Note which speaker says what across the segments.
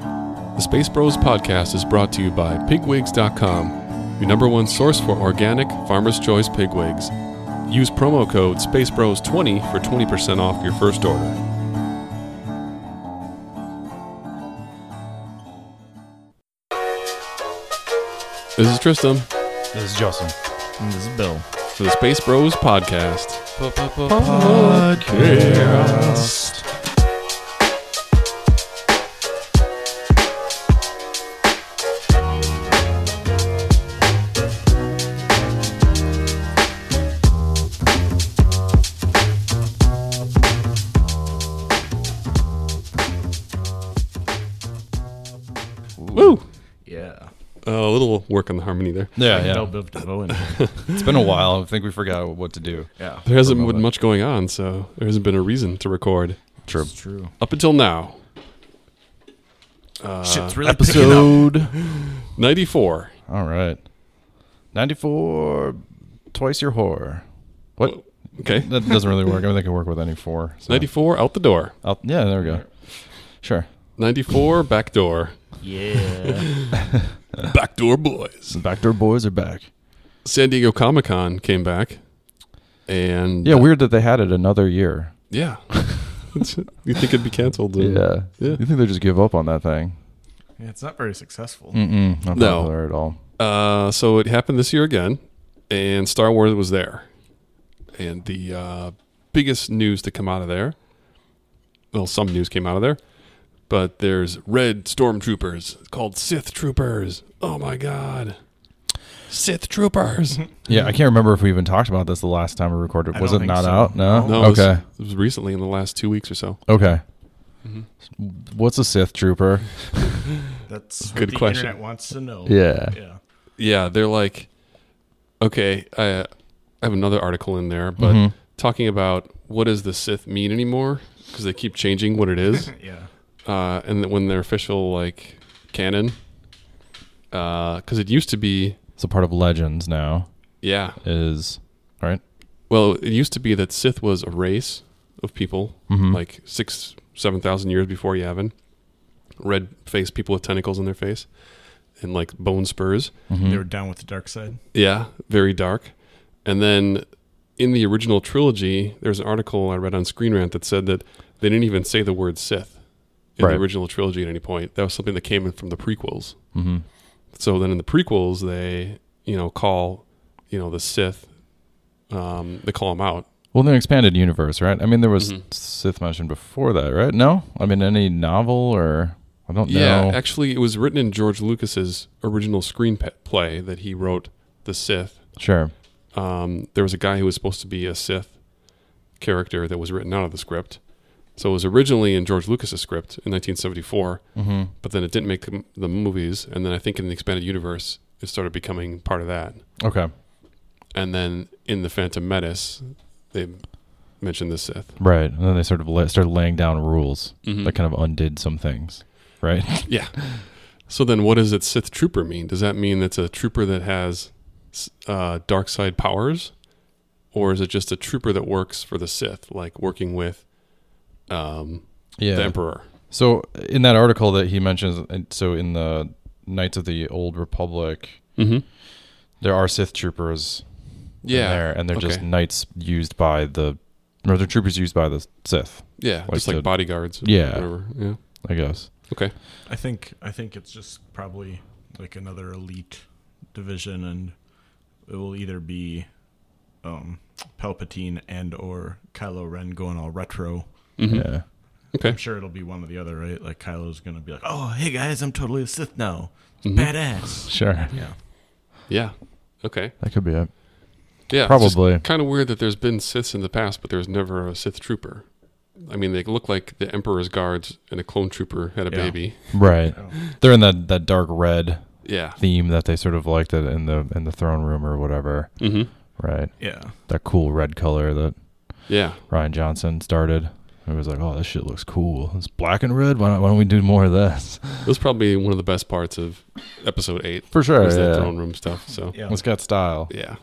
Speaker 1: The Space Bros podcast is brought to you by pigwigs.com, your number one source for organic farmer's choice pig wigs. Use promo code SPACEBROS20 for 20% off your first order. This is Tristan
Speaker 2: This is Justin. And this is Bill.
Speaker 1: for the Space Bros podcast.
Speaker 2: Podcast.
Speaker 1: Woo!
Speaker 3: Yeah.
Speaker 1: a little work on the harmony there.
Speaker 2: Yeah, yeah.
Speaker 3: No Biv DeVoe in it.
Speaker 2: It's been a while. I think we forgot what to do.
Speaker 3: Yeah.
Speaker 1: There hasn't
Speaker 2: Forgot
Speaker 1: been
Speaker 2: about
Speaker 1: much going on, so there hasn't been a reason to record
Speaker 2: True.
Speaker 3: It's true.
Speaker 1: up until now. Uh,
Speaker 3: Shit's really
Speaker 1: episode ninety-four.
Speaker 2: All right. 94, twice your horror. What?
Speaker 1: Okay,
Speaker 2: That doesn't really work. I think I can work with any four. so-
Speaker 1: ninety-four out the door.
Speaker 2: I'll- yeah, there we go. Sure.
Speaker 1: Ninety-four back door.
Speaker 3: Yeah.
Speaker 1: Back door boys.
Speaker 2: The backdoor boys are back.
Speaker 1: San Diego Comic Con came back, and
Speaker 2: Yeah, weird that they had it another year.
Speaker 1: yeah. you think it'd be canceled? uh, Yeah.
Speaker 2: You think they just give up on that thing?
Speaker 3: yeah. It's not very
Speaker 2: Hmm.
Speaker 3: successful.
Speaker 2: Mm-mm. Not
Speaker 1: No.
Speaker 2: popular at all.
Speaker 1: Uh, so it happened this year again, and Star Wars was there. And the uh, biggest news to come out of there, well, some news came out of there, but there's red stormtroopers called Sith troopers. Oh my god, Sith troopers!
Speaker 2: Yeah, I can't remember if we even talked about this the last time we recorded.
Speaker 3: I
Speaker 2: Was
Speaker 3: don't
Speaker 2: it
Speaker 3: think
Speaker 2: not
Speaker 3: so.
Speaker 2: out? No.
Speaker 1: no, it was,
Speaker 2: okay.
Speaker 1: it was recently in the last two weeks or so.
Speaker 2: Okay. What's a Sith trooper?
Speaker 3: That's
Speaker 1: Good
Speaker 3: what the
Speaker 1: question.
Speaker 3: internet wants to know.
Speaker 2: Yeah.
Speaker 3: Yeah.
Speaker 1: Yeah, they're like, okay, I, I have another article in there, but
Speaker 2: Mhm.
Speaker 1: talking about what does the Sith mean anymore because they keep changing what it is.
Speaker 3: Yeah.
Speaker 1: uh, and that when they're official like canon, because it used to be
Speaker 2: It's a part of Legends now.
Speaker 1: yeah,
Speaker 2: Is all right.
Speaker 1: well, it used to be that Sith was a race of people
Speaker 2: Mhm.
Speaker 1: like six, seven thousand years before Yavin, red faced people with tentacles in their face, and like bone spurs.
Speaker 2: Hmm. Mm-hmm.
Speaker 3: They were down with the dark side.
Speaker 1: Yeah, very dark. And then in the original trilogy, there's an article I read on Screen Rant that said that they didn't even say the word Sith in
Speaker 2: Right.
Speaker 1: the original trilogy at any point. That was something that came in from the prequels.
Speaker 2: Mm-hmm.
Speaker 1: So then in the prequels, they, you know, call, you know, the Sith, um, they call them out.
Speaker 2: Well, the expanded universe, right? I mean, there was
Speaker 1: Mhm.
Speaker 2: Sith mentioned before that, right? No, I mean, any novel or I don't
Speaker 1: Yeah.
Speaker 2: know.
Speaker 1: Actually, it was written in George Lucas's original screenplay that he wrote, The Sith.
Speaker 2: Sure.
Speaker 1: Um, there was a guy who was supposed to be a Sith character that was written out of the script. So it was originally in George Lucas's script in 1974,
Speaker 2: Mm-hmm.
Speaker 1: but then it didn't make the, the movies. And then I think in the expanded universe, it started becoming part of that.
Speaker 2: Okay.
Speaker 1: And then in The Phantom Menace, they mentioned the Sith.
Speaker 2: Right, and then they sort of la- started laying down rules
Speaker 1: Mhm.
Speaker 2: that kind of undid some things, right?
Speaker 1: Yeah. So then, what does it Sith trooper mean? Does that mean it's a trooper that has s- uh, dark side powers, or is it just a trooper that works for the Sith, like working with um,
Speaker 2: yeah.
Speaker 1: the Emperor?
Speaker 2: So in that article that he mentions, and so in the Knights of the Old Republic,
Speaker 1: Mm-hmm.
Speaker 2: there are Sith troopers. in
Speaker 1: Yeah.
Speaker 2: there, and they're just
Speaker 1: Okay.
Speaker 2: knights used by the, or they're troopers used by the Sith,
Speaker 1: Yeah.
Speaker 2: like
Speaker 1: just like
Speaker 2: the-
Speaker 1: bodyguards. or
Speaker 2: Yeah.
Speaker 1: Whatever. Yeah.
Speaker 2: I guess.
Speaker 1: Okay.
Speaker 3: I think I think it's just probably like another elite division and it will either be um Palpatine and or Kylo Ren going all retro.
Speaker 2: Yeah.
Speaker 1: Okay.
Speaker 3: I'm sure it'll be one or the other, right? Like Kylo's gonna be like, "Oh, hey guys, I'm totally a Sith now. It's
Speaker 2: Mm-hmm.
Speaker 3: Badass."
Speaker 2: Sure.
Speaker 3: Yeah.
Speaker 1: Yeah. Okay.
Speaker 2: That could be it.
Speaker 1: Yeah.
Speaker 2: Probably.
Speaker 1: Kind of weird that there's been Siths in the past, but there's never a Sith trooper. I mean, they look like the Emperor's guards and a clone trooper had a
Speaker 3: Yeah.
Speaker 1: baby.
Speaker 2: Right.
Speaker 3: Oh.
Speaker 2: They're in that, that dark red
Speaker 1: Yeah.
Speaker 2: theme that they sort of liked it in the in the throne room or whatever.
Speaker 1: Mm-hmm.
Speaker 2: Right.
Speaker 3: Yeah.
Speaker 2: That cool red color that
Speaker 1: Yeah.
Speaker 2: Ryan Johnson started. It was like, oh, this shit looks cool. It's black and red. Why don't, why don't we do more of this?
Speaker 1: It was probably one of the best parts of episode eight.
Speaker 2: For sure.
Speaker 1: was that
Speaker 2: yeah.
Speaker 1: throne room stuff. So yeah,
Speaker 3: Yeah.
Speaker 2: It's got style.
Speaker 1: yeah,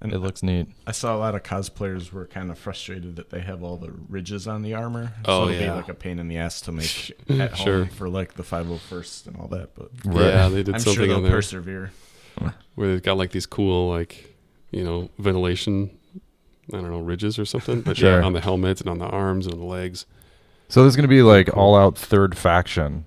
Speaker 3: And
Speaker 2: It looks neat.
Speaker 3: I saw a lot of cosplayers were kind of frustrated that they have all the ridges on the armor.
Speaker 1: Oh,
Speaker 3: so it'll
Speaker 1: yeah.
Speaker 3: be like a pain in the ass to make at home
Speaker 1: Sure.
Speaker 3: for like the 501st and all that. But
Speaker 1: Yeah, they did
Speaker 3: I'm sure
Speaker 1: something
Speaker 3: they'll
Speaker 1: on there
Speaker 3: persevere.
Speaker 1: where they've got like these cool like you know ventilation. I don't know ridges or something, but
Speaker 2: Sure.
Speaker 1: yeah, on the helmets and on the arms and on the legs.
Speaker 2: So there's going to be like all out third faction,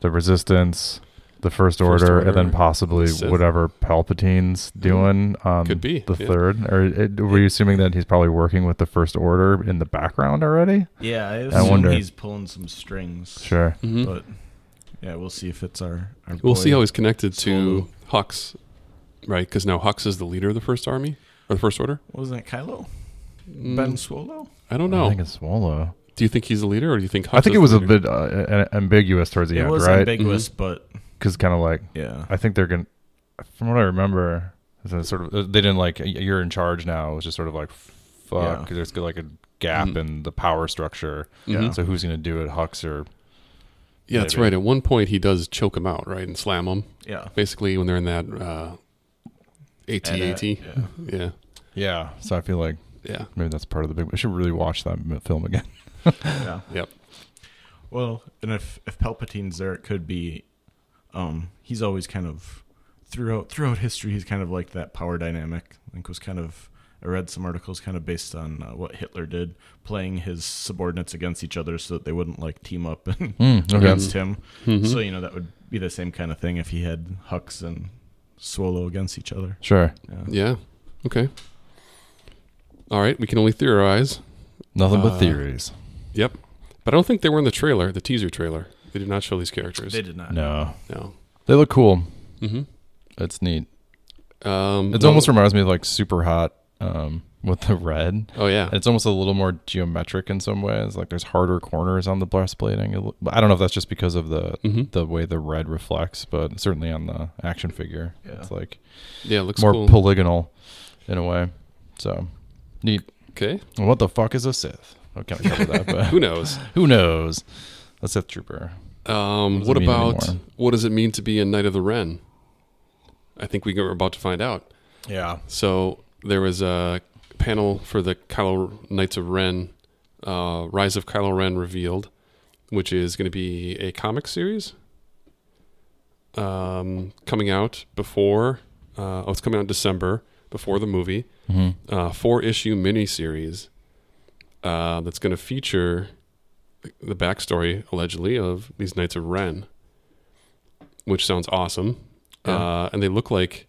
Speaker 2: the Resistance, the First Order, and then
Speaker 1: Order,
Speaker 2: possibly
Speaker 1: the Sith.
Speaker 2: whatever Palpatine's doing. Um,
Speaker 1: Could be,
Speaker 2: the
Speaker 1: yeah.
Speaker 2: third. Or it, were you assuming that he's probably working with the First Order in the background already?
Speaker 3: Yeah, I
Speaker 2: I
Speaker 3: assume
Speaker 2: wonder.
Speaker 3: he's pulling some strings.
Speaker 2: Sure.
Speaker 1: But
Speaker 3: But yeah, we'll see if it's our. our
Speaker 1: we'll
Speaker 3: boy.
Speaker 1: see how he's connected to
Speaker 3: Solo.
Speaker 1: Hux, right? Because now Hux is the leader of the First Army or the First Order.
Speaker 3: Wasn't it Kylo?
Speaker 1: Mm,
Speaker 3: Ben Swallow?
Speaker 1: I don't
Speaker 2: I
Speaker 1: know.
Speaker 2: think it's Swallow.
Speaker 1: Do you think he's the leader, or do you think? Hux
Speaker 2: I think
Speaker 1: is
Speaker 2: it was
Speaker 1: the
Speaker 2: a
Speaker 1: leader?
Speaker 2: bit uh, a- a- ambiguous towards the
Speaker 3: it
Speaker 2: end,
Speaker 3: was
Speaker 2: right?
Speaker 3: ambiguous,
Speaker 1: Mm-hmm.
Speaker 3: but
Speaker 2: Because kind of like
Speaker 3: yeah.
Speaker 2: I think they're gonna. From what I remember, it's a sort of uh, they didn't like "Y- you're in charge now. It was just sort of like fuck.
Speaker 3: Yeah.
Speaker 2: There's like a gap
Speaker 1: Mhm.
Speaker 2: in the power structure.
Speaker 1: Mhm.
Speaker 2: So who's gonna do it, Hux or
Speaker 1: Yeah, that's
Speaker 2: Maybe.
Speaker 1: right. At one point, he does choke him out, right, and slam him.
Speaker 3: Yeah.
Speaker 1: Basically, when they're in that uh,
Speaker 3: And, uh,
Speaker 1: AT-AT.
Speaker 3: yeah.
Speaker 1: yeah,
Speaker 2: yeah? So I feel like
Speaker 1: yeah.
Speaker 2: maybe that's part of the big. We should really watch that m- film again.
Speaker 3: yeah.
Speaker 1: Yep.
Speaker 3: Well, and if if Palpatine's there, it could be. Um, he's always kind of throughout throughout history. He's kind of like that power dynamic. I think was kind of. I read some articles kind of based on uh, what Hitler did, playing his subordinates against each other so that they wouldn't like team up and
Speaker 2: Mm, okay.
Speaker 3: against him.
Speaker 2: Mm-hmm.
Speaker 1: Mhm.
Speaker 3: So you know that would be the same kind of thing if he had Hux and Swallow against each other.
Speaker 2: Sure.
Speaker 3: Yeah.
Speaker 1: Yeah. Okay. All right. We can only theorize.
Speaker 2: Nothing but
Speaker 1: Uh,
Speaker 2: theories.
Speaker 1: Yep. But I don't think they were in the trailer, the teaser trailer. They did not show these characters.
Speaker 3: They did not.
Speaker 2: No,
Speaker 1: no.
Speaker 2: they look cool.
Speaker 1: Mm-hmm.
Speaker 2: It's neat.
Speaker 1: Um,
Speaker 2: It
Speaker 1: well-
Speaker 2: almost reminds me of like super hot um, with the red.
Speaker 1: Oh yeah.
Speaker 2: And it's almost a little more geometric in some ways. Like there's harder corners on the breastplating. It loo- but I don't know if that's just because of the
Speaker 1: hmm
Speaker 2: the way the red reflects, but certainly on the action figure,
Speaker 3: Yeah.
Speaker 2: it's like
Speaker 1: Yeah. It looks
Speaker 2: more
Speaker 1: cool.
Speaker 2: polygonal in a way. So neat.
Speaker 1: okay.
Speaker 2: And What the fuck is a Sith? I can't cover that,
Speaker 1: Who
Speaker 2: but
Speaker 1: knows?
Speaker 2: who knows? A Sith trooper.
Speaker 1: Um,
Speaker 2: does
Speaker 1: what
Speaker 2: it mean
Speaker 1: about
Speaker 2: anymore?
Speaker 1: what does it mean to be a Knight of the Ren? I think we are about to find out.
Speaker 2: Yeah.
Speaker 1: So there was a panel for the Kylo Knights of Ren, uh, Rise of Kylo Ren revealed, which is going to be a comic series um, coming out before. Uh, oh, it's coming out in December before the movie.
Speaker 2: hmm
Speaker 1: Uh, four issue miniseries uh, that's going to feature the backstory allegedly of these Knights of Ren, which sounds awesome. Uh, and they look like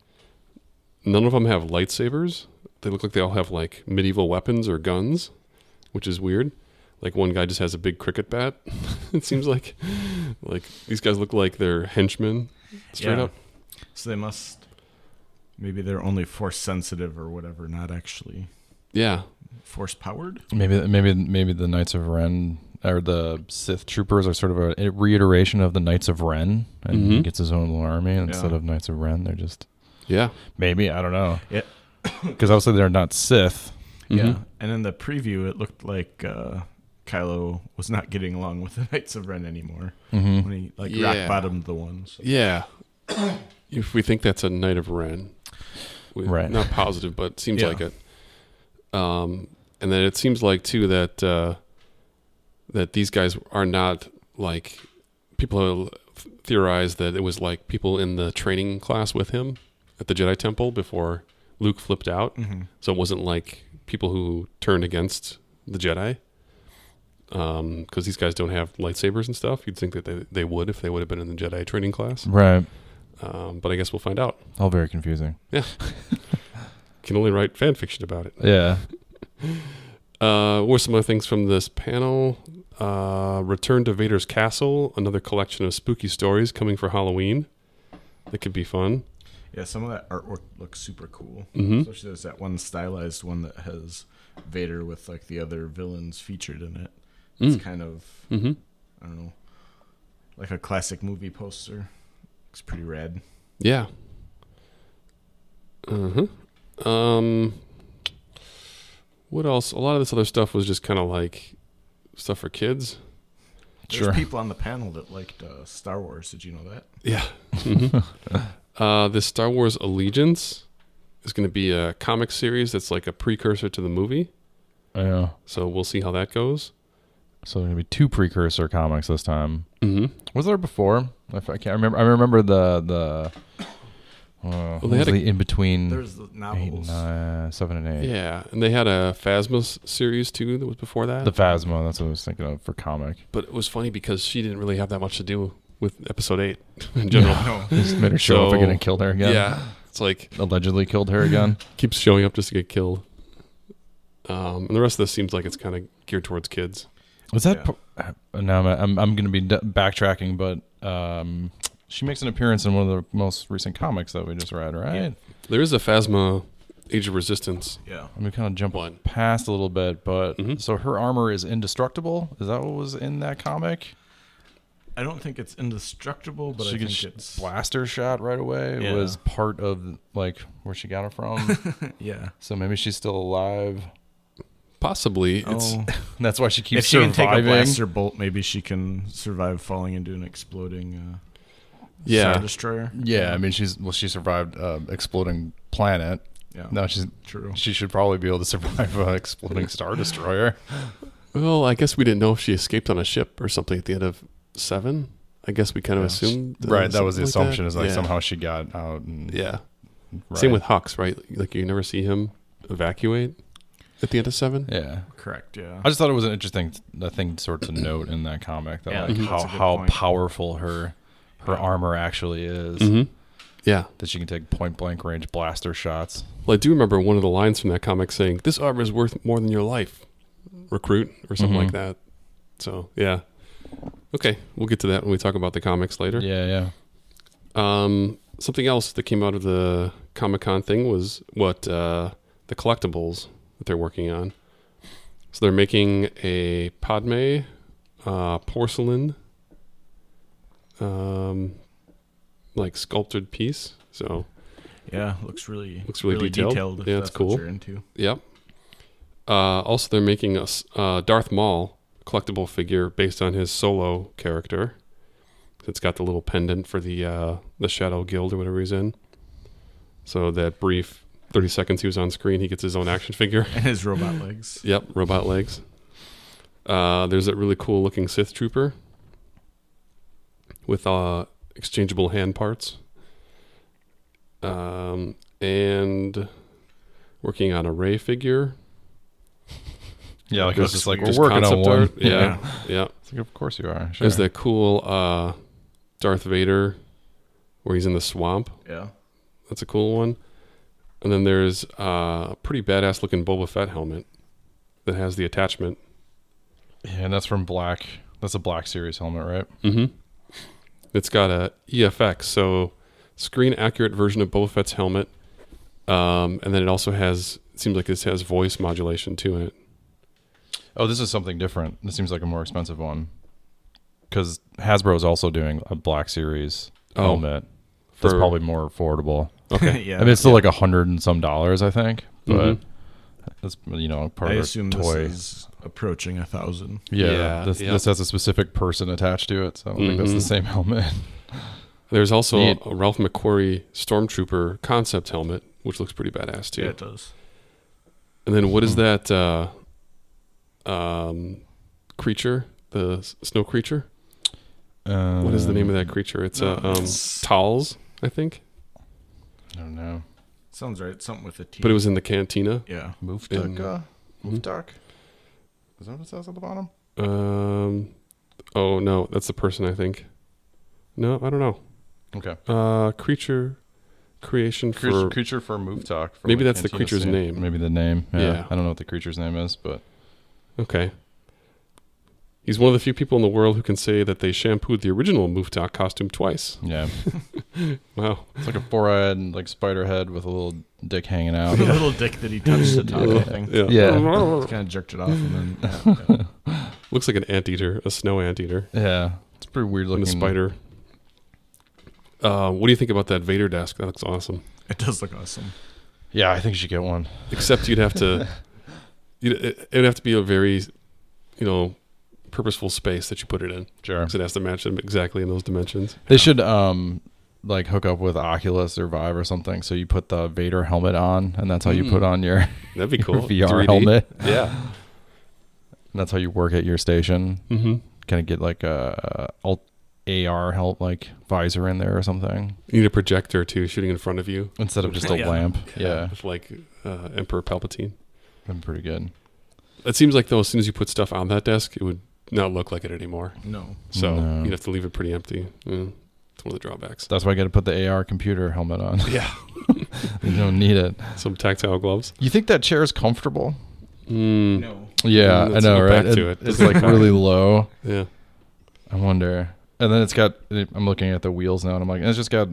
Speaker 1: none of them have lightsabers. They look like they all have like medieval weapons or guns, which is weird. Like one guy just has a big cricket bat. it seems like like these guys look like they're henchmen straight
Speaker 3: Yeah.
Speaker 1: up.
Speaker 3: So they must. Maybe they're only force sensitive or whatever, not actually
Speaker 1: Yeah.
Speaker 3: force powered.
Speaker 2: Maybe maybe maybe the Knights of Ren or the Sith troopers are sort of a reiteration of the Knights of Ren, and he
Speaker 1: Mhm.
Speaker 2: gets his own little army and instead
Speaker 3: Yeah.
Speaker 2: of Knights of Ren. They're just
Speaker 1: Yeah.
Speaker 2: maybe I don't know.
Speaker 3: Yeah.
Speaker 2: because obviously they're not Sith.
Speaker 3: Yeah.
Speaker 1: Mhm.
Speaker 3: Mm-hmm. And in the preview, it looked like uh, Kylo was not getting along with the Knights of Ren anymore.
Speaker 2: Mm-hmm.
Speaker 3: When he like
Speaker 1: Yeah.
Speaker 3: rock bottomed the ones.
Speaker 1: Yeah. if we think that's a Knight of Ren. We,
Speaker 2: Right.
Speaker 1: Not positive, but seems
Speaker 3: Yeah.
Speaker 1: like it. Um, and then it seems like too that uh, that these guys are not like people have theorized that it was like people in the training class with him at the Jedi Temple before Luke flipped out.
Speaker 3: Mm-hmm.
Speaker 1: So it wasn't like people who turned against the Jedi. Because these guys don't have lightsabers and stuff. You'd think that they, they would if they would have been in the Jedi training class.
Speaker 2: Right.
Speaker 1: Um, but I guess we'll find out.
Speaker 2: All very confusing.
Speaker 1: Can only write fan fiction about it.
Speaker 2: Yeah.
Speaker 1: Uh, what were some other things from this panel? Uh, Return to Vader's Castle, another collection of spooky stories coming for Halloween. That could be fun.
Speaker 3: Yeah, some of that artwork looks super cool.
Speaker 1: Mhm.
Speaker 3: Especially there's that one stylized one that has Vader with like the other villains featured in it. It's
Speaker 1: Mm.
Speaker 3: kind of
Speaker 1: Mm-hmm.
Speaker 3: I don't know, like a classic movie poster. Looks pretty rad.
Speaker 1: Yeah. Uh huh. Um. What else? A lot of this other stuff was just kind of like stuff for kids.
Speaker 3: There's
Speaker 2: Sure.
Speaker 3: people on the panel that liked uh, Star Wars. Did you know that?
Speaker 1: Mm-hmm. Yeah. uh, this Star Wars Allegiance is going to be a comic series that's like a precursor to the movie.
Speaker 2: I know.
Speaker 1: So we'll see how that goes.
Speaker 2: So there's gonna be two precursor comics this time.
Speaker 1: Mm-hmm.
Speaker 2: Was there before? If I can't remember. I remember the the.
Speaker 1: they
Speaker 2: Uh, what was
Speaker 1: had a-
Speaker 2: the in between
Speaker 3: There's the
Speaker 2: eight,
Speaker 3: novels.
Speaker 2: nine, seven, and eight.
Speaker 1: Yeah, and they had a Phasma series too that was before that.
Speaker 2: The Phasma. That's what I was thinking of for comic.
Speaker 1: but it was funny because she didn't really have that much to do with episode eight in general.
Speaker 3: No.
Speaker 2: Just made her show up
Speaker 1: So-
Speaker 2: again and killed her again.
Speaker 1: yeah, it's like
Speaker 2: Allegedly killed her again.
Speaker 1: keeps showing up just to get killed. Um, and the rest of this seems like it's kind of geared towards kids.
Speaker 2: Was that?
Speaker 3: Yeah.
Speaker 2: po- uh now I'm I'm, I'm going to be d- backtracking, but um, she makes an appearance in one of the most recent comics that we just read, right?
Speaker 1: Yeah. There is a Phasma Age of Resistance
Speaker 3: Yeah.
Speaker 2: I'm going to kind of jump
Speaker 1: one.
Speaker 2: past a little bit, but
Speaker 3: Mm-hmm.
Speaker 1: Mhm.
Speaker 2: so her armor is indestructible. Is that what was in that comic?
Speaker 3: I don't think it's indestructible, but
Speaker 2: she
Speaker 3: I
Speaker 2: could
Speaker 3: think
Speaker 2: sh-
Speaker 3: it's
Speaker 2: blaster shot right away.
Speaker 3: Yeah.
Speaker 2: Was part of like where she got it from.
Speaker 3: yeah.
Speaker 2: so maybe she's still alive.
Speaker 1: Possibly it's
Speaker 3: oh.
Speaker 2: That's why she keeps
Speaker 3: if she can take a
Speaker 2: surviving.
Speaker 3: blaster bolt, maybe she can survive falling into an exploding uh,
Speaker 1: yeah.
Speaker 3: star destroyer.
Speaker 2: yeah, I mean she's well, she survived uh, exploding planet.
Speaker 1: Oh.
Speaker 3: Yeah.
Speaker 2: Now she's
Speaker 3: True.
Speaker 2: She should probably be able to survive an exploding star destroyer.
Speaker 1: Well, I guess we didn't know if she escaped on a ship or something at the end of seven. I guess we kind of
Speaker 2: Yeah.
Speaker 1: assumed. uh,
Speaker 2: right, that was the
Speaker 1: something
Speaker 2: assumption. Is like
Speaker 1: Yeah.
Speaker 2: somehow she got out. And,
Speaker 1: Yeah.
Speaker 2: right.
Speaker 1: Same with Hux, right? Like you never see him evacuate at the end of seven.
Speaker 2: yeah.
Speaker 3: Correct. Yeah.
Speaker 2: I just thought it was an interesting th- thing sort to note in that comic that
Speaker 3: Yeah,
Speaker 2: like
Speaker 3: that's
Speaker 2: how
Speaker 3: a good
Speaker 2: how
Speaker 3: point.
Speaker 2: powerful her her armor actually is
Speaker 1: Mm-hmm. Yeah.
Speaker 2: that she can take point blank range blaster shots.
Speaker 1: Well, I do remember one of the lines from that comic saying, "This armor is worth more than your life, recruit," or something
Speaker 2: Mhm.
Speaker 1: like that. So yeah. Okay, we'll get to that when we talk about the comics later.
Speaker 2: Yeah, yeah.
Speaker 1: Um, something else that came out of the Comic Con thing was what uh, the collectibles that they're working on. So they're making a Padme uh, porcelain, um, like sculpted piece. So
Speaker 3: yeah. Looks really
Speaker 1: Looks really detailed.
Speaker 3: if
Speaker 1: Yeah, it's
Speaker 3: that's what
Speaker 1: cool.
Speaker 3: you're into.
Speaker 1: Yep. Uh, also, they're making a s- uh, Darth Maul collectible figure based on his solo character. It's got the little pendant for the uh, the Shadow Guild or whatever he's in. So that brief thirty seconds he was on screen, he gets his own action figure.
Speaker 3: And his robot legs.
Speaker 1: yep, robot legs. Uh, there's that really cool looking Sith trooper with uh, exchangeable hand parts. Um, and working on a Ray figure.
Speaker 2: Yeah, like it was just like
Speaker 1: Just
Speaker 2: we're working on
Speaker 1: concept
Speaker 2: one.
Speaker 1: art. Yeah, yeah.
Speaker 2: It's like, of course you are. Sure.
Speaker 1: There's that cool uh, Darth Vader where he's in the swamp.
Speaker 3: Yeah.
Speaker 1: That's a cool one. And then there's uh, a pretty badass looking Boba Fett helmet that has the attachment.
Speaker 2: Yeah, and that's from Black. That's a Black series helmet, right?
Speaker 1: Mm-hmm. It's got a EFX, so screen accurate version of Boba Fett's helmet. Um, and then it also has it seems like this has voice modulation too in it.
Speaker 2: Oh, this is something different. This seems like a more expensive one. Because Hasbro is also doing a Black Series
Speaker 1: Oh.
Speaker 2: helmet. That's
Speaker 1: For-
Speaker 2: probably more affordable.
Speaker 1: Okay.
Speaker 3: yeah.
Speaker 2: I mean, it's still like a hundred and some dollars, I think. But
Speaker 1: Mhm.
Speaker 2: that's you know part
Speaker 3: I
Speaker 2: of
Speaker 3: assume
Speaker 2: their toy.
Speaker 3: this is approaching a thousand.
Speaker 2: yeah,
Speaker 1: Yeah,
Speaker 2: this,
Speaker 1: yeah.
Speaker 2: this has a specific person attached to it, so I don't think that's the
Speaker 1: Mhm.
Speaker 2: same helmet.
Speaker 1: There's also
Speaker 2: Neat.
Speaker 1: a Ralph McQuarrie Stormtrooper concept helmet, which looks pretty badass too.
Speaker 3: Yeah, it does.
Speaker 1: And then what is that uh, um, creature? The s- snow creature.
Speaker 2: Um,
Speaker 1: What is the name of that creature? It's uh,
Speaker 3: no,
Speaker 1: um,
Speaker 3: it's-
Speaker 1: Tals, I think.
Speaker 2: I don't know.
Speaker 3: Sounds right. Something with a T.
Speaker 1: But it was in the cantina.
Speaker 3: yeah.
Speaker 1: Mhm.
Speaker 2: Muftaka, Muftak. Is that what it says on the bottom?
Speaker 1: Um, oh no, that's the person I think. No, I don't know.
Speaker 2: Okay,
Speaker 1: Uh, creature creation
Speaker 2: creature
Speaker 1: for
Speaker 2: for, creature for Muftak. from
Speaker 1: Maybe that's the
Speaker 2: Cantina
Speaker 1: creature's
Speaker 2: Sand.
Speaker 1: name.
Speaker 2: Maybe the name. Yeah.
Speaker 1: Yeah.
Speaker 2: I don't know what the creature's name is, but
Speaker 1: okay. He's one of the few people in the world who can say that they shampooed the original Muftak costume twice.
Speaker 2: yeah,
Speaker 1: Wow.
Speaker 2: it's like a forehead and like spider head with a little dick hanging out.
Speaker 3: The little dick that he touched the top of thing.
Speaker 1: Yeah.
Speaker 2: Yeah.
Speaker 3: Kind of jerked it off and then. yeah, yeah.
Speaker 1: Looks like an anteater, a snow anteater.
Speaker 2: yeah, it's a pretty weird
Speaker 1: and
Speaker 2: looking.
Speaker 1: a spider. Uh, what do you think about that Vader desk? That looks awesome.
Speaker 3: It does look awesome.
Speaker 2: Yeah, I think you should get one.
Speaker 1: Except you'd have to, you'd, it would have to be a very, you know, purposeful space that you put it in
Speaker 2: Sure.
Speaker 1: because it has to match them exactly in those dimensions.
Speaker 2: They should um like hook up with Oculus or Vive or something. So you put the Vader helmet on, and that's how you put
Speaker 1: Mm.
Speaker 2: on your,
Speaker 1: That'd be
Speaker 2: your
Speaker 1: cool.
Speaker 2: VR
Speaker 1: 3D.
Speaker 2: helmet.
Speaker 1: Yeah.
Speaker 2: And that's how you work at your station.
Speaker 1: Mm-hmm.
Speaker 2: Kind of get like a, a alt AR help like visor in there or something
Speaker 1: You need a projector too, shooting in front of you.
Speaker 2: instead of just a
Speaker 3: Yeah.
Speaker 2: lamp. Yeah,
Speaker 1: With like uh, Emperor Palpatine.
Speaker 2: been pretty good.
Speaker 1: It seems like though, as soon as you put stuff on that desk, it would not look like it anymore.
Speaker 3: No.
Speaker 1: So
Speaker 2: No.
Speaker 1: you'd have to leave it pretty empty. Mm. It's one of the drawbacks.
Speaker 2: That's why I got to put the AR computer helmet on.
Speaker 1: Yeah.
Speaker 2: you don't need it.
Speaker 1: Some tactile gloves.
Speaker 2: You think that chair is comfortable?
Speaker 1: Mm.
Speaker 3: No.
Speaker 2: Yeah,
Speaker 1: Mm,
Speaker 2: I
Speaker 1: let's
Speaker 2: know,
Speaker 1: go
Speaker 2: right?
Speaker 1: back to it.
Speaker 2: It's like really low.
Speaker 1: Yeah.
Speaker 2: I wonder. And then it's got. I'm looking at the wheels now, and I'm like, it's just got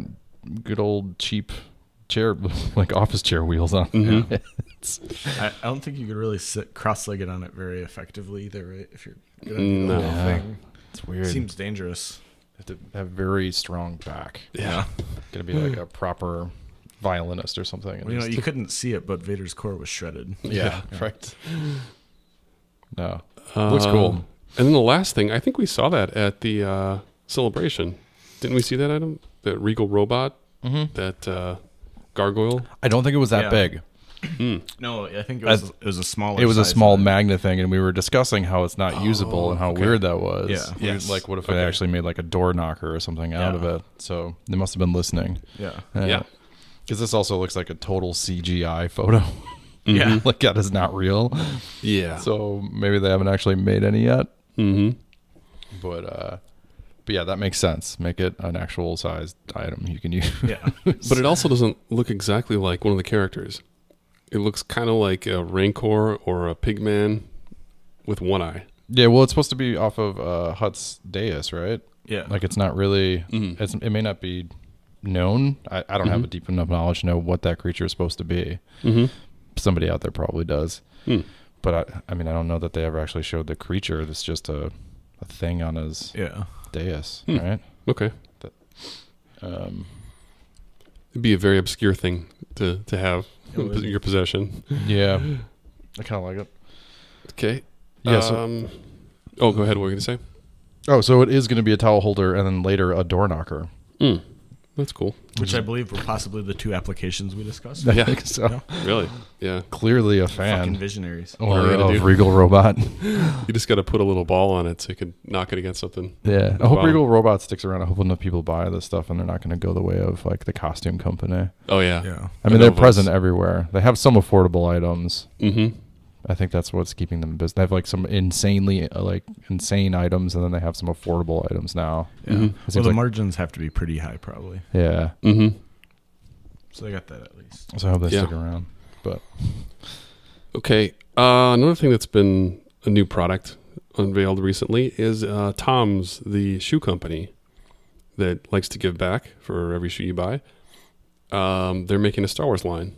Speaker 2: good old cheap chair, like office chair wheels on.
Speaker 1: Mhm.
Speaker 2: it.
Speaker 3: I, I don't think you could really sit cross-legged on it very effectively either, right? If you're good
Speaker 1: No.
Speaker 3: thing.
Speaker 2: It's weird.
Speaker 3: Seems dangerous.
Speaker 2: have to have very strong back.
Speaker 1: Yeah.
Speaker 2: Gonna be like a proper violinist or something. and
Speaker 3: Well, you know,
Speaker 2: just-
Speaker 3: you couldn't see it, but Vader's core was shredded.
Speaker 2: yeah,
Speaker 1: Yeah.
Speaker 2: right. No, looks
Speaker 1: Uh,
Speaker 2: cool.
Speaker 1: And then the last thing, I think we saw that at the uh, celebration. Didn't we see that item? The Regal robot,
Speaker 2: Mm-hmm.
Speaker 1: that uh, gargoyle.
Speaker 2: I don't think it was
Speaker 3: Yeah.
Speaker 2: that big.
Speaker 3: No, I think it was
Speaker 2: As-
Speaker 3: it was a smaller.
Speaker 2: It was a
Speaker 3: size
Speaker 2: small
Speaker 3: than-
Speaker 2: magna thing, and we were discussing how it's not usable
Speaker 1: Oh,
Speaker 2: and how
Speaker 1: okay.
Speaker 2: weird that was.
Speaker 3: Yeah.
Speaker 2: We-
Speaker 1: Yes.
Speaker 2: like what if
Speaker 1: Okay.
Speaker 2: it actually made like a door knocker or something out
Speaker 3: Yeah.
Speaker 2: of it? So they must have been listening.
Speaker 3: Yeah.
Speaker 1: Yeah.
Speaker 2: Because this also looks like a total CGI photo.
Speaker 3: Yeah.
Speaker 2: like that is not real.
Speaker 1: Yeah.
Speaker 2: So maybe they haven't actually made any yet.
Speaker 1: hmm
Speaker 2: But uh, but yeah, that makes sense. Make it an actual sized item you can use.
Speaker 3: Yeah.
Speaker 1: But it also doesn't look exactly like one of the characters. It looks kind of like a Rancor or a Pigman with one eye.
Speaker 2: yeah. Well, it's supposed to be off of uh, Hutt's Deus, right?
Speaker 3: Yeah.
Speaker 2: like it's not really
Speaker 1: Mhm.
Speaker 2: it's, it may not be known i, I don't have a deep enough knowledge to know what that creature is supposed to be
Speaker 1: Mm-hmm.
Speaker 2: somebody out there probably does
Speaker 1: Hmm.
Speaker 2: but i i mean i don't know that they ever actually showed the creature it's just a, a thing on his
Speaker 3: yeah.
Speaker 2: dais
Speaker 1: Hmm.
Speaker 2: right
Speaker 1: Okay.
Speaker 2: um
Speaker 1: It'd be a very obscure thing to, to have
Speaker 3: It
Speaker 1: in
Speaker 3: would.
Speaker 1: your possession.
Speaker 2: yeah i kind of like it
Speaker 1: Okay.
Speaker 2: yeah so,
Speaker 1: Um, oh, go ahead. What were you going to say?
Speaker 2: oh so it is going to be a towel holder and then later a door knocker
Speaker 1: Mm. That's cool.
Speaker 3: Which I believe were possibly the two applications we discussed.
Speaker 1: Yeah.
Speaker 2: I think so
Speaker 3: Yeah.
Speaker 1: Really? Yeah.
Speaker 2: clearly a
Speaker 3: Fucking
Speaker 2: fan Oh,
Speaker 3: visionaries.
Speaker 1: All
Speaker 2: or
Speaker 1: you gotta
Speaker 2: of
Speaker 1: do.
Speaker 2: regal robot
Speaker 1: You just got to put a little ball on it so you can knock it against something.
Speaker 2: Yeah, I hope
Speaker 1: Wow.
Speaker 2: Regal Robot sticks around. I hope enough people buy this stuff, and they're not going to go the way of like the costume company.
Speaker 1: Oh, yeah.
Speaker 3: Yeah.
Speaker 2: I mean, they're
Speaker 1: Lenovo's.
Speaker 2: present everywhere. They have some affordable items.
Speaker 1: Mm-hmm.
Speaker 2: I think that's what's keeping them in business. They have like some insanely uh, like insane items, and then they have some affordable items now.
Speaker 3: Yeah.
Speaker 1: Mhm.
Speaker 2: It Mm-hmm. seems
Speaker 3: Well, the
Speaker 2: like-
Speaker 3: margins have to be pretty high, probably.
Speaker 2: Yeah,
Speaker 1: Mm-hmm.
Speaker 3: So they got that at least.
Speaker 2: so I hope they
Speaker 1: Yeah.
Speaker 2: stick around. But
Speaker 1: Okay. Uh, another thing that's been a new product unveiled recently is uh, Tom's, the shoe company that likes to give back for every shoe you buy. Um, they're making a Star Wars line.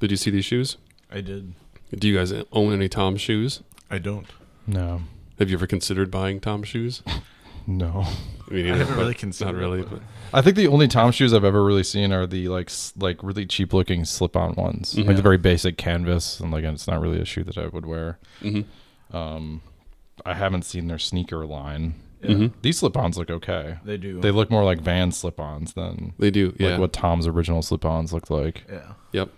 Speaker 1: Did you see these shoes?
Speaker 3: I did.
Speaker 1: Do you guys own any Tom shoes?
Speaker 3: I don't.
Speaker 2: no,
Speaker 1: Have you ever considered buying Tom shoes?
Speaker 2: no.
Speaker 1: Me neither,
Speaker 3: I haven't
Speaker 1: but
Speaker 3: really considered.
Speaker 1: Not really.
Speaker 3: it,
Speaker 1: But,
Speaker 2: I think the only Tom shoes I've ever really seen are the like s- like really cheap looking slip on ones,
Speaker 1: Mhm.
Speaker 2: like the very basic canvas, and like it's not really a shoe that I would wear.
Speaker 1: Mhm.
Speaker 2: Um, I haven't seen their sneaker line.
Speaker 3: Yeah.
Speaker 1: Mhm.
Speaker 2: These slip-ons look okay.
Speaker 3: They do.
Speaker 2: They look more like Van slip-ons than
Speaker 1: They do. Yeah.
Speaker 2: like what Tom's original slip-ons looked like.
Speaker 3: yeah.
Speaker 1: Yep.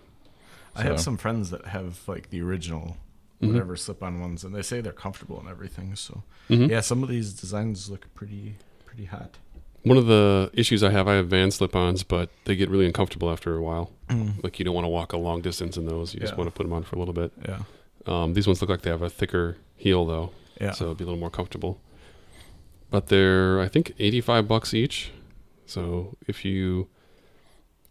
Speaker 3: I have
Speaker 2: So- Mm-hmm.
Speaker 3: some friends that have like the original
Speaker 1: Mhm.
Speaker 3: whatever slip on ones and they say they're comfortable and everything. So
Speaker 2: Mm-hmm.
Speaker 1: Mhm.
Speaker 3: yeah, some of these designs look pretty pretty hot.
Speaker 1: One of the issues I have, I have van slip-ons, but they get really uncomfortable after a while. Like you don't want to walk a long distance in those. You just
Speaker 3: Mm. Yeah.
Speaker 1: want to put them on for a little bit.
Speaker 3: Yeah.
Speaker 1: Um, these ones look like they have a thicker heel though,
Speaker 3: Yeah.
Speaker 1: so it'd be a little more comfortable. But they're I think eighty-five bucks each. So if you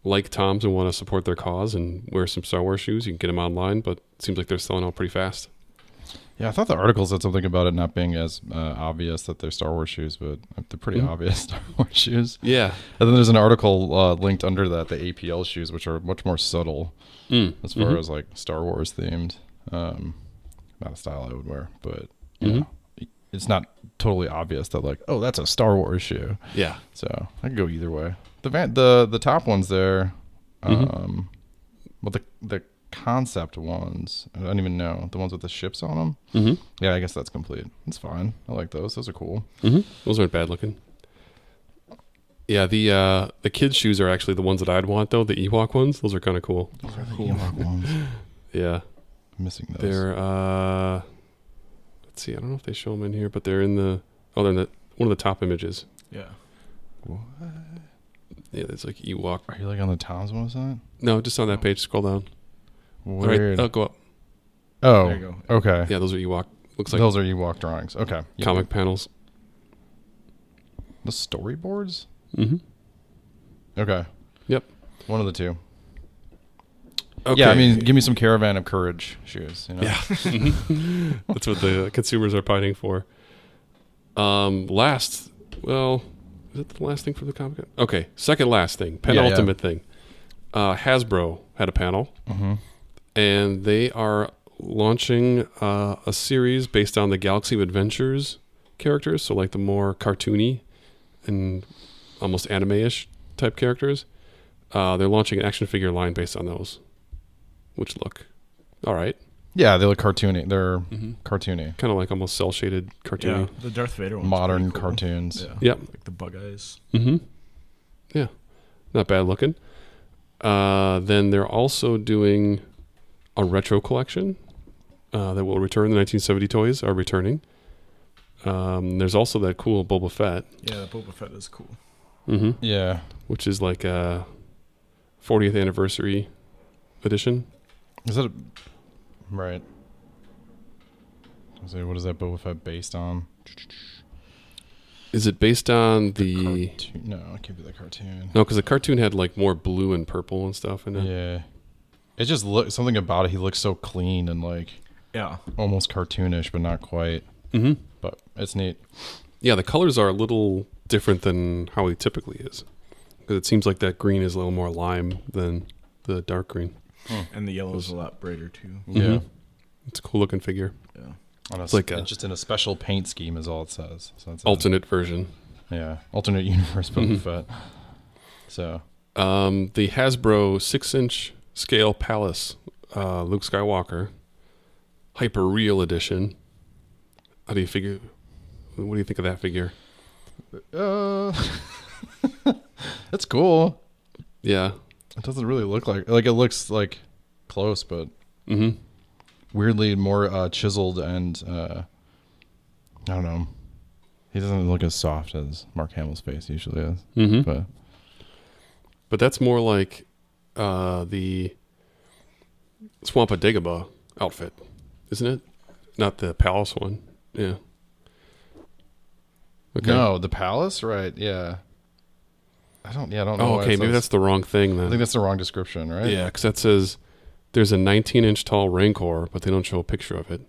Speaker 1: like Tom's and want to support their cause and wear some Star Wars shoes, you can get them online. But it seems like they're selling out pretty fast.
Speaker 2: Yeah, I thought the article said something about it not being as uh, obvious that they're Star Wars shoes, but uh, they're pretty
Speaker 1: Mhm.
Speaker 2: obvious Star Wars shoes.
Speaker 1: Yeah.
Speaker 2: And then there's an article uh, linked under that, the APL shoes, which are much more subtle
Speaker 1: Mm.
Speaker 2: as far
Speaker 1: Mhm.
Speaker 2: as like Star Wars themed. Um, not a style I would wear, but you
Speaker 1: Mhm.
Speaker 2: know, it's not totally obvious that like, oh, that's a Star Wars shoe.
Speaker 1: yeah,
Speaker 2: So I could go either way. The van, the the top ones there, um,
Speaker 1: Mhm.
Speaker 2: but the the concept ones I don't even know the ones with the ships on them.
Speaker 1: mm-hmm.
Speaker 2: Yeah, I guess that's complete. It's fine. I like those. Those are cool.
Speaker 1: Mm-hmm. those aren't bad looking. Yeah, the uh, the kids' shoes are actually the ones that I'd want though. The Ewok ones, those are kind of cool.
Speaker 2: Those are cool. ones.
Speaker 1: Yeah,
Speaker 2: I'm missing those.
Speaker 1: they're. Uh, let's see. I don't know if they show them in here, but they're in the. Oh, they're in the one of the top images.
Speaker 3: Yeah.
Speaker 2: What?
Speaker 1: Yeah, it's like Ewok.
Speaker 2: Are you like on the Tom's one side?
Speaker 1: No, just on that page. Scroll down. All right,
Speaker 2: Weird.
Speaker 1: oh, go up.
Speaker 2: oh,
Speaker 3: There you go.
Speaker 2: okay.
Speaker 1: Yeah, those are Ewok. Looks like
Speaker 2: those are Ewok drawings. Okay. Yeah.
Speaker 1: comic panels.
Speaker 2: The storyboards.
Speaker 1: Mm-hmm.
Speaker 2: Okay.
Speaker 1: Yep.
Speaker 2: One of the two.
Speaker 1: Okay.
Speaker 2: Yeah, I mean, give me some Caravan of Courage shoes. You know?
Speaker 1: Yeah. That's what the consumers are pining for. Um, last, well, is it the last thing from the comic? Con? Okay, second last thing,
Speaker 2: yeah.
Speaker 1: penultimate thing. Uh, Hasbro had a panel,
Speaker 2: Mm-hmm.
Speaker 1: and they are launching uh, a series based on the Galaxy of Adventures characters, so like the more cartoony and almost anime-ish type characters. Uh, they're launching an action figure line based on those, which look all right.
Speaker 2: Yeah, they look cartoony. They're
Speaker 1: Mm-hmm.
Speaker 2: cartoony.
Speaker 1: kind of like almost cell shaded
Speaker 3: Yeah.
Speaker 1: cartoony.
Speaker 3: The Darth Vader one.
Speaker 2: Modern cartoons.
Speaker 3: Yeah.
Speaker 1: Yep.
Speaker 3: Like the bug eyes.
Speaker 1: Mm-hmm. Yeah, not bad looking. Uh, then they're also doing a retro collection uh, that will return. The 1970 toys are returning. Um, there's also that cool Boba Fett,
Speaker 3: Yeah, Boba Fett is cool.
Speaker 1: mm-hmm.
Speaker 2: Yeah.
Speaker 1: which is like a 40th anniversary edition.
Speaker 2: Is that a, right? I was like, what is that Boba Fett based on?
Speaker 1: Is it based on the?
Speaker 2: Cartoon- No, it can't be the cartoon.
Speaker 1: No, because the cartoon had like more blue and purple and stuff in it.
Speaker 2: Yeah. It just looks something about it. He looks so clean and like
Speaker 3: Yeah.
Speaker 2: almost cartoonish, but not quite.
Speaker 1: Mm-hmm.
Speaker 2: But it's neat.
Speaker 1: Yeah, the colors are a little different than how he typically is. 'Cause it seems like that green is a little more lime than the dark green.
Speaker 3: And the yellow is a lot brighter too.
Speaker 2: Yeah.
Speaker 1: It's a cool looking figure.
Speaker 3: Yeah.
Speaker 2: And it's,
Speaker 1: Mm-hmm. like
Speaker 2: like
Speaker 1: a-
Speaker 2: just in a special paint scheme is all it says. So that's
Speaker 1: Alternate version.
Speaker 2: yeah, alternate universe Boba Fett. So
Speaker 1: Um, the Hasbro six inch scale palace, uh, Luke Skywalker, hyper real edition. How do you figure? What do you think of that figure?
Speaker 2: Uh, that's cool.
Speaker 1: Yeah.
Speaker 2: It doesn't really look like like it looks like close, but
Speaker 1: Mm-hmm.
Speaker 2: weirdly more uh, chiseled and uh, I don't know. He doesn't look as soft as Mark Hamill's face usually is,
Speaker 1: Mm-hmm.
Speaker 2: but
Speaker 1: But that's more like uh, the Swampadegaba outfit, isn't it? Not the palace one. Yeah. Okay.
Speaker 2: no, the palace, right? Yeah, I don't. Yeah, I don't know.
Speaker 1: Oh,
Speaker 2: why
Speaker 1: okay.
Speaker 2: it's-
Speaker 1: Maybe that's the wrong thing
Speaker 2: I
Speaker 1: then.
Speaker 2: think that's the wrong description, right?
Speaker 1: Yeah, because that says there's a 19 inch tall Rancor, but they don't show a picture of it.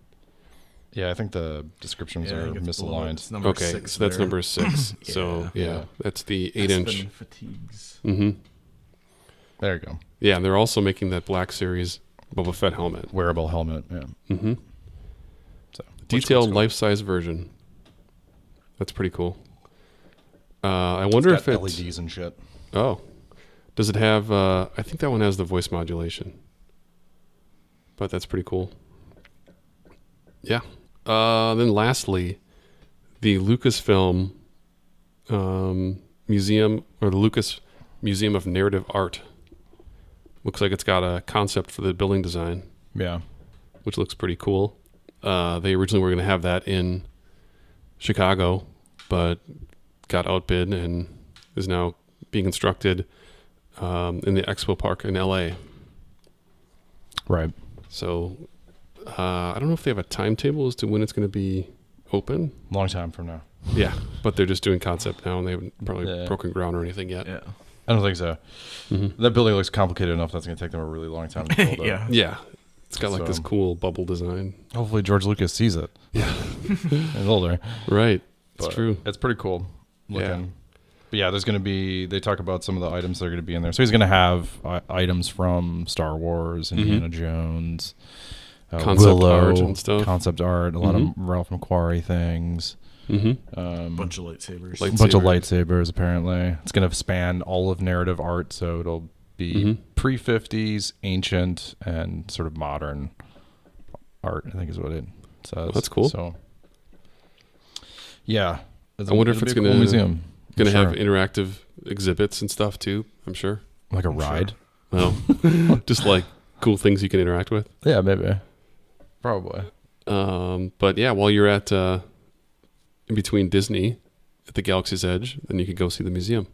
Speaker 2: Yeah, I think the descriptions
Speaker 3: I
Speaker 2: are
Speaker 3: think it's below it.
Speaker 2: misaligned.
Speaker 3: It's number
Speaker 1: okay,
Speaker 3: six
Speaker 1: so that's
Speaker 3: there.
Speaker 1: number six. So yeah,
Speaker 2: Yeah.
Speaker 1: that's the eight inch.
Speaker 3: Aspen fatigues.
Speaker 1: hmm
Speaker 2: There you go.
Speaker 1: Yeah, and they're also making that Black Series Boba Fett helmet.
Speaker 2: Wearable helmet. Yeah.
Speaker 1: hmm
Speaker 2: So which
Speaker 1: detailed
Speaker 2: one's
Speaker 1: life size version. That's pretty cool. Uh, I wonder
Speaker 2: got E
Speaker 1: if it's
Speaker 2: LEDs and shit.
Speaker 1: oh, does it have? Uh, I think that one has the voice modulation, but that's pretty cool. Yeah. Uh, then lastly, the Lucasfilm um, Museum or the Lucas Museum of Narrative Art looks like it's got a concept for the building design
Speaker 2: Yeah.
Speaker 1: which looks pretty cool. Uh, they originally were going to have that in Chicago, but got outbid and is now being constructed um, in the Expo Park in LA.
Speaker 2: Right.
Speaker 1: So uh, I don't know if they have a timetable as to when it's going to be open.
Speaker 2: Long time from now.
Speaker 1: Yeah, but they're just doing concept now, and they haven't probably
Speaker 2: Yeah.
Speaker 1: broken ground or anything yet.
Speaker 3: Yeah.
Speaker 2: I don't think so.
Speaker 1: Mhm.
Speaker 2: That building looks complicated enough that's going to take them a really long time to build. it.
Speaker 3: yeah.
Speaker 1: Yeah, it's got like this
Speaker 2: So-
Speaker 1: cool bubble design.
Speaker 2: Hopefully George Lucas sees it.
Speaker 1: Yeah.
Speaker 2: He's older.
Speaker 1: Right, it's
Speaker 2: but
Speaker 1: true.
Speaker 2: It's pretty cool
Speaker 1: Yeah.
Speaker 2: looking. But yeah, there's going to be. They talk about some of the items that are going to be in there. So he's going to have uh, items from Star Wars, Indiana Jones, uh,
Speaker 1: Mm-hmm. Concept art and stuff. Mm-hmm.
Speaker 2: concept art, a lot of Ralph McQuarrie things.
Speaker 1: hmm
Speaker 2: Um,
Speaker 3: Bunch of lightsabers.
Speaker 1: Light-
Speaker 2: a bunch of
Speaker 1: Lightsabers.
Speaker 2: lightsabers apparently it's going to span all of narrative art so it'll be
Speaker 1: Mhm.
Speaker 2: pre-50s ancient and sort of modern art i think is what it says
Speaker 1: That's cool.
Speaker 2: so yeah
Speaker 1: I wonder if
Speaker 2: it'll
Speaker 1: it's
Speaker 2: be a
Speaker 1: gonna-
Speaker 2: museum
Speaker 1: Going to
Speaker 2: Sure.
Speaker 1: have interactive exhibits and stuff too. I'm sure.
Speaker 2: Like a
Speaker 3: I'm sure.
Speaker 2: ride?
Speaker 1: Well, Oh, just like cool things you can interact with.
Speaker 2: Yeah, maybe. Probably.
Speaker 1: Um, but yeah, while you're at uh, in between Disney at the Galaxy's Edge, then you could go see the museum.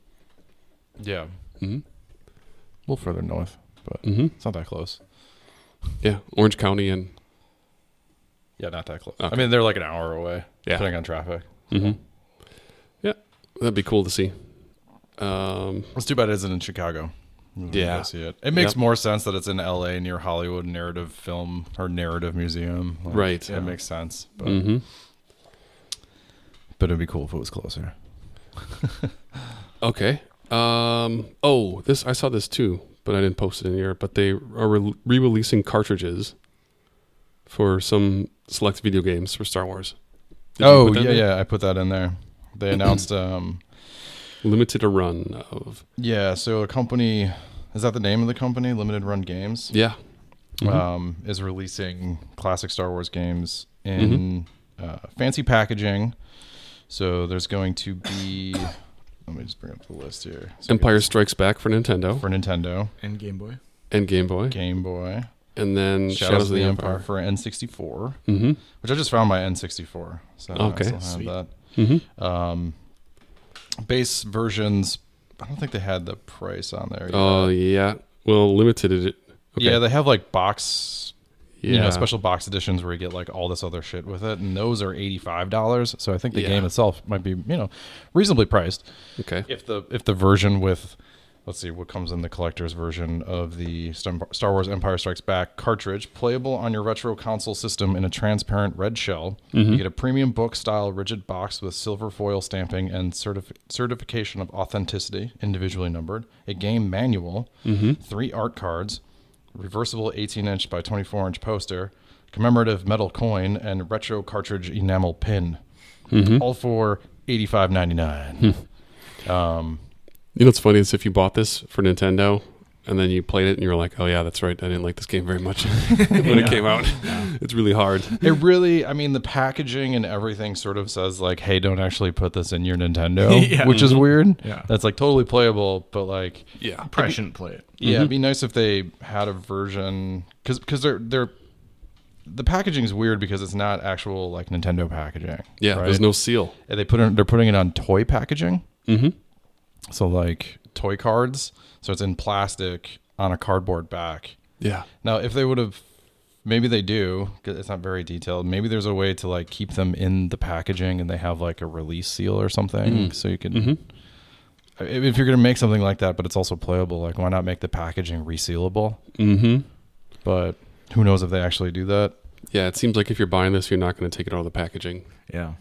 Speaker 2: Yeah.
Speaker 1: hmm
Speaker 2: Mm-hmm. A little further north, but
Speaker 1: hmm
Speaker 2: it's not that close.
Speaker 1: Yeah, Orange County and
Speaker 2: Yeah, not that close. I
Speaker 1: Okay.
Speaker 2: mean, they're like an hour away,
Speaker 1: Yeah.
Speaker 2: depending on traffic.
Speaker 1: Mhm. yeah, that'd be cool to see. Um,
Speaker 2: It's too bad it isn't in Chicago. We wouldn't
Speaker 1: Yeah.
Speaker 2: go see it. It makes
Speaker 1: Yep.
Speaker 2: more sense that it's in L.A. near Hollywood Narrative Film or Narrative Museum. Like,
Speaker 1: Right.
Speaker 2: It makes sense, but
Speaker 1: mhm.
Speaker 2: but it'd be cool if it was closer.
Speaker 1: Okay. Um, oh, this I saw this too, but I didn't post it in here. But they are re- re-releasing cartridges for some select video games for Star Wars. Did you
Speaker 2: oh
Speaker 1: put that
Speaker 2: yeah,
Speaker 1: in?
Speaker 2: yeah. I put that in there. They announced. um
Speaker 1: Limited a run of
Speaker 2: Yeah. So a company is that the name of the company? Limited Run Games.
Speaker 1: yeah. Mhm.
Speaker 2: um, is releasing classic Star Wars games in
Speaker 1: Mm-hmm.
Speaker 2: uh, fancy packaging. So there's going to be. let me just bring up the list here. So we
Speaker 1: Empire Strikes Back for
Speaker 2: got-
Speaker 1: Nintendo
Speaker 2: for Nintendo,
Speaker 3: And Game Boy.
Speaker 1: and Game Boy,
Speaker 2: Game Boy,
Speaker 1: and then
Speaker 2: Shadows, of the, Empire. for N64,
Speaker 1: Mm-hmm.
Speaker 2: which I just found my N64. So
Speaker 1: Okay.
Speaker 2: I still
Speaker 3: Sweet.
Speaker 2: have
Speaker 1: Mm-hmm.
Speaker 2: that. Um, base versions. I don't think they had the price on there. yet.
Speaker 1: Oh yeah. Well, limited it. Okay.
Speaker 2: Yeah, they have like box you know
Speaker 1: Yeah.
Speaker 2: special box editions where you get like all this other shit with it and those are $85 so i think the
Speaker 1: Yeah.
Speaker 2: game itself might be you know reasonably priced
Speaker 1: Okay.
Speaker 2: if the if the version with let's see what comes in the collector's version of the Stem- star wars empire strikes back cartridge playable on your retro console system in a transparent red shell you get a premium book style rigid box with silver foil stamping and certif- certification of authenticity individually numbered a game manual three art cards reversible 18 inch by 24 inch poster commemorative metal coin and retro cartridge enamel pin all for 85.99
Speaker 1: You know what's funny is if you bought this for Nintendo and then you played it and you were like, oh yeah, that's right. I didn't like this game very much when it came out. It's really hard.
Speaker 2: it really i mean the packaging and everything sort of says like hey don't actually put this in your nintendo
Speaker 3: Yeah.
Speaker 2: which is weird
Speaker 3: Yeah.
Speaker 2: that's like totally playable but like
Speaker 1: Yeah.
Speaker 3: Probably shouldn't play it.
Speaker 2: yeah
Speaker 1: Mm-hmm.
Speaker 2: it'd be nice if they had a version because because they're they're the packaging is weird because it's not actual like nintendo packaging
Speaker 1: Yeah. There's
Speaker 2: right?
Speaker 1: no seal.
Speaker 2: and they put in, they're putting it on toy packaging
Speaker 1: Mm-hmm.
Speaker 2: so like toy cards so it's in plastic on a cardboard back
Speaker 1: Yeah.
Speaker 2: Now, if they would have, maybe they do. 'cause It's not very detailed. Maybe there's a way to like keep them in the packaging, and they have like a release seal or something, so you can.
Speaker 1: Mm-hmm.
Speaker 2: I- If you're gonna make something like that, but it's also playable, like why not make the packaging resealable?
Speaker 1: Mm-hmm.
Speaker 2: But who knows if they actually do that?
Speaker 1: Yeah. It seems like if you're buying this, you're not going to take it out of the packaging.
Speaker 3: Yeah.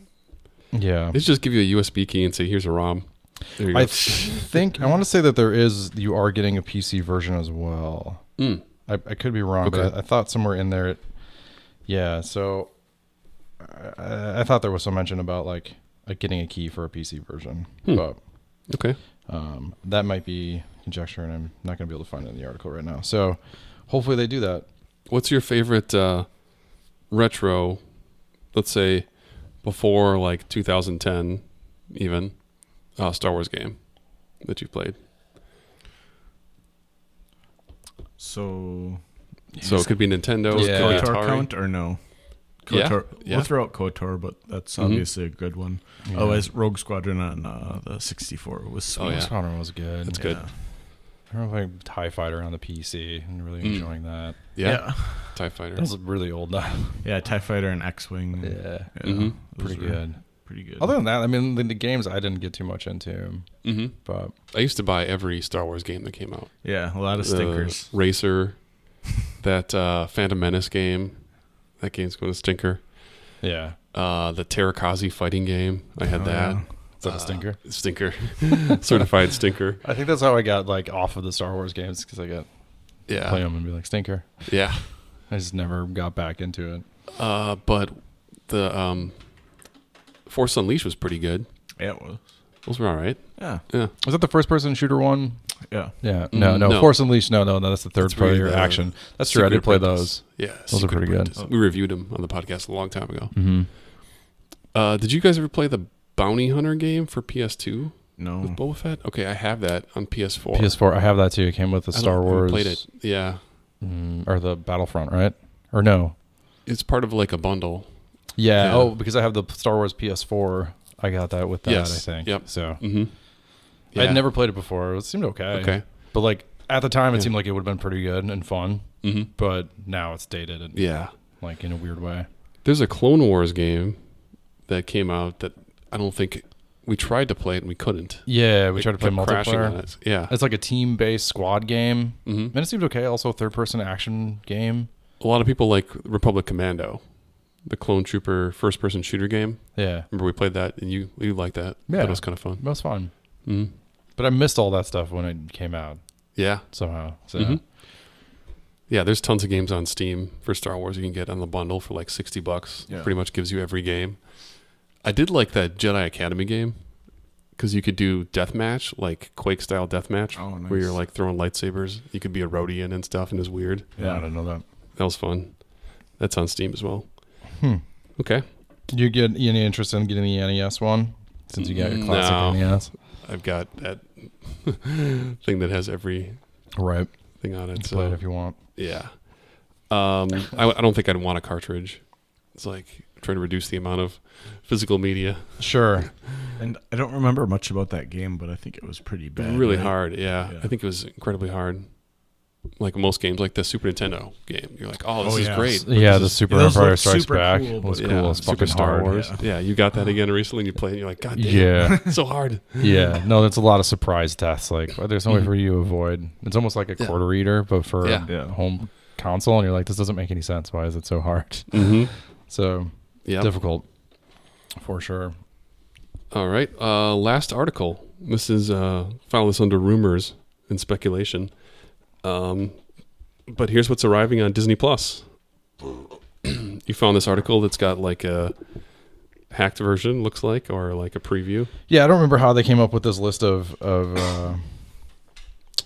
Speaker 2: Yeah,
Speaker 1: They should just give you a USB key and say, here's a ROM. There you
Speaker 2: I
Speaker 1: go.
Speaker 2: think I want to say that there is. You are getting a PC version as well.
Speaker 1: Mm.
Speaker 2: I, I could be wrong, but
Speaker 1: Okay.
Speaker 2: I, I thought somewhere in there, it, yeah. So I, I thought there was some mention about like uh, getting a key for a PC version,
Speaker 1: Hmm.
Speaker 2: but
Speaker 1: Okay.
Speaker 2: um, that might be conjecture, and I'm not going to be able to find it in the article right now. So hopefully they do that.
Speaker 1: What's your favorite uh, retro, let's say before like 2010, even, uh, Star Wars game that you've played?
Speaker 3: So
Speaker 1: So it could be Nintendo.
Speaker 3: does
Speaker 1: it could be uh,
Speaker 2: Yeah.
Speaker 3: KOTOR
Speaker 1: Atari.
Speaker 3: count or no?
Speaker 1: Yeah,
Speaker 3: KOTOR.
Speaker 1: yeah.
Speaker 3: We'll throw out KOTOR, but that's
Speaker 1: Mhm.
Speaker 3: obviously a good one.
Speaker 2: Yeah.
Speaker 3: Otherwise, Rogue Squadron on uh, the 64 was sweet.
Speaker 1: Oh, yeah.
Speaker 2: Squadron was good.
Speaker 1: That's good.
Speaker 2: I remember playing Tie Fighter on the PC and really
Speaker 1: Mm.
Speaker 2: enjoying that.
Speaker 1: Yeah.
Speaker 3: Yeah.
Speaker 1: TIE Fighter.
Speaker 2: That was really old now.
Speaker 3: Yeah, TIE Fighter and X Wing.
Speaker 2: yeah,
Speaker 1: Mhm.
Speaker 2: pretty good.
Speaker 3: Pretty good.
Speaker 2: Other than that, I mean, the, the games I didn't get too much into,
Speaker 1: hmm
Speaker 2: but
Speaker 1: I used to buy every Star Wars game that came out.
Speaker 3: yeah, a lot of
Speaker 1: The
Speaker 3: stinkers.
Speaker 1: Racer, that uh, Phantom Menace game. That game's going to stinker.
Speaker 2: yeah,
Speaker 1: Uh, the Terakazi fighting game. I had
Speaker 3: Oh,
Speaker 1: that.
Speaker 3: yeah.
Speaker 2: is that
Speaker 1: Uh,
Speaker 2: a stinker?
Speaker 1: Stinker. Certified stinker.
Speaker 2: I think that's how I got like off of the Star Wars games because I got
Speaker 1: Yeah.
Speaker 2: play them and be like stinker.
Speaker 1: Yeah.
Speaker 2: I just never got back into it.
Speaker 1: Uh, but the um, Force Unleashed was pretty good.
Speaker 3: Yeah, it was.
Speaker 1: Those were all right.
Speaker 3: Yeah.
Speaker 1: Yeah.
Speaker 2: Was that the first person shooter one?
Speaker 3: Yeah.
Speaker 2: Yeah, no,
Speaker 1: Mm,
Speaker 2: no,
Speaker 1: no.
Speaker 2: Force Unleashed. No, no, no. That's the third
Speaker 1: That's
Speaker 2: player
Speaker 1: really the
Speaker 2: action. That's true. I
Speaker 1: Secret
Speaker 2: did play
Speaker 1: Apprentice. Yeah. Secret
Speaker 2: pretty good.
Speaker 1: Apprentice. We reviewed them on the podcast a long time ago.
Speaker 2: those. Mm-hmm.
Speaker 1: Uh, did you guys ever play the Bounty Hunter game for PS2?
Speaker 2: Mm.
Speaker 3: No.
Speaker 1: Boba Fett. Okay, I have that on PS4.
Speaker 2: PS4. I have that too. It came with the
Speaker 1: I don't-
Speaker 2: Star
Speaker 1: I haven't
Speaker 2: Wars
Speaker 1: Played it. Yeah,
Speaker 2: mm, or the Battlefront, right? Or no?
Speaker 1: it's part of like a bundle.
Speaker 2: Yeah.
Speaker 1: Yeah.
Speaker 2: Oh, because I have the Star Wars PS4. I got that with that.
Speaker 1: Yes.
Speaker 2: I think.
Speaker 1: Yep.
Speaker 2: So
Speaker 1: Mm-hmm.
Speaker 2: I'd never played it before. It seemed okay.
Speaker 1: Okay.
Speaker 2: But like at the time, it
Speaker 1: Yeah.
Speaker 2: seemed like it would have been pretty good and fun.
Speaker 1: Mm-hmm.
Speaker 2: But now it's dated and
Speaker 1: Yeah.
Speaker 2: like in a weird way.
Speaker 1: There's a Clone Wars game that came out that I don't think we tried to play it and we couldn't.
Speaker 2: Yeah, we
Speaker 1: It
Speaker 2: tried to play
Speaker 1: kept crashing on
Speaker 2: multiplayer.
Speaker 1: us. Yeah.
Speaker 2: It's like a team-based squad game.
Speaker 1: Mhm.
Speaker 2: And it seemed okay. Also, third-person action game.
Speaker 1: A lot of people like Republic Commando, the clone trooper first person shooter game.
Speaker 2: Yeah,
Speaker 1: Remember we played that and you you liked that.
Speaker 2: Yeah.
Speaker 1: That was kind of fun.
Speaker 2: that was fun.
Speaker 1: Mm-hmm.
Speaker 2: But I missed all that stuff when it came out
Speaker 1: Yeah.
Speaker 2: somehow. So
Speaker 1: Mhm. Yeah, there's tons of games on Steam for Star Wars you can get on the bundle for like 60 bucks.
Speaker 3: Yeah.
Speaker 1: Pretty much gives you every game. I did like that Jedi Academy game because you could do deathmatch, like Quake style deathmatch,
Speaker 3: Oh, nice.
Speaker 1: where you're like throwing lightsabers. You could be a Rodian and stuff, and it was weird.
Speaker 2: yeah, I don't know that.
Speaker 1: That was fun. That's on Steam as well.
Speaker 2: Hmm.
Speaker 1: Okay.
Speaker 2: You get any interest in getting the NES one since you got your classic E
Speaker 1: No.
Speaker 2: NES?
Speaker 1: I've got that thing that has everything
Speaker 2: Right.
Speaker 1: on it.
Speaker 2: Play it
Speaker 1: So,
Speaker 2: if you want.
Speaker 1: yeah. Um, I, I don't think I'd want a cartridge. It's like trying to reduce the amount of physical media.
Speaker 2: Sure.
Speaker 3: And I don't remember much about that game, but I think it was pretty bad.
Speaker 1: really
Speaker 3: right?
Speaker 1: hard. Yeah.
Speaker 3: Yeah.
Speaker 1: I think it was incredibly hard. Like most games, like the Super Nintendo game, you're like, "Oh, this
Speaker 3: Oh,
Speaker 1: is
Speaker 3: yeah.
Speaker 1: great!"
Speaker 2: yeah, the
Speaker 1: this is-
Speaker 2: Super
Speaker 3: those
Speaker 2: Empire
Speaker 3: look
Speaker 2: Strikes
Speaker 3: super
Speaker 2: Back
Speaker 3: cool,
Speaker 2: was
Speaker 3: but-
Speaker 2: cool. It's
Speaker 1: Super
Speaker 2: fucking
Speaker 1: Star
Speaker 2: hard.
Speaker 1: Wars. Yeah. you got that again recently, and you play it, and you're like, "God damn,
Speaker 2: Yeah,
Speaker 1: it's so hard."
Speaker 2: yeah. No, that's a lot of surprise deaths. Like, well, there's no way
Speaker 1: Mhm.
Speaker 2: for you to avoid. It's almost like a
Speaker 1: Yeah.
Speaker 2: quarter eater, but for
Speaker 1: Yeah.
Speaker 3: Yeah.
Speaker 2: a home console, and you're like, this doesn't make any sense. Why is it so hard?
Speaker 1: Mm-hmm.
Speaker 2: So
Speaker 1: Yeah.
Speaker 2: difficult, for sure.
Speaker 1: All right. Uh, last article. This is uh, file this under rumors and speculation. Um, but here's what's arriving on Disney Plus. you found this article that's got like a hacked version, looks like, or like a preview.
Speaker 2: Yeah, I don't remember how they came up with this list of of uh,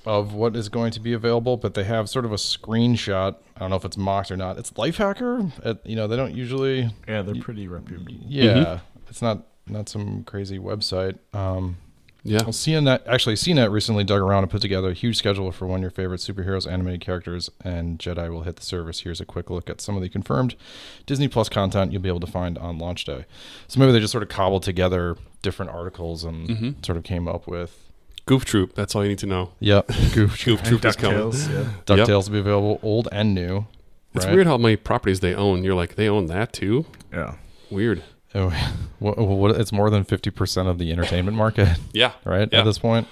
Speaker 2: of what is going to be available, but they have sort of a screenshot. I don't know if it's mocked or not. It's Lifehacker. At, you know, they don't usually.
Speaker 3: Yeah, they're pretty reputable.
Speaker 2: Yeah,
Speaker 1: Mm-hmm.
Speaker 2: it's not not some crazy website. Um,
Speaker 1: Yeah.
Speaker 2: well, CNET actually CNET recently dug around and put together a huge schedule for one of your favorite superheroes, animated characters, and Jedi will hit the service. Here's a quick look at some of the confirmed Disney Plus content you'll be able to find on launch day. So maybe they just sort of cobbled together different articles and
Speaker 1: Mhm.
Speaker 2: sort of came up with.
Speaker 1: Goof Troop. That's all you need to know.
Speaker 2: Yep, Goof
Speaker 1: Goof Troop is coming.
Speaker 3: DuckTales, yeah.
Speaker 1: Yep.
Speaker 2: Ducktales will be available, old and new.
Speaker 1: It's
Speaker 2: right?
Speaker 1: weird how many properties they own. You're like, they own that too.
Speaker 3: Yeah.
Speaker 1: Weird.
Speaker 2: Oh, what, what, it's more than fifty percent of the entertainment market,
Speaker 1: Yeah.
Speaker 2: right?
Speaker 1: Yeah.
Speaker 2: At this point,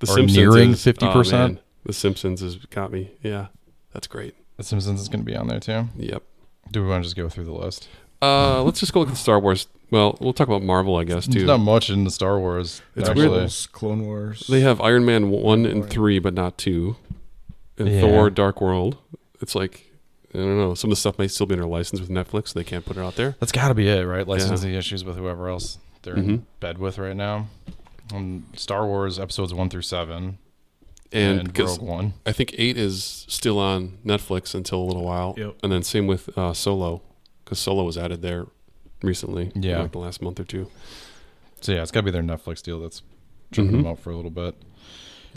Speaker 1: The
Speaker 2: Or nearing
Speaker 1: is- oh,
Speaker 2: 50%.
Speaker 1: man. the Simpsons has got me. Yeah. That's great.
Speaker 2: The Simpsons is going to be on there too.
Speaker 1: Yep.
Speaker 2: Do we want to just go through the list?
Speaker 1: Uh, let's just go look at Star Wars. Well, we'll talk about Marvel, I guess,
Speaker 2: There's
Speaker 1: too.
Speaker 2: not much in the Star Wars.
Speaker 1: It's
Speaker 2: actually.
Speaker 1: weird.
Speaker 3: Rebels, Clone Wars.
Speaker 1: They have Iron Man 1 and
Speaker 3: Right.
Speaker 1: 3, but not 2. And
Speaker 2: Yeah.
Speaker 1: Thor Dark World. It's like, I don't know. Some of the stuff may still be under license with Netflix. So they can't put it out there.
Speaker 2: That's got to be it, right? Licensing issues with whoever else they're in
Speaker 1: Mhm.
Speaker 2: bed with right now. Um, Star Wars episodes one through seven
Speaker 1: And,
Speaker 2: Rogue
Speaker 1: because
Speaker 2: One.
Speaker 1: I think 8 is still on Netflix until a little while.
Speaker 3: Yep.
Speaker 1: And then same with uh, Solo, because Solo was added there recently. in,
Speaker 2: Yeah.
Speaker 1: Like the last month or two.
Speaker 2: So yeah, it's got to be their Netflix deal that's tripping
Speaker 1: Mhm.
Speaker 2: them up for a little bit.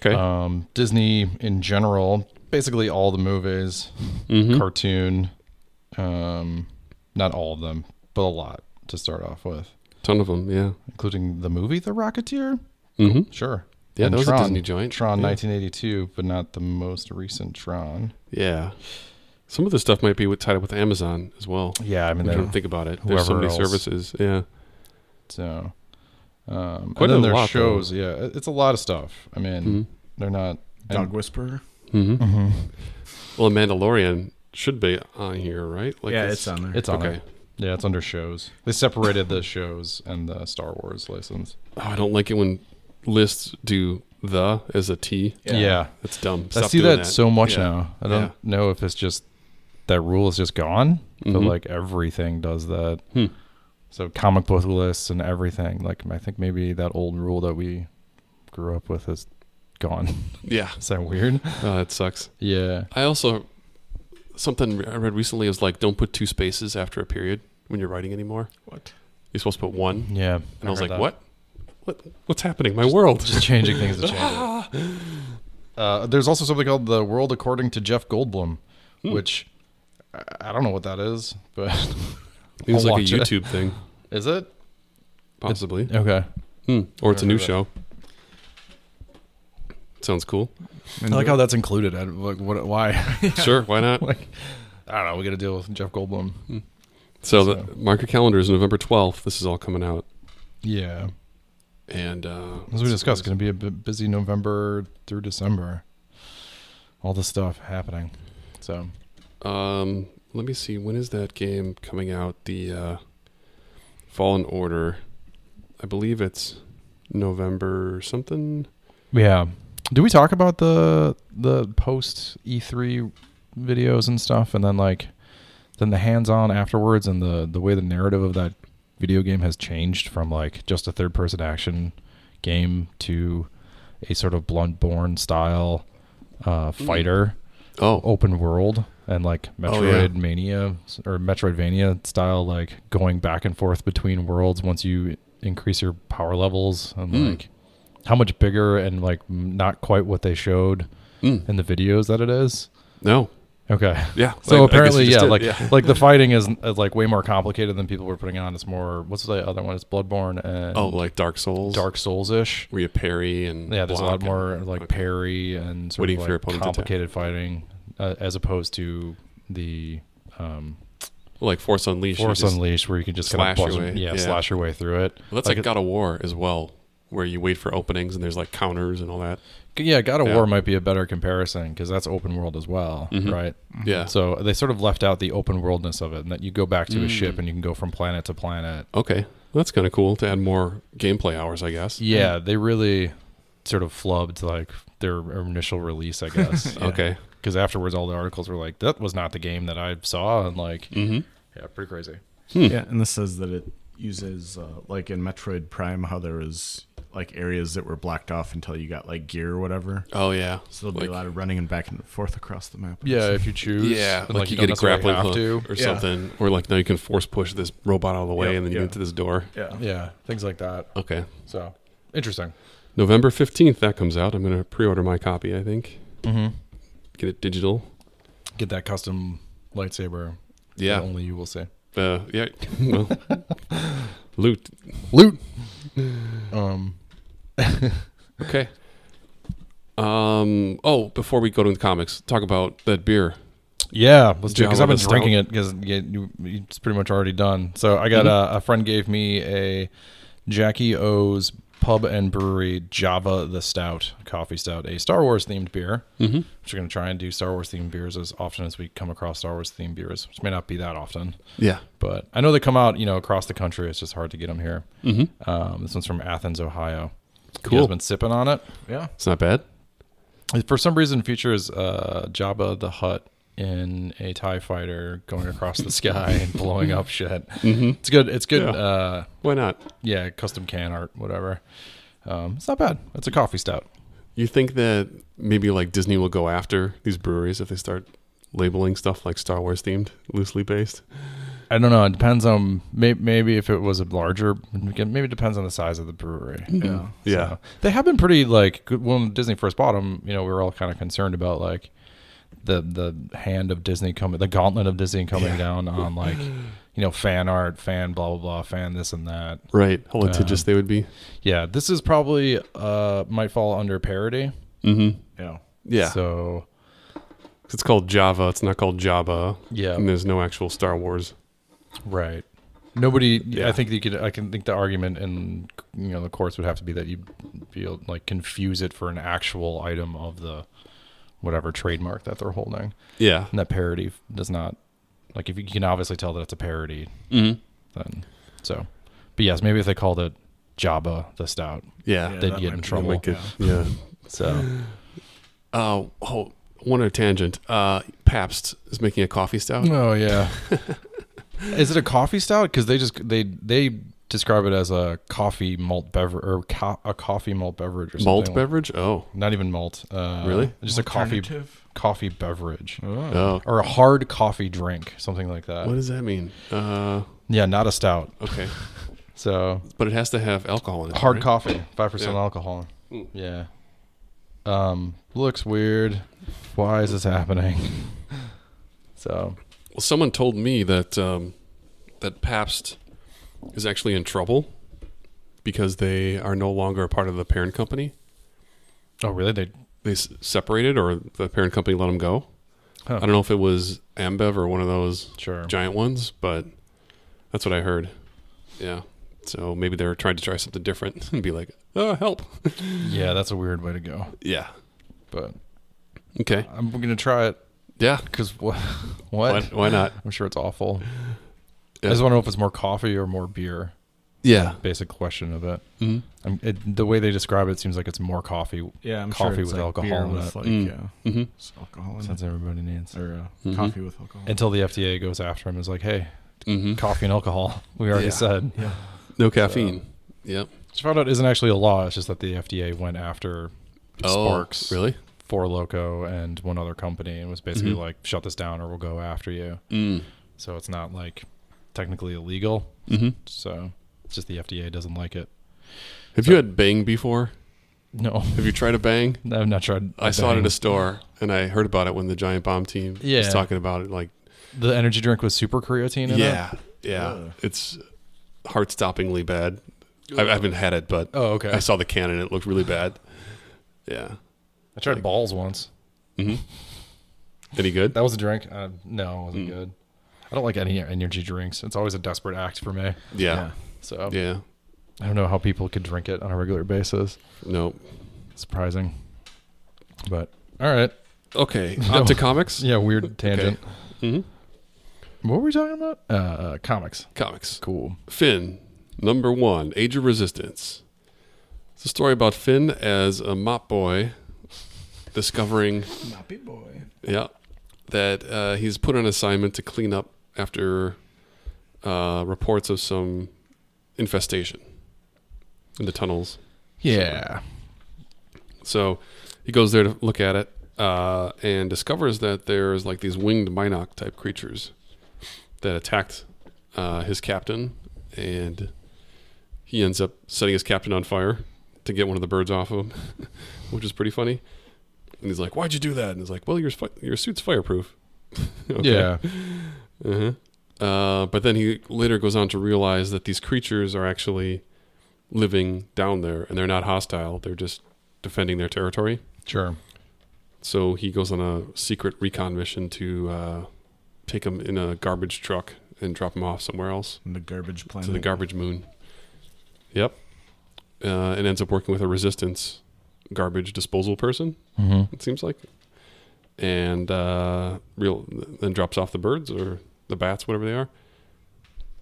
Speaker 1: Okay.
Speaker 2: Um, Disney in general, basically all the movies,
Speaker 1: Mhm.
Speaker 2: cartoon, um, not all of them, but a lot to start off with,
Speaker 1: Ton of them, yeah.
Speaker 2: including the movie The Rocketeer.
Speaker 1: Mm-hmm.
Speaker 2: Sure.
Speaker 1: Yeah,
Speaker 2: And
Speaker 1: that was
Speaker 2: Tron.
Speaker 1: a Disney giant.
Speaker 2: Tron
Speaker 1: yeah.
Speaker 2: 1982, but not the most recent Tron.
Speaker 1: Yeah. Some of this stuff might be with, tied up with Amazon as well.
Speaker 2: Yeah, I mean,
Speaker 1: I
Speaker 2: they
Speaker 1: don't think about it. There's so
Speaker 2: Whoever
Speaker 1: many
Speaker 2: else.
Speaker 1: services. Yeah.
Speaker 2: So, um,
Speaker 1: Quite
Speaker 2: and then
Speaker 1: a
Speaker 2: there's
Speaker 1: lot, though.
Speaker 2: shows. Yeah, it- it's a lot of stuff. I mean,
Speaker 1: Mhm.
Speaker 2: they're not.
Speaker 3: Dog
Speaker 2: and-
Speaker 3: Whisperer.
Speaker 1: Mm-hmm.
Speaker 2: Mhm.
Speaker 1: Well, Mandalorian should be on here, right? Like
Speaker 3: yeah, it's, on there.
Speaker 2: It's on.
Speaker 1: Okay.
Speaker 2: it. Yeah, it's under shows. They separated the shows and the Star Wars license.
Speaker 1: Oh, I don't like it when lists do the as a T.
Speaker 2: Yeah,
Speaker 3: Yeah.
Speaker 1: That's dumb.
Speaker 2: I
Speaker 1: Stop
Speaker 2: see
Speaker 1: doing
Speaker 2: that, so much
Speaker 1: Yeah.
Speaker 2: now. I don't
Speaker 1: Yeah.
Speaker 2: know if it's just that rule is just gone, but
Speaker 1: Mhm.
Speaker 2: like everything does that.
Speaker 1: Hmm.
Speaker 2: So comic book lists and everything. Like I think maybe that old rule that we grew up with is gone.
Speaker 1: Yeah.
Speaker 2: is that weird?
Speaker 1: Oh, that sucks.
Speaker 2: Yeah.
Speaker 1: I also something I read recently is like don't put two spaces after a period when you're writing anymore.
Speaker 3: What?
Speaker 1: You're supposed to put one.
Speaker 2: Yeah.
Speaker 1: And I, was
Speaker 2: Mm-hmm. heard
Speaker 1: like,
Speaker 2: that.
Speaker 1: what? what, what's happening? My world.
Speaker 2: Just changing things to change it. Uh, there's also something called the World According to Jeff Goldblum, which I, I don't know what that is, but
Speaker 1: It was
Speaker 2: I'll
Speaker 1: like a
Speaker 2: watch it.
Speaker 1: YouTube thing,
Speaker 2: is it
Speaker 1: possibly.
Speaker 2: okay?
Speaker 1: Hmm. Or it's a new
Speaker 2: Never
Speaker 1: show. Sounds cool.
Speaker 2: I like how that's included. I, like, what? Why?
Speaker 1: Sure, why not?
Speaker 2: like, I don't know. We got to deal with Jeff Goldblum.
Speaker 1: So, the, mark your calendars, November 12th. This is all coming out.
Speaker 2: Yeah,
Speaker 1: And uh,
Speaker 2: as we discussed, going to be a bu- busy November through December. All the stuff happening. So
Speaker 1: Um, let me see. When is that game coming out? The uh, Fallen Order. I believe it's November something.
Speaker 2: yeah, do we talk about the the post E3 videos and stuff, and then like then the hands-on afterwards, and the the way the narrative of that video game has changed from like just a third-person action game to a sort of Bloodborne style uh, fighter.
Speaker 1: Oh,
Speaker 2: open world and like
Speaker 1: Oh, yeah.
Speaker 2: Metroid Mania or Metroidvania style, like going back and forth between worlds once you increase your power levels and
Speaker 1: Hmm.
Speaker 2: like how much bigger and like m- not quite what they showed
Speaker 1: mm,
Speaker 2: in the videos that it is.
Speaker 1: no.
Speaker 2: Okay.
Speaker 1: Yeah.
Speaker 2: So
Speaker 1: I- I guess
Speaker 2: apparently,
Speaker 1: you just
Speaker 2: yeah,
Speaker 1: did,
Speaker 2: like like the fighting is, is like way more complicated than people were putting on. It's more what's the other one? It's Bloodborne and
Speaker 1: oh, like Dark Souls,
Speaker 2: Dark Souls ish.
Speaker 1: where you parry and
Speaker 2: Yeah, there's a
Speaker 1: block
Speaker 2: lot
Speaker 1: and-
Speaker 2: more like
Speaker 1: okay.
Speaker 2: parry and sort
Speaker 1: Waiting for
Speaker 2: of
Speaker 1: your
Speaker 2: like
Speaker 1: opponent to attack.
Speaker 2: complicated fighting, uh, as opposed to the um,
Speaker 1: like Force Unleashed. you
Speaker 2: Force
Speaker 1: just-
Speaker 2: Unleashed, where you can just kind
Speaker 1: slash
Speaker 2: of
Speaker 1: your
Speaker 2: buzz,
Speaker 1: way.
Speaker 2: yeah,
Speaker 1: Yeah.
Speaker 2: slash your way through it.
Speaker 1: Well, that's like, God of War as well, where you wait for openings and there's like counters and all that.
Speaker 2: yeah, God of
Speaker 1: yeah. Mm-hmm.
Speaker 2: War might be a better comparison because that's open world as well, right?
Speaker 1: Yeah.
Speaker 2: So they sort of left out the open worldness of it, and that you go back
Speaker 1: Mm.
Speaker 2: to a ship and you can go from planet to planet.
Speaker 1: okay, that's kind of cool to add more gameplay hours, I guess.
Speaker 2: Yeah, they really sort of flubbed like their initial release, I guess.
Speaker 1: Okay.
Speaker 2: Because afterwards, all the articles were like, "That was not the game that I saw," and like,
Speaker 1: Mm-hmm.
Speaker 2: yeah, pretty crazy.
Speaker 3: Yeah, and this says that it uses uh, like in Metroid Prime how there was like areas that were blocked off until you got like gear or whatever.
Speaker 1: Oh yeah.
Speaker 3: So there'll be a
Speaker 1: Like-
Speaker 3: lot of running and back and forth across the map.
Speaker 2: Yeah, if you choose.
Speaker 1: Yeah,
Speaker 2: and,
Speaker 1: like, you
Speaker 2: don't
Speaker 1: get a
Speaker 2: necessarily
Speaker 1: grappling hook
Speaker 2: have
Speaker 1: or
Speaker 3: Yeah.
Speaker 1: something, or like now you can force push this robot out of the way
Speaker 3: Yep,
Speaker 1: and then you
Speaker 3: yeah.
Speaker 1: get to this door.
Speaker 3: yeah.
Speaker 2: Yeah, things like that.
Speaker 1: Okay,
Speaker 2: So interesting.
Speaker 1: November fifteenth that comes out. I'm gonna pre-order my copy. I think
Speaker 2: Mm-hmm.
Speaker 1: get it digital.
Speaker 2: Get that custom lightsaber.
Speaker 1: Yeah,
Speaker 2: that only you will see.
Speaker 1: uh, yeah. Well, loot.
Speaker 2: Loot. um.
Speaker 1: Okay. Um. Oh, before we go to the comics, talk about that beer.
Speaker 2: Yeah, let's do it because
Speaker 1: Java
Speaker 2: I've been
Speaker 1: Stout.
Speaker 2: drinking it because it's pretty much already done. So I got a, a friend gave me a Jackie O's Pub and Brewery Java the Stout Coffee Stout, a Star Wars themed beer. Mm-hmm. Which we're gonna try and do Star Wars themed beers as often as we come across Star Wars themed beers, which may not be that often.
Speaker 1: Yeah.
Speaker 2: but I know they come out, you know, across the country. It's just hard to get them here. Mm-hmm. Um, this one's from Athens, Ohio.
Speaker 1: Cool.
Speaker 2: He's been sipping on it. Yeah.
Speaker 1: It's not bad.
Speaker 2: For some reason, features uh, Jabba the Hutt in a Tie Fighter going across the sky and blowing up shit. It's good. It's good.
Speaker 1: Mm-hmm. Yeah.
Speaker 2: Yeah. Uh,
Speaker 1: Why not?
Speaker 2: yeah, custom can art, whatever. Um, it's not bad. It's a coffee stout.
Speaker 1: You think that maybe like Disney will go after these breweries if they start labeling stuff like Star Wars themed, loosely based?
Speaker 2: I don't know. It depends on may- maybe if it was a larger. Maybe it depends on the size of the brewery.
Speaker 1: Mm-hmm.
Speaker 3: Yeah.
Speaker 1: Yeah.
Speaker 2: So, they have been pretty like good- when Disney first bought them. You know, we were all kind of concerned about like the the hand of Disney coming, the gauntlet of Disney coming down on like you know fan art, fan blah blah blah, fan this and that.
Speaker 1: Right. How litigious they would be.
Speaker 2: Yeah, this is probably uh might fall under parody.
Speaker 3: Yeah.
Speaker 1: Yeah.
Speaker 2: So
Speaker 1: It's called Java. It's not called Java.
Speaker 2: Yeah.
Speaker 1: And there's no actual Star Wars.
Speaker 2: right. Nobody,
Speaker 1: Yeah.
Speaker 2: I think you could. I can think the argument in you know the courts would have to be that you feel like confuse it for an actual item of the whatever trademark that they're holding.
Speaker 1: Yeah.
Speaker 2: and that parody f- does not like if you can obviously tell that it's a parody
Speaker 1: Mm-hmm.
Speaker 2: then so but yes maybe if they called it jabba the stout
Speaker 1: Yeah.
Speaker 2: They'd
Speaker 3: that
Speaker 2: get
Speaker 3: might be-
Speaker 2: in trouble.
Speaker 1: They might get-
Speaker 3: Yeah.
Speaker 1: yeah.
Speaker 2: so
Speaker 1: Uh, oh, one other tangent. Uh, Pabst is making a coffee stout.
Speaker 2: oh yeah is it a coffee stout because they just they they describe it as a coffee malt beverage or co- a coffee malt beverage or something
Speaker 1: Malt
Speaker 2: like-
Speaker 1: beverage? Oh.
Speaker 2: not even malt uh,
Speaker 1: Really?
Speaker 2: just a coffee
Speaker 3: Alternative?
Speaker 2: coffee beverage
Speaker 1: Oh.
Speaker 2: or a hard coffee drink something like that
Speaker 1: What does that mean? Uh,
Speaker 2: yeah not a stout
Speaker 1: okay.
Speaker 2: So
Speaker 1: but it has to have alcohol in it.
Speaker 2: hard
Speaker 1: right?
Speaker 2: coffee, five percent
Speaker 1: Yeah.
Speaker 2: alcohol.
Speaker 1: Mm.
Speaker 2: Yeah. Um, looks weird. Why is this happening? so
Speaker 1: Well, someone told me that um, that Pabst is actually in trouble because they are no longer a part of the parent company.
Speaker 2: Oh really? They
Speaker 1: They s- separated, or the parent company let them go.
Speaker 2: Huh.
Speaker 1: I don't know if it was Ambev or one of those
Speaker 2: sure.
Speaker 1: giant ones, but that's what I heard. Yeah. So maybe they're trying to try something different and be like, "Oh, help!"
Speaker 2: Yeah, that's a weird way to go.
Speaker 1: Yeah.
Speaker 2: But
Speaker 1: Okay.
Speaker 2: I'm gonna try it
Speaker 1: Yeah.
Speaker 2: because what?
Speaker 1: Why,
Speaker 2: What?
Speaker 1: why not?
Speaker 2: I'm sure it's awful. I
Speaker 1: Yeah.
Speaker 2: just want to know if it's more coffee or more beer.
Speaker 1: Yeah.
Speaker 2: Basic question of it.
Speaker 1: hmm
Speaker 2: Um, it the way they describe it seems like it's more coffee.
Speaker 3: Yeah, I'm
Speaker 2: Coffee
Speaker 3: sure it's like
Speaker 2: with alcohol
Speaker 3: beer
Speaker 2: in
Speaker 3: with
Speaker 2: it.
Speaker 3: like
Speaker 1: Mm.
Speaker 3: yeah,
Speaker 1: hmm
Speaker 3: it's alcohol in
Speaker 2: That's
Speaker 3: it.
Speaker 2: what everybody needs.
Speaker 3: or uh,
Speaker 1: Mhm.
Speaker 3: coffee with alcohol.
Speaker 2: Until the FDA goes after him and is like, hey,
Speaker 1: hmm
Speaker 2: coffee and alcohol. We already
Speaker 1: Yeah.
Speaker 2: said.
Speaker 3: yeah,
Speaker 1: No caffeine. yep.
Speaker 2: Which I found out isn't actually a law. It's just that the FDA went after Sparks,
Speaker 1: Oh, really?
Speaker 2: Four Loco, and one other company and was basically
Speaker 1: Mhm.
Speaker 2: like, shut this down or we'll go after you.
Speaker 1: Mm.
Speaker 2: So it's not like technically illegal.
Speaker 1: hmm
Speaker 2: So it's just the FDA doesn't like it.
Speaker 1: Have you had Bang before?
Speaker 2: No,
Speaker 1: Have you tried a Bang?
Speaker 2: I've not tried.
Speaker 1: I saw it
Speaker 2: Bang.
Speaker 1: at a store, and I heard about it when the Giant Bomb team
Speaker 2: Yeah.
Speaker 1: was talking about it. Like,
Speaker 2: The energy drink with super creatine in it?
Speaker 1: yeah, yeah,
Speaker 3: Ugh.
Speaker 1: it's heart-stoppingly bad. I, I haven't had it, but
Speaker 2: Oh, okay.
Speaker 1: I saw the can and it looked really bad. Yeah.
Speaker 2: I tried balls once.
Speaker 1: hmm Any good?
Speaker 2: That was a drink. Uh, no, it wasn't
Speaker 1: Mm.
Speaker 2: good. I don't like any energy drinks. It's always a desperate act for me.
Speaker 1: Yeah.
Speaker 2: So
Speaker 1: Yeah. yeah.
Speaker 2: I don't know how people could drink it on a regular basis.
Speaker 1: No.
Speaker 2: Surprising. But all right.
Speaker 1: Okay.
Speaker 2: No.
Speaker 1: On to comics.
Speaker 2: Yeah, weird tangent.
Speaker 1: hmm
Speaker 2: What were we talking about? Uh, uh comics.
Speaker 1: Comics.
Speaker 2: Cool.
Speaker 1: Finn, number one, Age of Resistance. It's a story about Finn as a mop boy discovering,
Speaker 3: nappy boy.
Speaker 1: yeah, that uh, he's put on assignment to clean up after uh, reports of some infestation in the tunnels.
Speaker 2: Yeah.
Speaker 1: So he goes there to look at it uh, and discovers that there's like these winged Minok type creatures that attacked uh, his captain, and he ends up setting his captain on fire to get one of the birds off of him, which is pretty funny. And he's like, "Why'd you do that?" And he's like, "Well, your fi- your suit's fireproof." Okay.
Speaker 2: Yeah.
Speaker 1: Uh-huh. Uh, but then he later goes on to realize that these creatures are actually living down there and they're not hostile. They're just defending their territory.
Speaker 2: Sure.
Speaker 1: So he goes on a secret recon mission to uh, take them in a garbage truck and drop them off somewhere else
Speaker 3: And the garbage planet.
Speaker 1: to the garbage moon. Yep. Uh, and ends up working with a resistance garbage disposal person,
Speaker 2: Mm-hmm.
Speaker 1: it seems like. And uh, real then drops off the birds or the bats, whatever they are,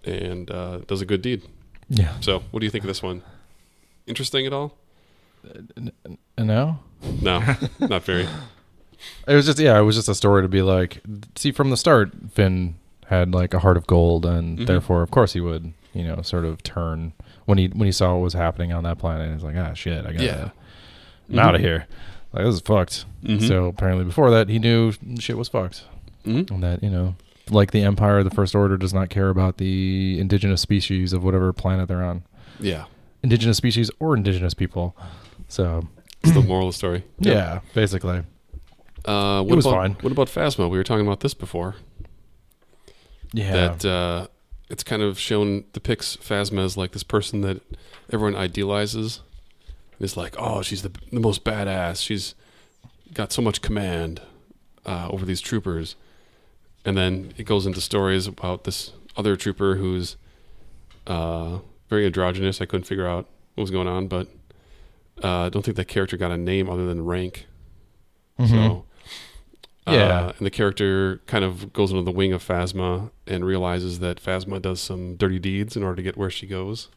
Speaker 1: and uh, does a good deed.
Speaker 2: Yeah.
Speaker 1: So, what do you think of this one? Interesting at all?
Speaker 2: And now?
Speaker 1: No, not very.
Speaker 2: It was just yeah, it was just a story to be like see from the start Finn had like a heart of gold and
Speaker 1: Mhm.
Speaker 2: therefore of course he would, you know, sort of turn when he when he saw what was happening on that planet, he's like, Ah shit, I gotta
Speaker 1: Yeah. Mm-hmm.
Speaker 2: I'm out of here. Like this is fucked. So apparently before that he knew shit was fucked.
Speaker 1: hmm
Speaker 2: And that, you know, like the Empire, the First Order does not care about the indigenous species of whatever planet they're on.
Speaker 1: yeah,
Speaker 2: Indigenous species or indigenous people. So
Speaker 1: it's the moral of the story.
Speaker 2: yeah, basically.
Speaker 1: Uh, what
Speaker 2: It was
Speaker 1: about,
Speaker 2: fine.
Speaker 1: What about Phasma? We were talking about this before.
Speaker 2: Yeah.
Speaker 1: That uh, it's kind of shown depicts Phasma as like this person that everyone idealizes. It's like, oh, she's the the most badass. She's got so much command uh, over these troopers, and then it goes into stories about this other trooper who's uh, very androgynous. I couldn't figure out what was going on, but uh, I don't think that character got a name other than rank.
Speaker 2: Mhm.
Speaker 1: So, uh,
Speaker 2: Mm-hmm. Yeah.
Speaker 1: and the character kind of goes under the wing of Phasma and realizes that Phasma does some dirty deeds in order to get where she goes.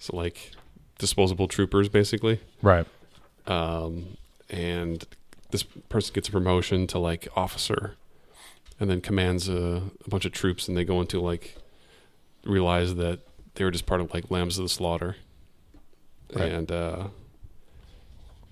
Speaker 1: So, like, disposable troopers, basically.
Speaker 2: Right.
Speaker 1: Um, and this person gets a promotion to, like, officer and then commands a, a bunch of troops, and they go into, like, realize that they were just part of, like, lambs of the slaughter.
Speaker 2: Right.
Speaker 1: And uh,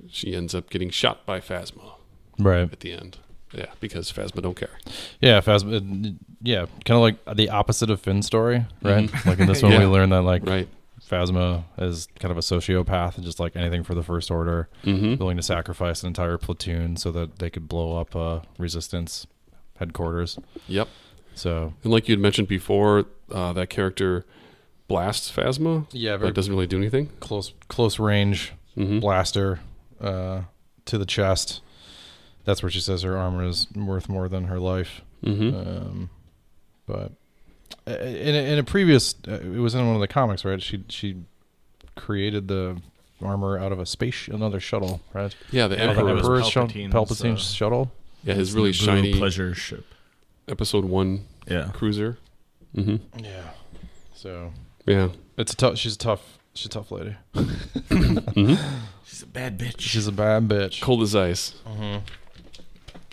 Speaker 1: she ends up getting shot by Phasma
Speaker 2: Right.
Speaker 1: at the end. Yeah, because Phasma don't care.
Speaker 2: Yeah, Phasma. Yeah, kind of like the opposite of Finn's story, right?
Speaker 1: Mhm.
Speaker 2: Like in this one, we
Speaker 1: Yeah.
Speaker 2: learn that like
Speaker 1: Right.
Speaker 2: Phasma as kind of a sociopath and just like anything for the First Order,
Speaker 1: Mhm.
Speaker 2: willing to sacrifice an entire platoon so that they could blow up uh, Resistance headquarters.
Speaker 1: Yep.
Speaker 2: So
Speaker 1: And like you'd mentioned before, uh, that character blasts Phasma,
Speaker 2: yeah,
Speaker 1: but
Speaker 2: very
Speaker 1: it doesn't really do anything.
Speaker 2: close close range
Speaker 1: Mhm.
Speaker 2: blaster uh, to the chest. That's where she says her armor is worth more than her life.
Speaker 3: Hmm. uh,
Speaker 1: Mm-hmm.
Speaker 2: Um, but uh, in a, in a previous, uh, it was in one of the comics, right? She she created the armor out of a space, another shuttle, right?
Speaker 1: yeah, the
Speaker 3: Yeah, I think it
Speaker 1: Emperor.
Speaker 3: was
Speaker 2: Emperor's shut-
Speaker 3: Palpatine's,
Speaker 2: Palpatine's
Speaker 3: uh,
Speaker 2: shuttle.
Speaker 1: yeah, his
Speaker 3: It's
Speaker 1: really
Speaker 3: the blue
Speaker 1: shiny
Speaker 3: pleasure ship.
Speaker 1: episode one
Speaker 3: Yeah.
Speaker 1: cruiser. Mm-hmm.
Speaker 2: Yeah. So
Speaker 1: Yeah.
Speaker 2: it's a tough. She's a tough. She's a tough lady.
Speaker 3: She's a bad bitch.
Speaker 2: She's a bad bitch.
Speaker 1: Cold as ice.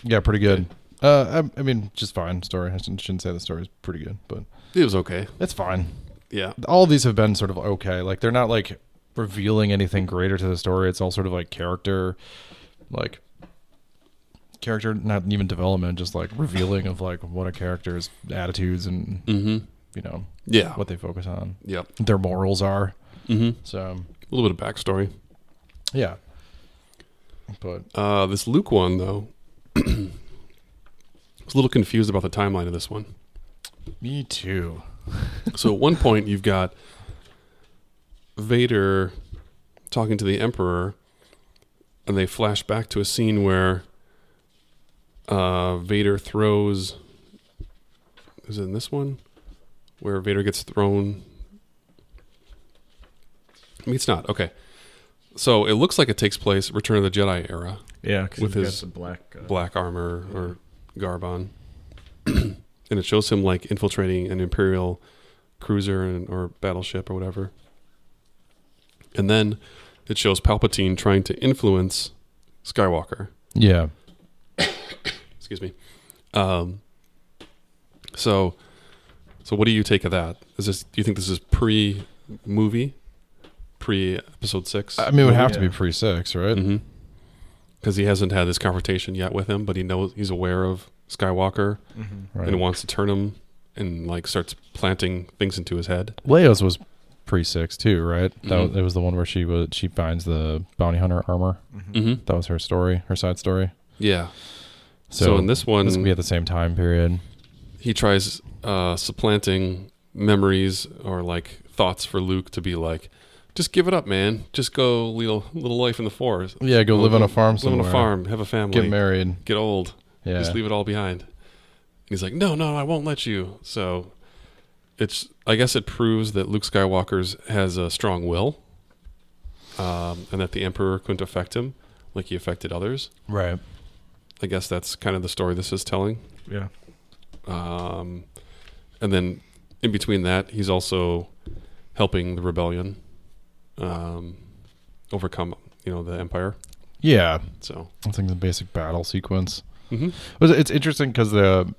Speaker 2: Yeah, pretty good. Uh, I, I mean, just fine story. I shouldn't, shouldn't say the story's pretty good, but
Speaker 1: It was okay.
Speaker 2: it's fine.
Speaker 1: Yeah.
Speaker 2: all of these have been sort of okay. Like they're not like revealing anything greater to the story. It's all sort of like character, like character, not even development, just like revealing of like what a character's attitudes and
Speaker 1: Mm-hmm.
Speaker 2: you know
Speaker 1: Yeah.
Speaker 2: what they focus on,
Speaker 1: Yep.
Speaker 2: their morals are.
Speaker 1: Mm-hmm.
Speaker 2: So
Speaker 1: A little bit of backstory.
Speaker 2: yeah, but
Speaker 1: Uh, this Luke one though, I was a little confused about the timeline of this one.
Speaker 2: me too.
Speaker 1: So at one point, you've got Vader talking to the Emperor, and they flash back to a scene where uh, Vader throws. Is it in this one? Where Vader gets thrown. I mean, it's not. Okay. So it looks like it takes place Return of the Jedi era.
Speaker 3: yeah, 'cause
Speaker 1: with
Speaker 3: he's got
Speaker 1: his
Speaker 3: the black. Uh,
Speaker 1: Black armor or garb on. and it shows him like infiltrating an Imperial cruiser and, or battleship or whatever. And then it shows Palpatine trying to influence Skywalker.
Speaker 2: Yeah,
Speaker 1: Excuse me. Um, so, so what do you take of that? Is this? Do you think this is pre movie, pre episode six?
Speaker 2: I mean, it would have to be
Speaker 3: Yeah.
Speaker 2: pre six, right?
Speaker 1: Because he hasn't had this confrontation yet with him, but he knows he's aware of Skywalker
Speaker 3: mhm.
Speaker 2: Right.
Speaker 1: and wants to turn him and like starts planting things into his head.
Speaker 2: Leo's was pre six too, right? That
Speaker 1: Mhm.
Speaker 2: was, it was the one where she was she finds the bounty hunter armor.
Speaker 1: Mm-hmm.
Speaker 2: That was her story, her side story.
Speaker 1: Yeah.
Speaker 2: So,
Speaker 1: So, in this one,
Speaker 2: this would be at the same time period.
Speaker 1: he tries uh, supplanting memories or like thoughts for Luke to be like, just give it up, man. Just go little little life in the forest.
Speaker 2: Yeah, go live on a farm somewhere.
Speaker 1: Live on a farm. Have a family.
Speaker 2: Get married.
Speaker 1: Get old.
Speaker 2: Yeah.
Speaker 1: Just leave it all behind. And he's like, no, no, I won't let you. So it's, I guess it proves that Luke Skywalker's has a strong will um, and that the Emperor couldn't affect him like he affected others.
Speaker 2: right.
Speaker 1: I guess that's kind of the story this is telling.
Speaker 3: Yeah.
Speaker 1: Um, and then in between that, he's also helping the rebellion um, overcome, you know, the Empire.
Speaker 2: Yeah.
Speaker 1: So,
Speaker 2: I think the basic battle sequence.
Speaker 1: mhm.
Speaker 2: Was it's interesting because the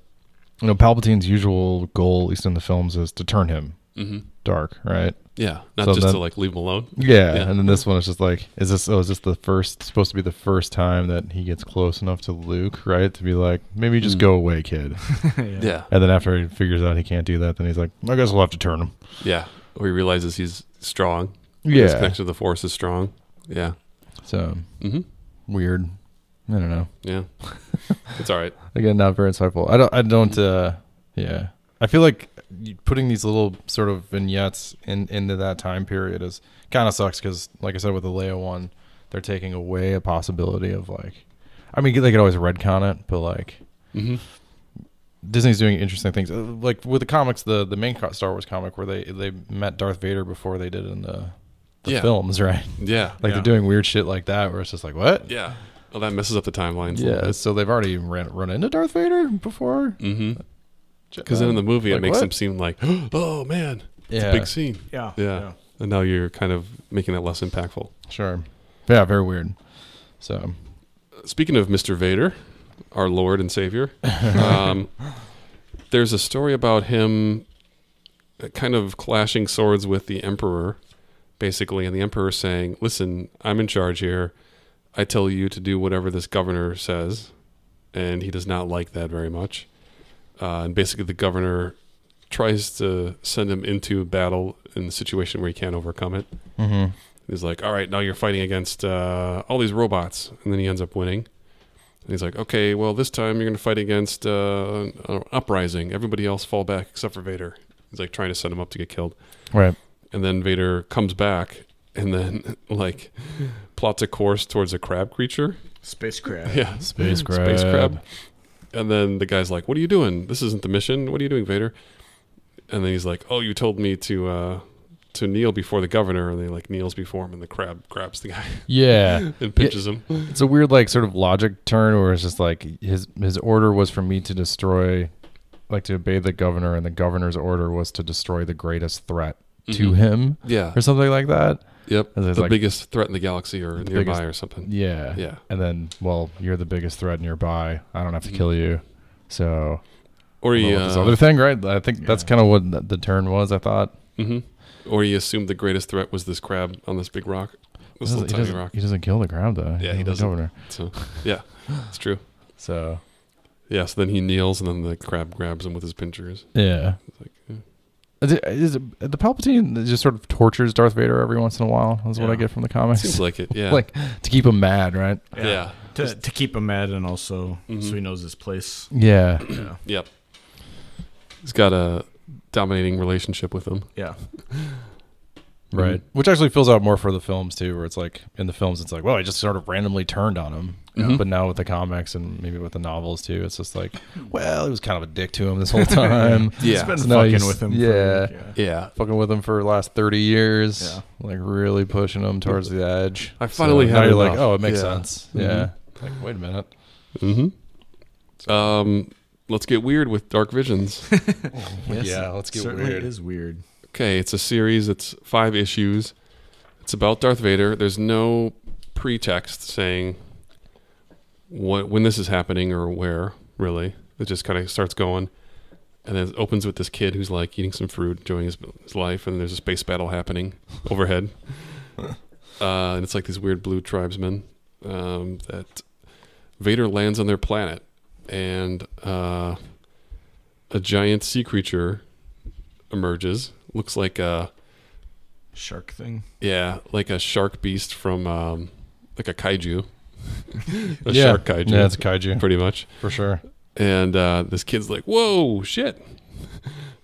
Speaker 2: you know Palpatine's usual goal, at least in the films, is to turn him
Speaker 1: Mhm.
Speaker 2: dark, right?
Speaker 1: yeah, not
Speaker 2: Mm-hmm. So
Speaker 1: just to
Speaker 2: then-
Speaker 1: like leave him alone.
Speaker 2: Yeah.
Speaker 1: Yeah.
Speaker 2: And then this one is just like, is this oh, is this the first supposed to be the first time that he gets close enough to Luke, right? To be like, maybe
Speaker 1: Hmm.
Speaker 2: just go away, kid.
Speaker 3: yeah.
Speaker 2: and then after he figures out he can't do that, then he's like, I guess we'll have to turn him.
Speaker 1: Yeah, where he realizes he's strong. His
Speaker 2: Yeah.
Speaker 1: connection to the Force is strong. Yeah.
Speaker 2: So
Speaker 1: Mm-hmm.
Speaker 2: weird. I don't know.
Speaker 1: Yeah. it's all right.
Speaker 2: again not very insightful i don't i don't uh yeah i feel like you- putting these little sort of vignettes in into that time period is kind of sucks because like i said with the leia one they're taking away a possibility of like i mean they could always redcon it but like
Speaker 1: Mm-hmm.
Speaker 2: disney's doing interesting things Uh, like with the comics the the main co- star wars comic where they they met darth vader before they did in the, the
Speaker 1: Yeah.
Speaker 2: films right
Speaker 1: Yeah.
Speaker 3: Yeah.
Speaker 2: like they're doing weird shit like that where it's just like what
Speaker 1: Yeah. Well, that messes up the timelines.
Speaker 2: yeah so they've already ran, run into darth vader before
Speaker 1: Mm-hmm. Because then in the movie, it
Speaker 2: Like
Speaker 1: makes
Speaker 2: what?
Speaker 1: him seem like, oh man, it's
Speaker 2: Yeah.
Speaker 1: a big scene.
Speaker 3: Yeah.
Speaker 1: Yeah. And now you're kind of making it less impactful.
Speaker 2: Sure. Yeah, very weird. So
Speaker 1: Speaking of Mr. Vader, our Lord and Savior, um, there's a story about him uh, kind of clashing swords with the Emperor, basically, and the Emperor saying, Listen, I'm in charge here. I tell you to do whatever this governor says. And he does not like that very much. Uh, and basically, the governor tries to send him into battle in the situation where he can't overcome it.
Speaker 2: Mm-hmm.
Speaker 1: He's like, all right, now you're fighting against uh, all these robots. And then he ends up winning. And he's like, okay, well, this time you're going to fight against uh, an an uprising. Everybody else fall back except for Vader. He's like trying to set him up to get killed.
Speaker 2: Right.
Speaker 1: And then Vader comes back and then, like, plots a course towards a crab creature.
Speaker 3: Space crab.
Speaker 1: Yeah.
Speaker 2: Space
Speaker 1: Mm-hmm. Space crab.
Speaker 2: crab.
Speaker 1: And then the guy's like, what are you doing? This isn't the mission. What are you doing, Vader? And then he's like, oh, you told me to. Uh, to kneel before the governor, and they like kneels before him, and the crab grabs the guy
Speaker 2: Yeah.
Speaker 1: and pinches him.
Speaker 2: It's a weird like sort of logic turn where it's just like his his order was for me to destroy like to obey the governor and the governor's order was to destroy the greatest threat to
Speaker 1: Mhm.
Speaker 2: him
Speaker 1: Yeah.
Speaker 2: or something like that.
Speaker 1: Yep.
Speaker 2: And
Speaker 1: The
Speaker 2: there's, like-
Speaker 1: biggest threat in the galaxy or
Speaker 2: The
Speaker 1: nearby
Speaker 2: biggest-
Speaker 1: or something.
Speaker 2: Yeah.
Speaker 1: Yeah.
Speaker 2: And then well, you're the biggest threat nearby. I don't have to kill you. So
Speaker 1: Or he,
Speaker 2: well, this
Speaker 1: Mm-hmm. uh,
Speaker 2: other thing, right? I think that's
Speaker 3: Yeah.
Speaker 2: kind of what th- the turn was, I thought.
Speaker 1: mhm. or he assumed the greatest threat was this crab on this big rock, this little
Speaker 2: He doesn't- he,
Speaker 1: tiny
Speaker 2: doesn't,
Speaker 1: rock.
Speaker 2: he doesn't kill the crab though.
Speaker 1: Yeah, he
Speaker 2: kills the
Speaker 1: doesn't.
Speaker 2: governor.
Speaker 1: So yeah, it's true.
Speaker 2: So
Speaker 1: Yeah. So then he kneels, and then the crab grabs him with his pinchers.
Speaker 2: yeah.
Speaker 1: It's like, yeah.
Speaker 2: Is, it, is it, the Palpatine just sort of tortures Darth Vader every once in a while? Is what I
Speaker 3: Yeah.
Speaker 2: get from the comics.
Speaker 1: Seems like it. Yeah.
Speaker 2: like to keep him mad, right?
Speaker 1: yeah.
Speaker 3: To, to keep him mad and also
Speaker 1: Mhm.
Speaker 3: so he knows his place.
Speaker 2: Yeah,
Speaker 3: Yeah.
Speaker 1: Yep. He's got a dominating relationship with him.
Speaker 3: Yeah.
Speaker 2: right. Mm-hmm. Which actually fills out more for the films too, where it's like in the films it's like, well, I just sort of randomly turned on him. Mm-hmm.
Speaker 1: Mhm.
Speaker 2: But now with the comics and maybe with the novels too, it's just like, well, he was kind of a dick to him this whole time.
Speaker 3: He's
Speaker 1: Yeah.
Speaker 3: been
Speaker 2: So now
Speaker 3: fucking
Speaker 2: he's-
Speaker 3: with him.
Speaker 2: yeah.
Speaker 3: For, yeah.
Speaker 1: Yeah.
Speaker 2: Fucking with him for the last thirty years,
Speaker 3: Yeah.
Speaker 2: like really pushing him towards the edge.
Speaker 1: I finally
Speaker 2: now
Speaker 1: had
Speaker 2: you're like,
Speaker 1: enough.
Speaker 2: oh, it makes
Speaker 1: Yeah.
Speaker 2: sense. Yeah, like wait a minute.
Speaker 1: Mm-hmm. Um. Let's get weird with Dark Visions.
Speaker 3: Yes,
Speaker 2: yeah, let's get
Speaker 3: Certainly
Speaker 2: weird.
Speaker 3: it is weird.
Speaker 1: Okay, it's a series. It's five issues. It's about Darth Vader. There's no pretext saying what when this is happening or where. Really, it just kind of starts going, and then it opens with this kid who's like eating some fruit, enjoying his, his life, and there's a space battle happening overhead. uh, and it's like these weird blue tribesmen um, that Vader lands on their planet, and uh, a giant sea creature emerges. Looks like a
Speaker 3: Shark thing.
Speaker 1: yeah, like a shark beast from um, like a kaiju, a
Speaker 2: Yeah.
Speaker 1: shark kaiju,
Speaker 2: Yeah, it's a kaiju
Speaker 1: pretty much.
Speaker 2: for sure.
Speaker 1: And uh, this kid's like, "Whoa, shit!"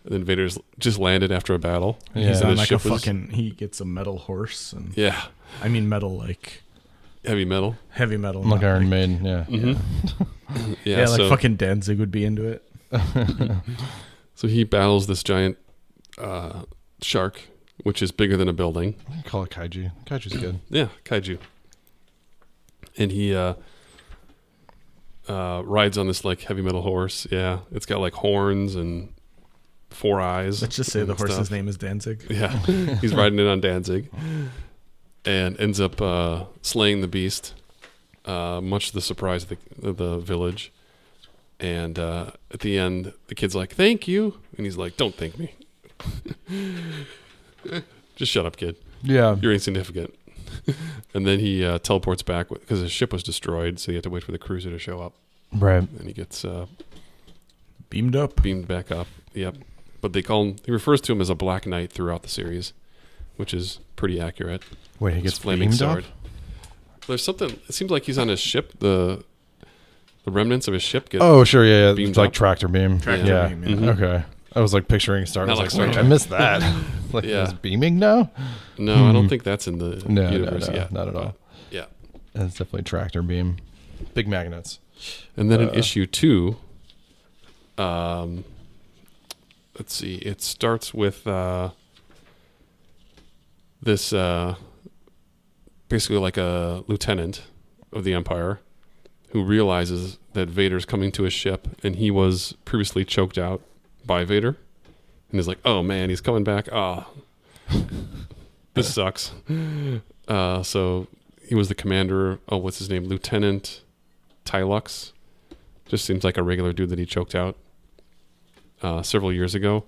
Speaker 1: And then Vader's just landed after a battle.
Speaker 2: Yeah.
Speaker 3: He's
Speaker 1: And
Speaker 3: on
Speaker 1: his
Speaker 3: like a
Speaker 1: ship was-
Speaker 3: fucking. He gets a metal horse, and
Speaker 1: Yeah,
Speaker 3: I mean metal like
Speaker 1: heavy metal.
Speaker 3: heavy metal.
Speaker 2: Like
Speaker 3: not
Speaker 2: Iron Maiden. Yeah.
Speaker 1: Mhm. yeah,
Speaker 3: Yeah, like
Speaker 1: so,
Speaker 3: fucking Danzig would be into it.
Speaker 1: so he battles this giant uh, shark, which is bigger than a building.
Speaker 2: Call it kaiju. Kaiju's good.
Speaker 1: Yeah, kaiju. And he uh, uh, rides on this like heavy metal horse. Yeah, it's got like horns and four eyes.
Speaker 3: Let's just say
Speaker 1: and
Speaker 3: the horse's
Speaker 1: stuff.
Speaker 3: name is Danzig.
Speaker 1: Yeah, he's riding it on Danzig, and ends up uh, slaying the beast, uh, much to the surprise of the, of the village. And uh, at the end, the kid's like, "Thank you," and he's like, "Don't thank me. just shut up, kid."
Speaker 2: Yeah.
Speaker 1: you're insignificant. and then he uh, teleports back because his ship was destroyed, so he had to wait for the cruiser to show up.
Speaker 2: Right.
Speaker 1: And he gets uh,
Speaker 3: Beamed up.
Speaker 1: beamed back up. Yep. But they call him. He refers to him as a Black Knight throughout the series, which is pretty accurate.
Speaker 2: Wait, he
Speaker 1: His
Speaker 2: gets flaming sword.
Speaker 1: There's something. It seems like he's on his ship. The the remnants of his ship get.
Speaker 2: Oh, sure, yeah, yeah.
Speaker 1: Beamed
Speaker 2: It's like
Speaker 1: up.
Speaker 2: tractor beam.
Speaker 3: Tractor
Speaker 2: yeah.
Speaker 3: beam,
Speaker 1: yeah. Mhm.
Speaker 2: Okay. I was like picturing Star. I
Speaker 1: Not like
Speaker 2: was like, wait,
Speaker 1: Star
Speaker 2: I
Speaker 1: Trek.
Speaker 2: missed that. like,
Speaker 1: Yeah.
Speaker 2: it's beaming now.
Speaker 1: no, I don't think that's in the
Speaker 2: Hmm. No, no,
Speaker 1: universe
Speaker 2: no,
Speaker 1: yet.
Speaker 2: not at all.
Speaker 1: Yeah.
Speaker 2: That's definitely tractor beam. Big magnets.
Speaker 1: And then
Speaker 2: Uh,
Speaker 1: in issue two, um, let's see, it starts with uh, this uh, basically like a lieutenant of the Empire who realizes that Vader's coming to his ship and he was previously choked out by Vader. And he's like, oh man, he's coming back. Ah, this sucks. Uh, so he was the commander. Oh, what's his name? Lieutenant Tylux just seems like a regular dude that he choked out uh, several years ago.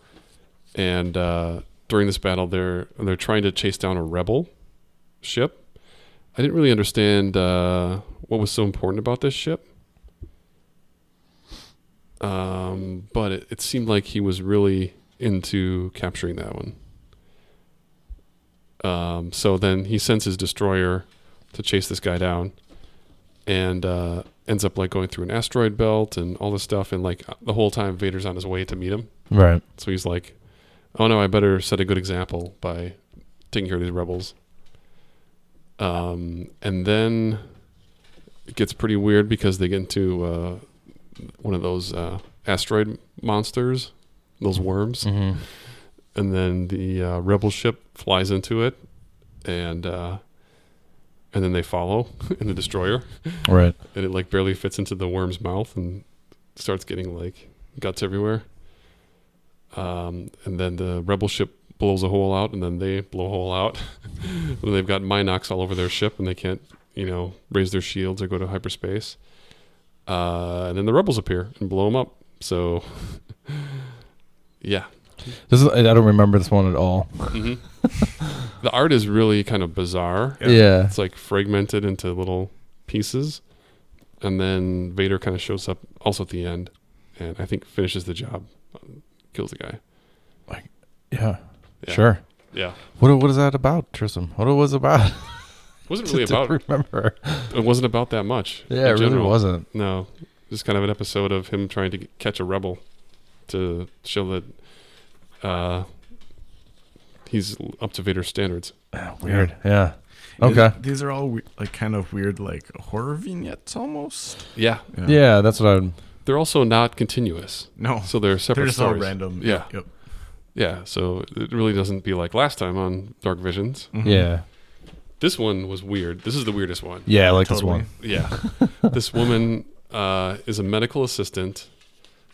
Speaker 1: And uh, during this battle, they're they're trying to chase down a rebel ship. I didn't really understand uh, what was so important about this ship, um, but it, it seemed like he was really into capturing that one. Um, so then he sends his destroyer to chase this guy down, and uh, ends up like going through an asteroid belt and all this stuff. And like the whole time, Vader's on his way to meet him.
Speaker 2: Right.
Speaker 1: So he's like, "Oh no, I better set a good example by taking care of these rebels." Um, and then it gets pretty weird because they get into uh, one of those uh, asteroid monsters, those worms,
Speaker 2: Mm-hmm.
Speaker 1: and then the uh, rebel ship flies into it, and uh, and then they follow in the destroyer,
Speaker 2: Right.
Speaker 1: and it like barely fits into the worm's mouth and starts getting like guts everywhere. Um, and then the rebel ship blows a hole out, and then they blow a hole out. and they've got Minox all over their ship, and they can't, you know, raise their shields or go to hyperspace. Uh, and then the rebels appear and blow them up. So, yeah.
Speaker 2: This is, I don't remember this one at all.
Speaker 1: Mhm. the art is really kind of bizarre.
Speaker 3: Yeah.
Speaker 2: Yeah.
Speaker 1: It's like fragmented into little pieces. And then Vader kind of shows up also at the end and I think finishes the job, um, kills the guy.
Speaker 2: Yeah.
Speaker 1: Yeah.
Speaker 2: Sure.
Speaker 1: Yeah.
Speaker 2: What what is that about, Tristan? What it was about?
Speaker 1: It wasn't really
Speaker 2: Don't
Speaker 1: about,
Speaker 2: remember.
Speaker 1: it wasn't about that much. in
Speaker 2: Yeah, it really
Speaker 1: general.
Speaker 2: wasn't.
Speaker 1: No, just kind of an episode of him trying to get, catch a rebel to show that uh, he's up to Vader's standards.
Speaker 2: Ah, Weird. Yeah. Okay.
Speaker 3: These, these are all we- like kind of weird, like horror vignettes almost.
Speaker 1: Yeah.
Speaker 2: Yeah, that's what I would.
Speaker 1: They're also not continuous.
Speaker 3: No.
Speaker 1: So they're separate
Speaker 3: They're just
Speaker 1: stories.
Speaker 3: all random.
Speaker 1: Yeah.
Speaker 3: Yep.
Speaker 1: Yeah, so it really doesn't be like last time on Dark Visions.
Speaker 3: Mhm.
Speaker 2: Yeah.
Speaker 1: This one was weird. This is the weirdest one.
Speaker 2: Yeah, I like
Speaker 3: Totally.
Speaker 2: this
Speaker 1: Yeah. this woman uh, is a medical assistant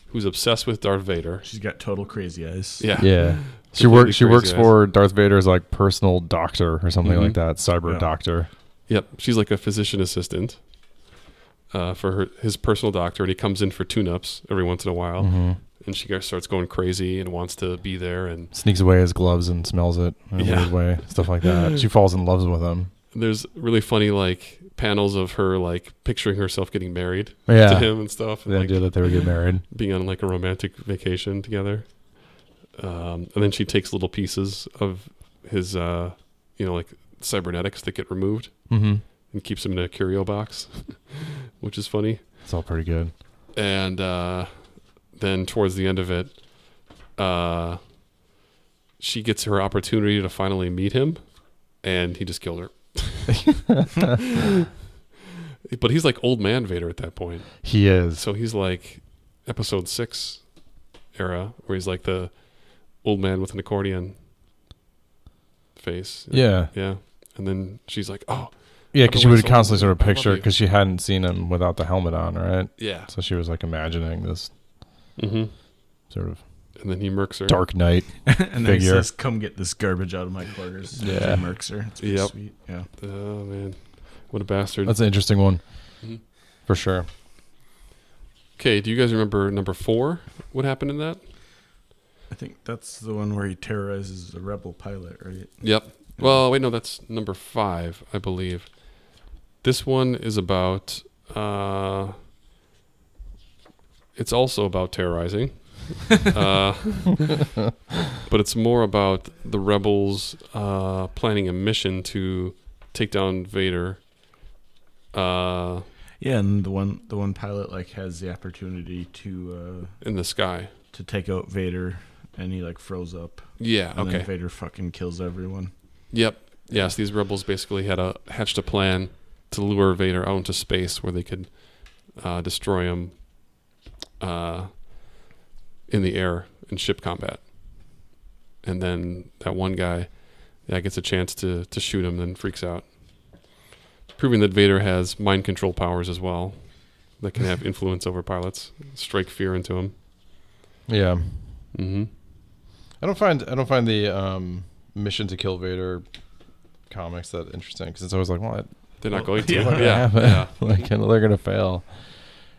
Speaker 1: who's obsessed with Darth Vader.
Speaker 3: She's got total crazy eyes.
Speaker 1: Yeah.
Speaker 2: one. Yeah. She
Speaker 1: Completely
Speaker 2: works. She
Speaker 1: crazy
Speaker 2: works
Speaker 1: eyes.
Speaker 2: for Darth Vader's like personal doctor or something like
Speaker 1: Mhm.
Speaker 2: that. Cyber
Speaker 3: Yeah.
Speaker 2: doctor.
Speaker 1: Yep. She's like a physician assistant uh, for her, his personal doctor, and he comes in for tune ups every once in a while.
Speaker 2: hmm
Speaker 1: And she goes- starts going crazy and wants to be there. And
Speaker 2: Sneaks away his gloves and smells it in a
Speaker 1: Yeah.
Speaker 2: weird way. Stuff like that. She falls in love with him.
Speaker 1: there's really funny, like, panels of her, like, picturing herself getting married to
Speaker 2: Yeah.
Speaker 1: him and stuff.
Speaker 2: The
Speaker 1: and, like,
Speaker 2: idea that they would get married.
Speaker 1: being on like a romantic vacation together. Um, and then she takes little pieces of his, uh, you know, like cybernetics that get removed
Speaker 2: Mm-hmm.
Speaker 1: and keeps them in a curio box, which is funny.
Speaker 2: It's all pretty good.
Speaker 1: And uh, then towards the end of it, uh, she gets her opportunity to finally meet him, and he just killed her. but he's like old man Vader at that point.
Speaker 2: He is.
Speaker 1: So he's like episode six era, where he's like the old man with an accordion face.
Speaker 2: Yeah.
Speaker 1: Yeah. And then she's like, oh,
Speaker 2: Yeah,
Speaker 1: Other
Speaker 2: because she
Speaker 1: ways
Speaker 2: would
Speaker 1: to
Speaker 2: constantly
Speaker 1: love
Speaker 2: sort of
Speaker 1: you. I love
Speaker 2: picture
Speaker 1: you.
Speaker 2: because she hadn't seen him without the helmet on, right?
Speaker 1: yeah.
Speaker 2: So she was like imagining this
Speaker 1: hmm
Speaker 2: sort of
Speaker 1: And then he murks her.
Speaker 2: Mm-hmm. dark night.
Speaker 3: and then he
Speaker 2: Figure.
Speaker 3: says, "Come get this garbage out of my quarters."
Speaker 2: Yeah.
Speaker 3: She murks her. It's pretty
Speaker 1: Yep.
Speaker 3: sweet. Yeah.
Speaker 1: Oh, man. What a bastard.
Speaker 2: That's an interesting one
Speaker 1: Mhm.
Speaker 2: for sure.
Speaker 1: Okay. Do you guys remember number four? What happened in that?
Speaker 3: I think that's the one where he terrorizes the rebel pilot, right?
Speaker 1: Yep. Well, wait, no, that's number five, I believe. This one is about. Uh, it's also about terrorizing, uh, but it's more about the rebels uh, planning a mission to take down Vader. Uh,
Speaker 3: Yeah, and the one the one pilot like has the opportunity to uh,
Speaker 1: in the sky.
Speaker 3: to take out Vader, and he like froze up.
Speaker 1: Yeah.
Speaker 3: And
Speaker 1: okay.
Speaker 3: Then Vader fucking kills everyone.
Speaker 1: Yep. Yes, these rebels basically had a hatched a plan to lure Vader out into space where they could uh, destroy him uh, in the air in ship combat. And then that one guy, yeah, gets a chance to to shoot him, then freaks out, proving that Vader has mind control powers as well, that can have influence over pilots, strike fear into him.
Speaker 2: Yeah,
Speaker 1: Mm-hmm.
Speaker 2: I don't find I don't find the um, mission to kill Vader comics that interesting because it's always like, well,
Speaker 1: They're not
Speaker 3: Well,
Speaker 1: going to.
Speaker 3: yeah.
Speaker 2: yeah,
Speaker 1: Yeah, yeah.
Speaker 2: yeah. like and they're gonna fail.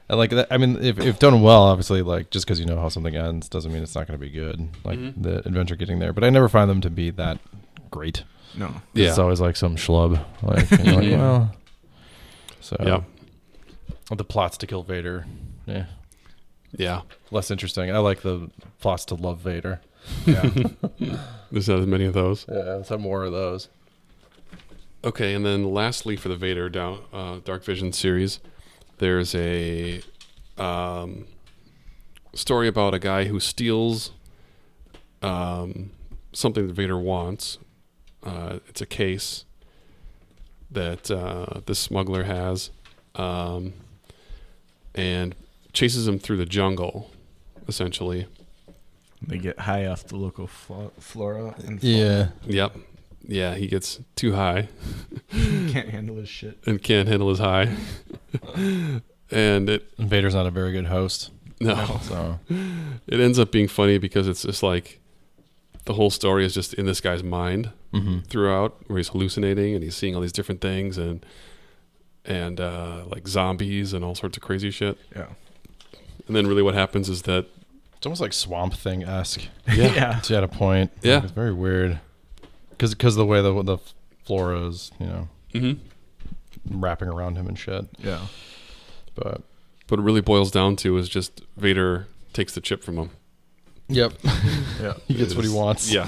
Speaker 2: And like that, I mean, if, if done well, obviously, like just because you know how something ends doesn't mean it's not gonna be good. Like
Speaker 1: Mhm.
Speaker 2: the adventure getting there, but I never find them to be that great.
Speaker 3: No.
Speaker 1: Yeah.
Speaker 2: It's always like some schlub. Like, you're like,
Speaker 1: Yeah.
Speaker 2: well. So
Speaker 1: Yeah.
Speaker 2: the plots to kill Vader. Yeah.
Speaker 1: Yeah.
Speaker 2: Less interesting. I like the plots to love Vader. Yeah.
Speaker 1: There's not as many of those.
Speaker 4: Yeah, some more of those.
Speaker 1: Okay, and then lastly for the Vader down, uh, Dark Vision series, there's a um, story about a guy who steals um, something that Vader wants. Uh, it's a case that uh, this smuggler has, um, and chases him through the jungle, essentially.
Speaker 3: They get high off the local flo- flora and
Speaker 4: Yeah.
Speaker 1: Yep. Yeah, he gets too high.
Speaker 3: fauna. can't handle his shit.
Speaker 1: and can't handle his high. and it
Speaker 2: Vader's not a very good host.
Speaker 1: no,
Speaker 2: So
Speaker 1: it ends up being funny because it's just like the whole story is just in this guy's mind
Speaker 2: mm-hmm.
Speaker 1: throughout, where he's hallucinating and he's seeing all these different things and and uh, like zombies and all sorts of crazy shit.
Speaker 3: Yeah.
Speaker 1: And then really what happens is that
Speaker 2: it's almost like Swamp Thing esque.
Speaker 1: yeah,
Speaker 3: yeah.
Speaker 2: It's at a point.
Speaker 1: Yeah.
Speaker 2: Like, it's very weird. Because the way the the flora is, you know,
Speaker 1: Mhm.
Speaker 2: wrapping around him and shit.
Speaker 3: Yeah.
Speaker 2: But
Speaker 1: but it really boils down to is just Vader takes the chip from him.
Speaker 2: yep,
Speaker 3: Yeah.
Speaker 2: he gets what he
Speaker 1: It's-
Speaker 2: wants.
Speaker 1: Yeah.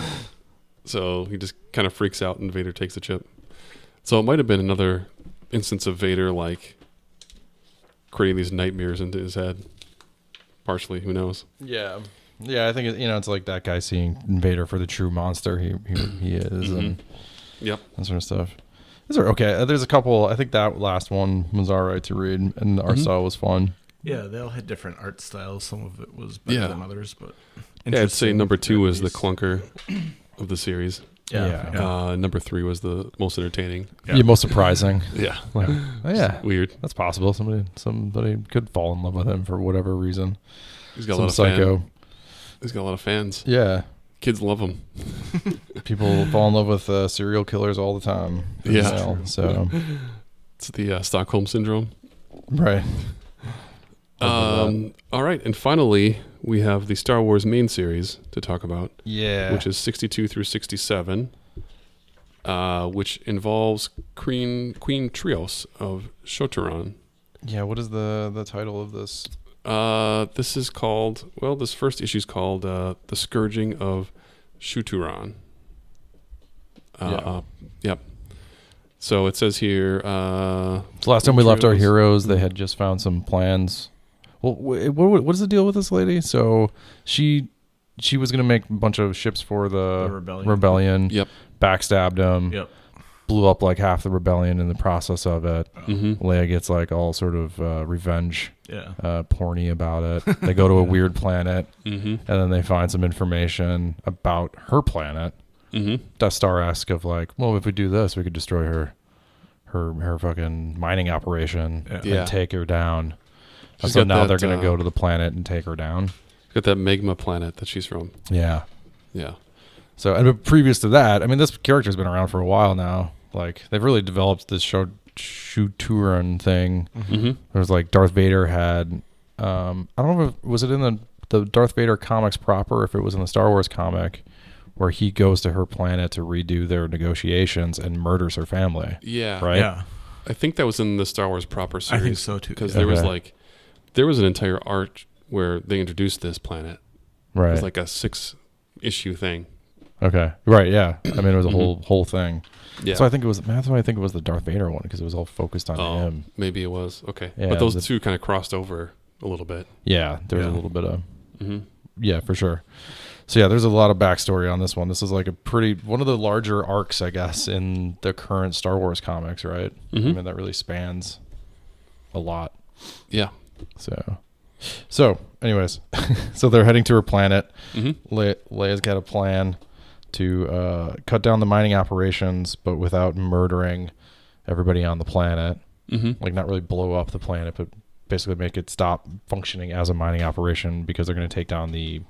Speaker 1: So he just kind of freaks out and Vader takes the chip. So it might have been another instance of Vader like creating these nightmares into his head. Partially, who knows?
Speaker 2: yeah, yeah. I think it, you know it's like that guy seeing Vader for the true monster he he, he is and
Speaker 1: Mm-hmm. Yep.
Speaker 2: that sort of stuff. These are okay. uh, There's a couple. I think that last one was all right to read, and
Speaker 1: Mm-hmm.
Speaker 2: our style was fun.
Speaker 3: Yeah, they all had different art styles. Some of it was better
Speaker 1: Yeah.
Speaker 3: than others, but
Speaker 1: Yeah, I'd say
Speaker 3: interesting
Speaker 1: number two
Speaker 3: at
Speaker 1: was the
Speaker 3: least.
Speaker 1: clunker of the series.
Speaker 3: Yeah,
Speaker 2: Yeah.
Speaker 3: yeah.
Speaker 1: Uh, number three was the most entertaining.
Speaker 3: Yeah.
Speaker 2: Yeah, most surprising.
Speaker 1: Yeah.
Speaker 2: Like, oh, yeah,
Speaker 1: Weird.
Speaker 2: that's possible. Somebody somebody could fall in love with him for whatever reason.
Speaker 1: He's got a
Speaker 2: Some
Speaker 1: lot of
Speaker 2: psycho.
Speaker 1: fans. He's got a lot of fans.
Speaker 2: Yeah,
Speaker 1: Kids love him.
Speaker 2: people fall in love with uh, serial killers all the time.
Speaker 1: Yeah.
Speaker 2: As well, so
Speaker 1: It's the uh, Stockholm syndrome.
Speaker 2: right. Love that.
Speaker 1: Um, all right, and finally we have the Star Wars main series to talk about.
Speaker 2: yeah,
Speaker 1: which is 62 through 67, uh, which involves Queen Queen Trios of Shotoran.
Speaker 2: yeah. What is the the title of this?
Speaker 1: Uh, this is called well, this first issue is called uh, "The Scourging of Shotoran." Uh, Yep. So it says here. Uh,
Speaker 2: So last time we left our
Speaker 1: Heroes.
Speaker 2: heroes, they
Speaker 3: Mm-hmm.
Speaker 2: had just found some plans. Well, wh- what what is the deal with this lady? So she she was gonna make a bunch of ships for the,
Speaker 3: The rebellion.
Speaker 2: rebellion,
Speaker 1: yep.
Speaker 2: Backstabbed them.
Speaker 3: Yep.
Speaker 2: Blew up like half the rebellion in the process of it.
Speaker 1: hmm
Speaker 2: Leia gets like all sort of uh, revenge
Speaker 3: Yeah.
Speaker 2: uh, porny about it. They go to a weird planet.
Speaker 1: hmm
Speaker 2: and then they find some information about her planet.
Speaker 1: hmm
Speaker 2: Death Star esque of like, well, if we do this, we could destroy her, her her fucking mining operation
Speaker 3: Yeah.
Speaker 2: and
Speaker 1: Yeah.
Speaker 2: take her down.
Speaker 1: She's
Speaker 2: so
Speaker 1: got
Speaker 2: now
Speaker 1: that,
Speaker 2: they're gonna
Speaker 1: uh,
Speaker 2: go to the planet and take her down.
Speaker 1: Got that magma planet that she's from.
Speaker 2: Yeah.
Speaker 1: Yeah.
Speaker 2: So and but previous to that, I mean, this character's been around for a while now. Like they've really developed this show Shuturan thing.
Speaker 1: hmm
Speaker 2: There was like Darth Vader had. Um, I don't know if was it in the the Darth Vader comics proper, or if it was in the Star Wars comic, where he goes to her planet to redo their negotiations and murders her family.
Speaker 1: Yeah.
Speaker 2: Right.
Speaker 3: Yeah.
Speaker 1: I think that was in the Star Wars proper
Speaker 3: I
Speaker 1: series.
Speaker 3: think so too.
Speaker 1: because
Speaker 2: Yeah.
Speaker 1: there was
Speaker 2: Okay.
Speaker 1: like there was an entire arc where they introduced this planet. It
Speaker 2: Right.
Speaker 1: was like a six issue thing.
Speaker 2: okay. Right. Yeah. I mean, it was a whole whole thing.
Speaker 1: Yeah.
Speaker 2: So I think it was. That's why I think it was the Darth Vader one because it was all focused on
Speaker 1: oh,
Speaker 2: him.
Speaker 1: maybe it was okay.
Speaker 2: Yeah,
Speaker 1: but those
Speaker 2: the-
Speaker 1: two kind of crossed over a little bit.
Speaker 2: Yeah. There was a
Speaker 3: Yeah.
Speaker 2: little bit of.
Speaker 1: hmm
Speaker 2: Yeah, for sure. So yeah, there's a lot of backstory on this one. This is like a pretty one of the larger arcs, I guess, in the current Star Wars comics, right? I
Speaker 1: Mhm.
Speaker 2: mean, that really spans a lot.
Speaker 1: Yeah.
Speaker 2: So, so anyways, so they're heading to her planet.
Speaker 1: hmm
Speaker 2: Le- Leia's got a plan to uh, cut down the mining operations, but without murdering everybody on the planet.
Speaker 1: hmm
Speaker 2: Like, not really blow up the planet, but basically make it stop functioning as a mining operation because they're going to take down the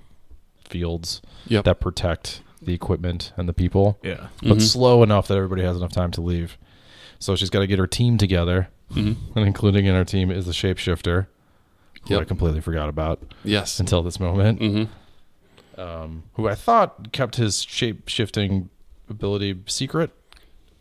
Speaker 2: fields
Speaker 1: Yep.
Speaker 2: that protect the equipment and the people,
Speaker 3: Yeah.
Speaker 2: but
Speaker 1: Mhm.
Speaker 2: slow enough that everybody has enough time to leave. So she's got to get her team together,
Speaker 1: Mhm.
Speaker 2: and including in her team is the shapeshifter, who I
Speaker 1: Yep.
Speaker 2: completely forgot about
Speaker 1: Yes.
Speaker 2: until this moment.
Speaker 1: hmm
Speaker 2: Um, who I thought kept his shape shifting ability secret,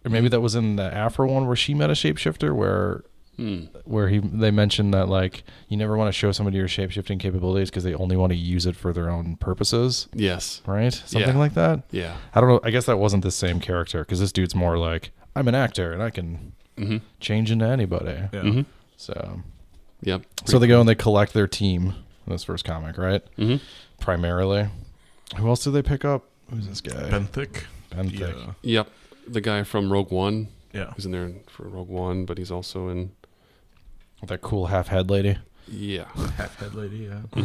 Speaker 2: or maybe that was in the Afro one where she met a shapeshifter, where
Speaker 1: Mm.
Speaker 2: where he they mentioned that like you never want to show somebody your shapeshifting capabilities because they only want to use it for their own purposes,
Speaker 1: Yes.
Speaker 2: right? Something
Speaker 1: Yeah.
Speaker 2: like that.
Speaker 1: Yeah.
Speaker 2: I don't know. I guess that wasn't the same character because this dude's more like I'm an actor and I can
Speaker 1: Mm-hmm.
Speaker 2: change into anybody.
Speaker 3: Yeah.
Speaker 1: Mm-hmm.
Speaker 2: So
Speaker 1: Yep.
Speaker 2: so they go and they collect their team in this first comic, right?
Speaker 1: Mm-hmm.
Speaker 2: Primarily. Who else do they pick up? Who's this guy?
Speaker 3: Benthic.
Speaker 2: Ben Thicke.
Speaker 3: Yeah.
Speaker 1: Yep. The guy from Rogue One
Speaker 3: Yeah.
Speaker 1: who's in there for Rogue One, but he's also in
Speaker 2: With That cool half head lady.
Speaker 1: yeah.
Speaker 3: Half head lady. Yeah.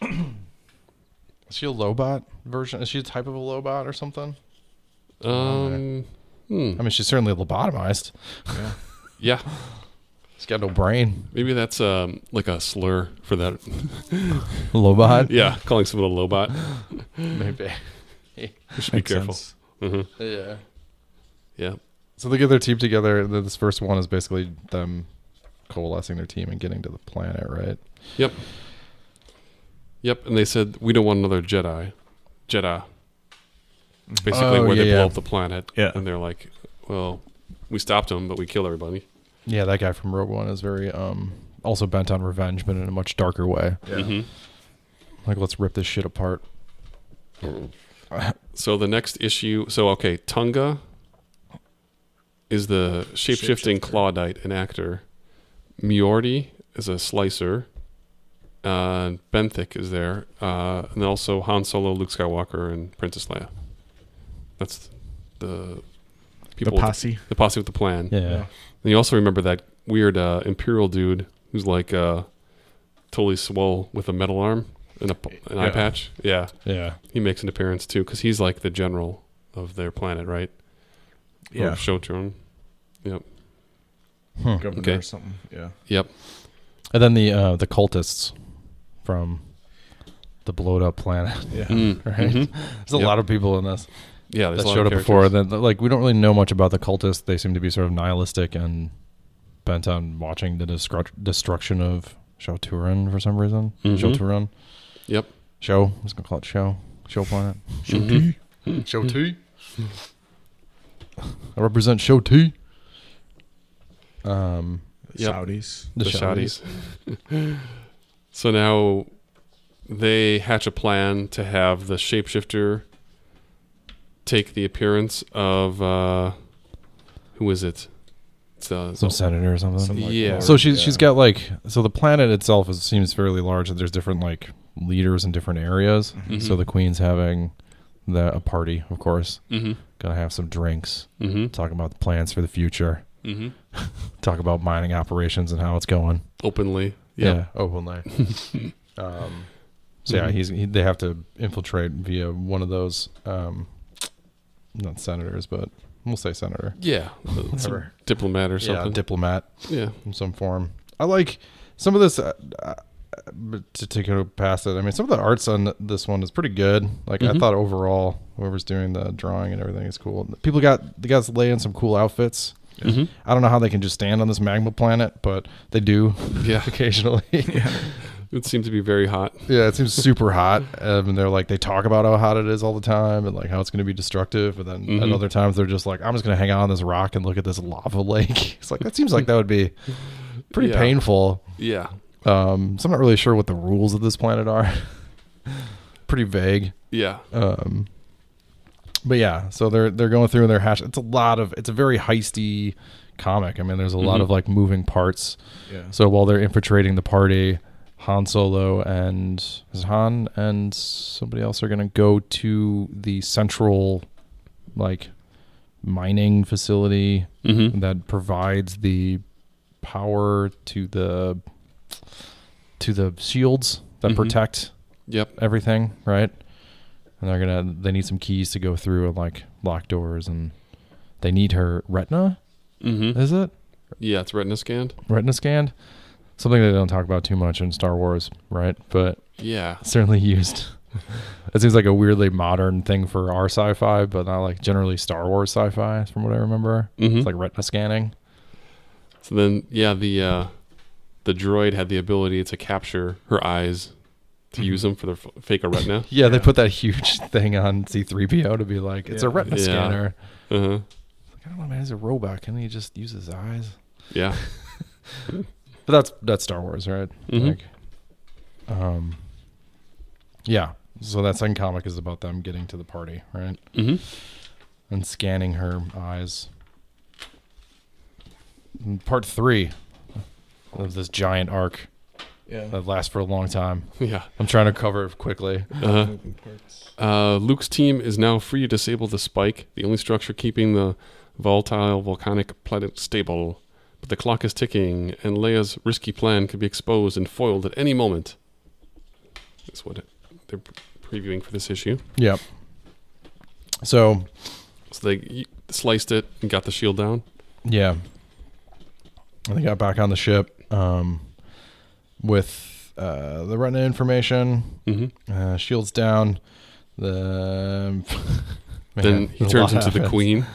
Speaker 1: Mm-hmm.
Speaker 2: Is she a Lobot version? Is she a type of a Lobot or something?
Speaker 1: Um. hmm.
Speaker 2: Oh, I mean, she's certainly lobotomized.
Speaker 3: yeah.
Speaker 1: Yeah.
Speaker 2: She's got no brain.
Speaker 1: Maybe that's um like a slur for that.
Speaker 2: Lobot,
Speaker 1: Yeah, calling someone a lobot.
Speaker 2: maybe.
Speaker 1: We should be careful. Mhm.
Speaker 2: Yeah.
Speaker 1: Yeah.
Speaker 2: So they get their team together. and then This first one is basically them coalescing their team and getting to the planet, right?
Speaker 1: Yep. Yep. And they said we don't want another Jedi. Jedi. It's basically
Speaker 2: Oh,
Speaker 1: where they
Speaker 2: yeah,
Speaker 1: blow
Speaker 2: yeah.
Speaker 1: up the planet.
Speaker 3: Yeah.
Speaker 1: And they're like, well, we stopped them, but we killed everybody.
Speaker 2: Yeah, that guy from Rogue One is very um also bent on revenge, but in a much darker way.
Speaker 3: Yeah.
Speaker 1: Mhm.
Speaker 2: Like, let's rip this shit apart.
Speaker 1: So the next issue. So okay, Tunga is the shapeshifting
Speaker 3: Shapeshifter.
Speaker 1: Claudite, an actor. Miorti is a slicer. Uh, Benthic is there, uh, and also Han Solo, Luke Skywalker, and Princess Leia. That's the people.
Speaker 3: The posse.
Speaker 1: With, Oh, the posse with the plan.
Speaker 3: Yeah.
Speaker 1: And you also remember that weird uh, Imperial dude who's like uh, totally swole with a metal arm and a, p- an eye
Speaker 2: Yeah.
Speaker 1: patch. Yeah
Speaker 2: Yeah.
Speaker 1: he makes an appearance too because he's like the general of their planet, right?
Speaker 3: Yeah.
Speaker 1: Of Shotrun. Yep.
Speaker 2: Hmm.
Speaker 3: Governor
Speaker 1: Okay.
Speaker 3: or something. Yeah.
Speaker 1: Yep.
Speaker 2: And then the uh, the cultists from the blowed up planet.
Speaker 3: Yeah.
Speaker 2: Right.
Speaker 1: Mhm.
Speaker 2: There's a
Speaker 1: Yep.
Speaker 2: lot of people in this
Speaker 1: Yeah. There's
Speaker 2: that
Speaker 1: a lot
Speaker 2: showed up
Speaker 1: of
Speaker 2: before.
Speaker 1: characters.
Speaker 2: Then like we don't really know much about the cultists. They seem to be sort of nihilistic and bent on watching the destruct- destruction of Shauturan for some reason.
Speaker 1: Mhm.
Speaker 2: Shauturan.
Speaker 1: Yep.
Speaker 2: Show. I'm just gonna call it show. Show planet.
Speaker 1: Mhm.
Speaker 2: Show T. I represent Show T. Um,
Speaker 3: The
Speaker 1: Yep.
Speaker 3: Saudis.
Speaker 1: The Shotties. so now they hatch a plan to have the shapeshifter take the appearance of uh, who is it? It's uh,
Speaker 2: some senator or something.
Speaker 3: Some, like,
Speaker 1: Yeah.
Speaker 3: large-
Speaker 1: Or-
Speaker 2: Uh-huh. So she's
Speaker 3: yeah.
Speaker 2: she's got like so the planet itself is, seems fairly large. And there's different like leaders in different areas.
Speaker 1: Mhm.
Speaker 2: So the queen's having the a party, of course.
Speaker 1: Mhm.
Speaker 2: Gonna have some drinks,
Speaker 1: Mhm.
Speaker 2: talk about the plans for the future,
Speaker 1: Mhm.
Speaker 2: talk about mining operations and how it's going.
Speaker 1: Openly.
Speaker 2: Yeah, openly. um, so yeah,
Speaker 1: Mhm.
Speaker 2: he's he, they have to infiltrate via one of those um, not senators, but we'll say senator,
Speaker 1: Yeah. yeah. Some
Speaker 2: Whatever.
Speaker 1: diplomat or
Speaker 2: yeah,
Speaker 1: something.
Speaker 2: diplomat.
Speaker 1: yeah.
Speaker 2: in some form. I like some of this. Uh, uh, but to take it past it, I mean, some of the arts on this one is pretty good. Like I
Speaker 1: Mhm.
Speaker 2: thought overall, whoever's doing the drawing and everything is cool. People got the guys laying some cool outfits.
Speaker 1: Mhm.
Speaker 2: I don't know how they can just stand on this magma planet, but they do
Speaker 1: Yeah.
Speaker 2: occasionally. yeah.
Speaker 1: It seemed to be very hot.
Speaker 2: it seems super hot, um, and they're like they talk about how hot it is all the time and like how it's going to be destructive. And then at
Speaker 1: Mhm.
Speaker 2: other times they're just like, I'm just going to hang out on this rock and look at this lava lake. It's like that seems like that would be pretty
Speaker 1: Yeah.
Speaker 2: painful.
Speaker 1: Yeah.
Speaker 2: Um, so I'm not really sure what the rules of this planet are. Pretty vague.
Speaker 1: Yeah.
Speaker 2: Um, but yeah, so they're they're going through and they're hash. It's a lot of it's a very heisty comic. I mean, there's a lot
Speaker 1: Mhm.
Speaker 2: of like moving parts.
Speaker 3: Yeah.
Speaker 2: So while they're infiltrating the party, Han Solo and is it Han and somebody else are gonna go to the central like mining facility
Speaker 1: Mm-hmm.
Speaker 2: that provides the power to the to the shields that
Speaker 1: Mhm.
Speaker 2: protect
Speaker 1: Yep.
Speaker 2: everything, right? And they're gonna they need some keys to go through and like lock doors and they need her retina,
Speaker 1: Mm-hmm.
Speaker 2: is it?
Speaker 1: Yeah, it's retina scanned.
Speaker 2: Retina scanned? Something they don't talk about too much in Star Wars, right? But
Speaker 1: Yeah.
Speaker 2: certainly used. it seems like a weirdly modern thing for our sci-fi, but not like generally Star Wars sci-fi, from what I remember.
Speaker 1: Mhm.
Speaker 2: It's like retina scanning.
Speaker 1: So then, yeah, the uh, the droid had the ability to capture her eyes to use them for their f- fake a retina.
Speaker 2: Yeah, they put that huge thing on C3PO to be like, it's a
Speaker 3: Yeah.
Speaker 2: retina
Speaker 1: Yeah.
Speaker 2: scanner.
Speaker 1: Uh-huh.
Speaker 2: Like, I don't know, man. He's a robot. Can he just use his eyes?
Speaker 1: Yeah.
Speaker 2: But that's that's Star Wars, right?
Speaker 1: Mhm.
Speaker 2: Like, um, yeah. So that second comic is about them getting to the party, right?
Speaker 1: hmm
Speaker 2: And scanning her eyes. And part three of this giant arc
Speaker 3: Yeah.
Speaker 2: that lasts for a long time.
Speaker 1: Yeah.
Speaker 2: I'm trying to cover it quickly.
Speaker 1: Uh, Uh, Luke's team is now free to disable the spike, the only structure keeping the volatile volcanic planet stable. But the clock is ticking, and Leia's risky plan could be exposed and foiled at any moment. That's what they're previewing for this issue.
Speaker 2: Yep. So
Speaker 1: So they y- sliced it and got the shield down.
Speaker 2: Yeah. And they got back on the ship um, with uh, the retina information.
Speaker 1: Mm-hmm.
Speaker 2: Uh, shields down. The Man,
Speaker 1: then he
Speaker 2: a
Speaker 1: turns
Speaker 2: lot
Speaker 1: into the
Speaker 2: happens.
Speaker 1: queen.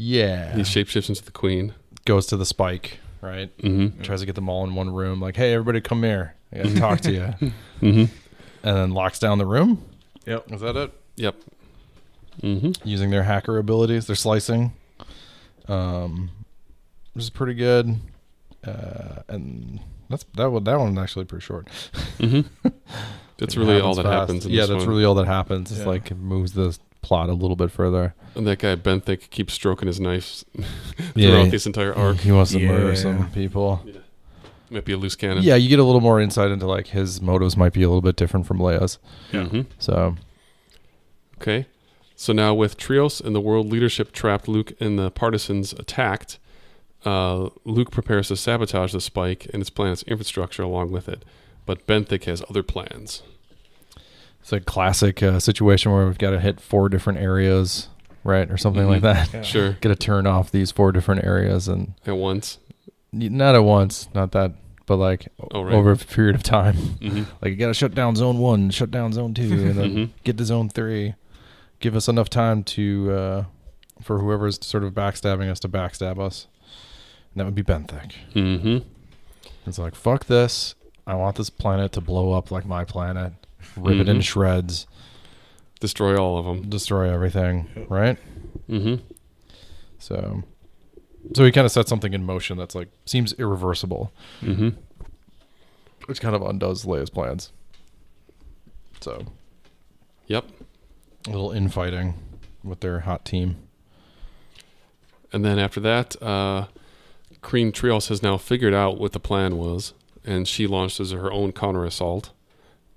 Speaker 2: Yeah,
Speaker 1: He shapeshifts into the queen.
Speaker 2: goes to the spike. Right,
Speaker 1: Mm-hmm.
Speaker 2: tries to get them all in one room. Like, hey, everybody, come here. I gotta talk to you. And
Speaker 1: Mm-hmm.
Speaker 2: then locks down the room.
Speaker 3: Yep.
Speaker 2: Is that it?
Speaker 1: Yep. Mm-hmm.
Speaker 2: Using their hacker abilities, their slicing. Um, which is pretty good. Uh, and that's that one. That one's actually pretty short.
Speaker 1: Mm-hmm. That's
Speaker 2: It
Speaker 1: really all that
Speaker 2: fast.
Speaker 1: happens. In
Speaker 2: yeah,
Speaker 1: this
Speaker 2: that's
Speaker 1: one.
Speaker 2: really all that happens. It's
Speaker 3: Yeah.
Speaker 2: like it moves the plot a little bit further.
Speaker 1: And that guy Benthic keeps stroking his knives
Speaker 2: Yeah,
Speaker 1: throughout
Speaker 2: he-
Speaker 1: this entire arc.
Speaker 2: he wants to murder
Speaker 3: Yeah.
Speaker 2: some people.
Speaker 1: Might be a loose cannon.
Speaker 2: Yeah, you get a little more insight into like his motives might be a little bit different from Leia's.
Speaker 1: Mhm.
Speaker 2: So
Speaker 1: Okay. So now with Trios and the world leadership trapped, Luke and the partisans attacked. Uh, Luke prepares to sabotage the spike and its planet's infrastructure along with it, but Benthic has other plans.
Speaker 2: it's a classic uh, situation where we've got to hit four different areas, right, or something like
Speaker 1: Mhm.
Speaker 2: that.
Speaker 3: Yeah.
Speaker 1: Sure,
Speaker 2: Got to turn off these four different areas, and
Speaker 1: at once.
Speaker 2: y- not at once, not that, but like
Speaker 1: Oh, right.
Speaker 2: over a period of time.
Speaker 1: hmm
Speaker 2: Like you got to shut down zone one, shut down zone two, and then
Speaker 1: Mhm.
Speaker 2: get to zone three. Give us enough time to uh, for whoever's sort of backstabbing us to backstab us, and that would be Benthic.
Speaker 1: hmm
Speaker 2: It's like fuck this. I want this planet to blow up like my planet, rip it in
Speaker 1: Mhm.
Speaker 2: shreds,
Speaker 1: Destroy all of them.
Speaker 2: destroy everything, right?
Speaker 1: hmm
Speaker 2: So, so he kind of set something in motion that's like seems irreversible,
Speaker 1: hmm
Speaker 2: which kind of undoes Leia's plans. So,
Speaker 1: Yep.
Speaker 2: a little infighting with their hot team.
Speaker 1: And then after that, uh, Cream Trios has now figured out what the plan was, and she launches her own counterassault.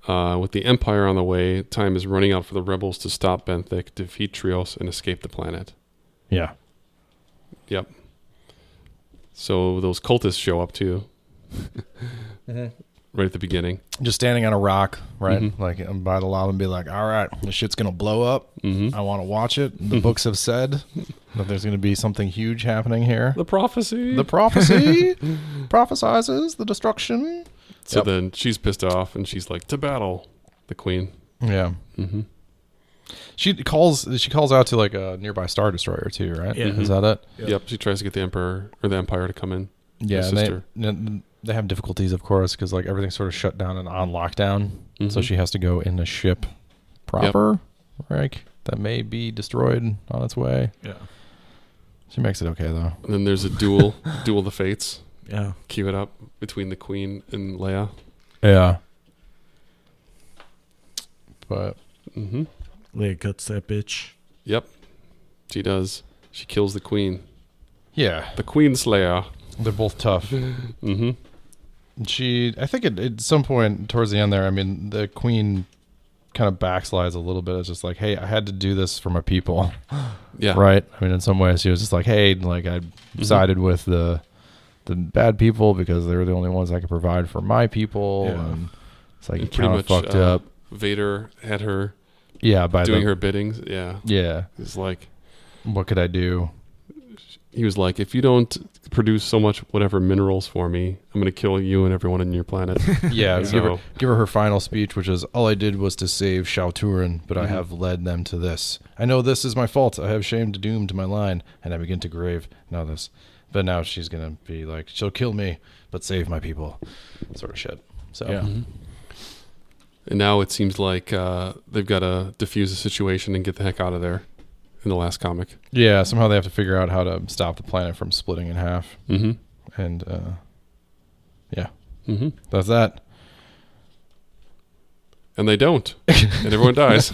Speaker 1: Uh, with the Empire on the way, time is running out for the rebels to stop Benthic, defeat Trios, and escape the planet.
Speaker 2: Yeah.
Speaker 1: Yep. So those cultists show up too,
Speaker 2: Uh-huh.
Speaker 1: right at the beginning.
Speaker 2: just standing on a rock, right?
Speaker 1: Mhm.
Speaker 2: Like I'm about to allow them to be like, all right, this shit's gonna blow up.
Speaker 1: hmm
Speaker 2: I want to watch it. The books have said that there's gonna be something huge happening here.
Speaker 1: The prophecy.
Speaker 2: The prophecy prophesizes the destruction.
Speaker 1: so
Speaker 2: Yep.
Speaker 1: then she's pissed off, and she's like, "To battle, the queen."
Speaker 2: Yeah,
Speaker 1: hmm
Speaker 2: she calls. She calls out to like a nearby star destroyer too, right?
Speaker 3: Yeah.
Speaker 2: is that it?
Speaker 3: Yep.
Speaker 1: Yep. She tries to get the emperor or the empire to come in.
Speaker 2: Yeah,
Speaker 1: Her
Speaker 2: and
Speaker 1: sister.
Speaker 2: they n- they have difficulties, of course, because like everything's sort of shut down and on lockdown. So
Speaker 1: Mhm.
Speaker 2: she has to go in the ship proper, right? That may be destroyed on its way.
Speaker 3: Yeah.
Speaker 2: She makes it okay though.
Speaker 1: And then there's a duel, duel of the fates.
Speaker 3: Yeah.
Speaker 1: cue it up between the queen and Leia.
Speaker 2: Yeah. But
Speaker 1: Mm-hmm.
Speaker 3: Leia cuts that bitch.
Speaker 1: Yep, she does. She kills the queen.
Speaker 2: yeah,
Speaker 1: The queen slayer.
Speaker 2: they're both tough.
Speaker 1: Mm-hmm.
Speaker 2: And she, I think, it, at some point towards the end there, I mean, the queen kind of backslides a little bit. It's just like, hey, I had to do this for my people,
Speaker 1: Yeah. Mm-hmm.
Speaker 2: right? I mean, in some ways, she was just like, hey, like I sided with the the bad people because they were the only ones I could provide for my people.
Speaker 3: Yeah.
Speaker 2: And it's like you
Speaker 1: And pretty
Speaker 2: kind of
Speaker 1: much,
Speaker 2: fucked
Speaker 1: uh,
Speaker 2: up.
Speaker 1: Vader had her
Speaker 2: Yeah, by
Speaker 1: doing
Speaker 2: the,
Speaker 1: her biddings. Yeah.
Speaker 2: Yeah,
Speaker 1: It's like
Speaker 2: what could I do?
Speaker 1: he was like, if you don't produce so much whatever minerals for me, I'm gonna kill you and everyone on your planet.
Speaker 2: Yeah, give, her,
Speaker 1: So-
Speaker 2: give her her final speech, which is all I did was to save Shauturin, but I
Speaker 1: Mhm.
Speaker 2: have led them to this. I know this is my fault. I have shamed doom to my line, and I begin to grave now this. But now she's gonna be like, she'll kill me, but save my people, sort of shit. So
Speaker 3: Yeah.
Speaker 1: Mhm. And now it seems like uh, they've got to defuse the situation and get the heck out of there. in the last comic.
Speaker 2: Yeah, somehow they have to figure out how to stop the planet from splitting in half.
Speaker 1: Mm-hmm.
Speaker 2: And uh, yeah,
Speaker 1: Mm-hmm.
Speaker 2: that's that.
Speaker 1: And they don't, and everyone dies.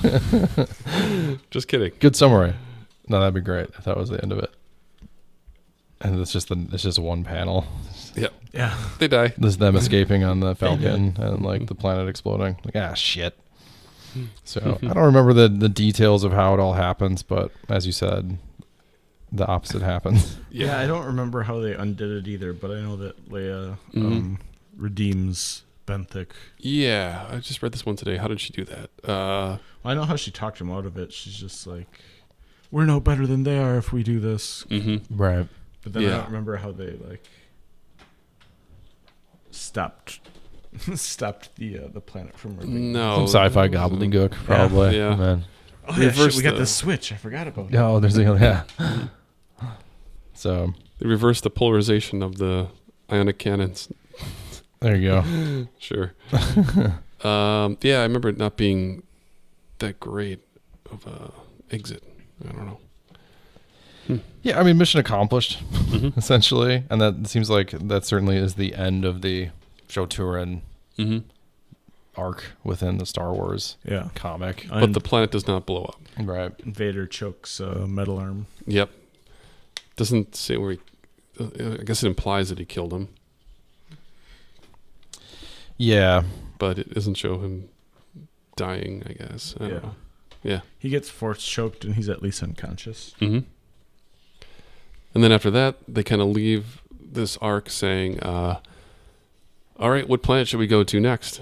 Speaker 1: Just kidding.
Speaker 2: Good summary. No, that'd be great if that was the end of it. And it's just the it's just one panel.
Speaker 3: Yeah.
Speaker 1: They die.
Speaker 2: There's them escaping on the Falcon and like the planet exploding. Like ah shit.
Speaker 1: Hmm.
Speaker 2: So I don't remember the the details of how it all happens, but as you said, the opposite happens.
Speaker 3: Yeah. I don't remember how they undid it either, but I know that Leia
Speaker 2: Mm-hmm.
Speaker 3: um, redeems Benthic.
Speaker 1: Yeah, I just read this one today. How did she do that? Uh,
Speaker 3: I know how she talked him out of it. She's just like, "We're no better than they are if we do this."
Speaker 1: mm-hmm.
Speaker 2: Right.
Speaker 3: But then I
Speaker 1: Yeah.
Speaker 3: don't remember how they like stopped stopped the uh, the planet from moving.
Speaker 1: No.
Speaker 2: Some sci-fi gobbledygook, probably.
Speaker 1: Oh, yeah.
Speaker 2: Man.
Speaker 3: Oh yeah, shit,
Speaker 1: Reverse
Speaker 3: we got
Speaker 1: the-
Speaker 3: the switch. I forgot about it.
Speaker 2: No, there's the yeah. So
Speaker 1: They reversed the polarization of the ionic cannons.
Speaker 2: there you go.
Speaker 1: Sure. um, yeah, I remember it not being that great of a exit. I don't know.
Speaker 2: Yeah, I mean, mission accomplished,
Speaker 1: Mm-hmm.
Speaker 2: essentially, and that seems like that certainly is the end of the Shoturin
Speaker 1: Mm-hmm.
Speaker 2: arc within the Star Wars
Speaker 3: Yeah.
Speaker 2: comic.
Speaker 1: But the planet does not blow up.
Speaker 2: Right.
Speaker 3: Vader chokes uh, metal arm.
Speaker 1: Yep. Doesn't say where he. uh, I guess it implies that he killed him,
Speaker 2: Yeah.
Speaker 1: but it doesn't show him dying. I guess. I
Speaker 3: Yeah.
Speaker 1: don't know. Yeah.
Speaker 3: He gets force choked and he's at least unconscious.
Speaker 1: hmm And then after that, they kind of leave this arc saying, uh, "All right, what planet should we go to next?"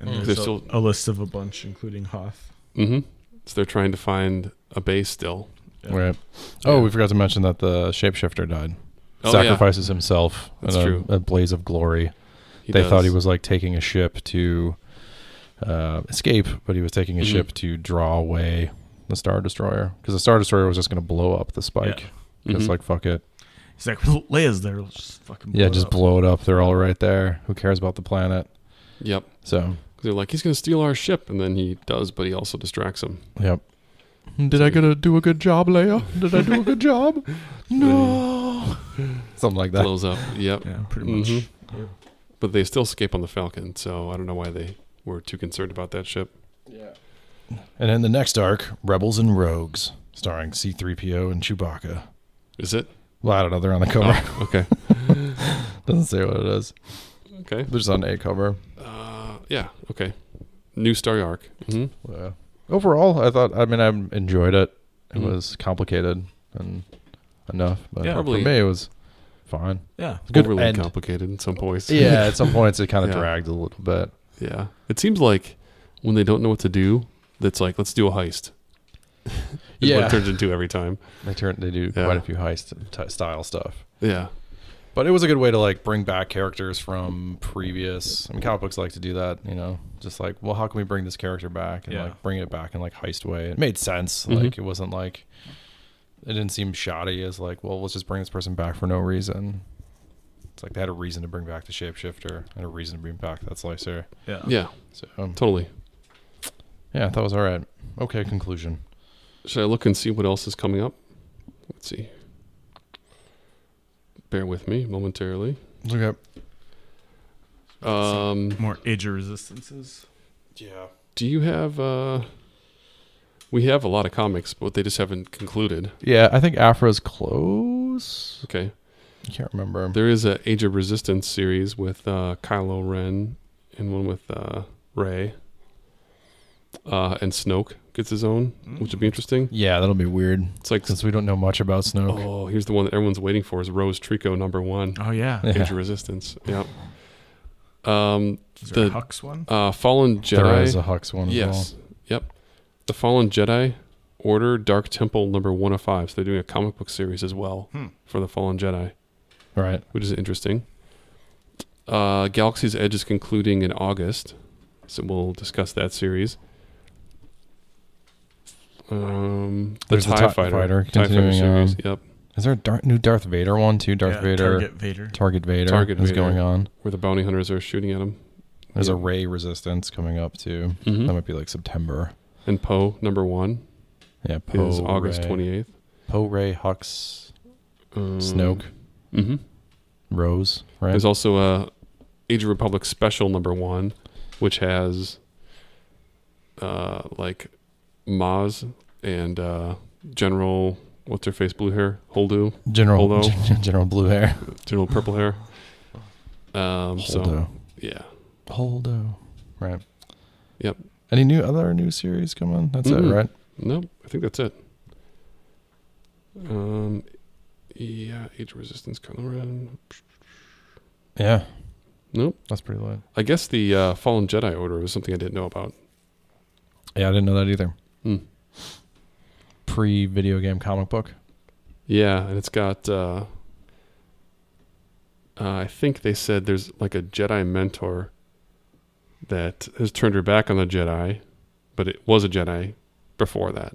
Speaker 3: And
Speaker 2: Mm.
Speaker 3: there's
Speaker 1: They
Speaker 3: a,
Speaker 1: still-
Speaker 3: a list of a bunch, including Hoth.
Speaker 1: hmm So they're trying to find a base still.
Speaker 3: Yeah.
Speaker 2: Right. Oh,
Speaker 1: Yeah.
Speaker 2: we forgot to mention that the shapeshifter died.
Speaker 1: Oh, yeah.
Speaker 2: Sacrifices himself
Speaker 1: That's
Speaker 2: in a,
Speaker 1: true.
Speaker 2: a blaze of glory. they thought
Speaker 1: does.
Speaker 2: he was like taking a ship to uh, escape, but he was taking a
Speaker 1: Mhm.
Speaker 2: ship to draw away the Star Destroyer because the Star Destroyer was just going to blow up the spike.
Speaker 3: Yeah.
Speaker 2: It's
Speaker 1: Mhm.
Speaker 2: like fuck it,
Speaker 3: He's like, well, Leia's there. Let's just fucking
Speaker 2: yeah,
Speaker 3: blow it
Speaker 2: just
Speaker 3: up."
Speaker 2: blow it up. They're all right there. Who cares about the planet?
Speaker 1: Yep. 'Cause
Speaker 2: So,
Speaker 1: They're like, he's going to steal our ship, and then he does, but he also distracts him.
Speaker 2: yep. Did I gonna do a good job, Leia? Did I do a good job? No. Something like that.
Speaker 1: blows up. Yep.
Speaker 3: Yeah, pretty much.
Speaker 1: Mhm.
Speaker 3: Yeah.
Speaker 1: But they still escape on the Falcon, so I don't know why they were too concerned about that ship.
Speaker 2: And in the next arc, Rebels and Rogues, starring C-3PO and Chewbacca.
Speaker 1: Is it
Speaker 2: Well, I don't know. They're on the cover.
Speaker 1: okay?
Speaker 2: Doesn't say what it is.
Speaker 1: Okay.
Speaker 2: They're just on a cover.
Speaker 1: Uh, yeah. Okay. New Star Arc. hmm
Speaker 2: Yeah. Overall, I thought. I mean, I enjoyed it. It
Speaker 1: Mhm.
Speaker 2: was complicated and enough, but
Speaker 3: Yeah.
Speaker 1: Probably-
Speaker 2: for me, it was fine.
Speaker 3: Yeah.
Speaker 2: Good
Speaker 1: Overly
Speaker 2: end.
Speaker 1: complicated in some ways.
Speaker 2: Yeah, at some points it kind of
Speaker 1: Yeah.
Speaker 2: dragged a little bit.
Speaker 1: Yeah. It seems like when they don't know what to do, that's like, let's do a heist. Is what
Speaker 2: Yeah.
Speaker 1: it turns into every time.
Speaker 2: They turn. They do
Speaker 1: Yeah.
Speaker 2: quite a few heist t- style stuff.
Speaker 1: Yeah.
Speaker 2: But it was a good way to like bring back characters from previous. I mean, comic books like to do that, you know, just like, well, how can we bring this character back and
Speaker 3: Yeah.
Speaker 2: like bring it back in like heist way? It made sense.
Speaker 1: Mhm.
Speaker 2: Like it wasn't like it didn't seem shoddy as like, well, let's just bring this person back for no reason. It's like they had a reason to bring back the shapeshifter and a reason to bring back that slicer.
Speaker 3: Yeah.
Speaker 1: Yeah.
Speaker 2: So um,
Speaker 1: Totally.
Speaker 2: yeah, that was all right. Okay, conclusion.
Speaker 1: Should I look and see what else is coming up? Let's see. Bear with me momentarily.
Speaker 2: Okay.
Speaker 1: Um,
Speaker 3: More Age of Resistances.
Speaker 2: Yeah.
Speaker 1: do you have. Uh, we have a lot of comics, but they just haven't concluded.
Speaker 2: Yeah, I think Afro's close.
Speaker 1: Okay.
Speaker 2: I can't remember.
Speaker 1: There is a Age of Resistance series with uh, Kylo Ren and one with uh, Ray. Uh, and Snoke gets his own,
Speaker 3: Hmm.
Speaker 1: which would be interesting.
Speaker 2: yeah, that'll be weird
Speaker 1: It's like,
Speaker 2: since we don't know much about Snoke.
Speaker 1: oh, here's the one that everyone's waiting for is Rose Trico number one,
Speaker 3: Oh yeah.
Speaker 2: Yeah.
Speaker 1: Age of Resistance. Yep. Um,
Speaker 3: Is there a
Speaker 1: The-
Speaker 3: Hux one?
Speaker 1: uh, Fallen Jedi.
Speaker 2: There is a Hux one. As well.
Speaker 1: yes. Yep. The Fallen Jedi Order Dark Temple number 105. So they're doing a comic book series as well
Speaker 3: Hmm.
Speaker 1: for the Fallen Jedi.
Speaker 2: Right.
Speaker 1: which is interesting. Uh, Galaxy's Edge is concluding in August, so we'll discuss that series. Um, the
Speaker 2: There's
Speaker 1: TIE,
Speaker 2: the TIE
Speaker 1: Fighter, TIE Fighter
Speaker 2: Fighter continuing
Speaker 1: series. Yep,
Speaker 2: Is there a Dar- new Darth Vader one too? Darth
Speaker 3: Yeah,
Speaker 2: Vader, Target,
Speaker 3: Target Vader.
Speaker 2: Vader,
Speaker 1: Target
Speaker 2: is
Speaker 1: Vader.
Speaker 2: going on.
Speaker 1: where the bounty hunters are shooting at him.
Speaker 2: There's a
Speaker 1: Yep.
Speaker 2: Ray Resistance coming up too. That
Speaker 1: Mhm.
Speaker 2: might be like September.
Speaker 1: And Poe number one.
Speaker 2: Yeah,
Speaker 1: is August twenty eighth.
Speaker 2: Poe Ray Hux,
Speaker 1: Um,
Speaker 2: Snoke,
Speaker 4: Mm-hmm.
Speaker 2: Rose, right?
Speaker 1: There's also a Age of Republic special number one, which has uh, like Maz and uh, General what's her face blue hair Holdo
Speaker 2: General
Speaker 1: Holdo.
Speaker 2: General Blue Hair.
Speaker 1: General purple hair. Um, so
Speaker 2: Holdo.
Speaker 1: yeah,
Speaker 2: Holdo. Right.
Speaker 1: Yep.
Speaker 2: Any new other new series come on? That's
Speaker 1: Mm-mm.
Speaker 2: it, right?
Speaker 1: no, I think that's it. Um, yeah, Age of Resistance Kylo Ren.
Speaker 2: Yeah.
Speaker 1: Nope.
Speaker 2: That's pretty light.
Speaker 1: I guess the uh, Fallen Jedi Order was something I didn't know about.
Speaker 2: Yeah, I didn't know that either.
Speaker 1: Hmm.
Speaker 2: Pre video game comic book.
Speaker 1: Yeah, and it's got. Uh, uh, I think they said there's like a Jedi mentor that has turned her back on the Jedi, but it was a Jedi before that,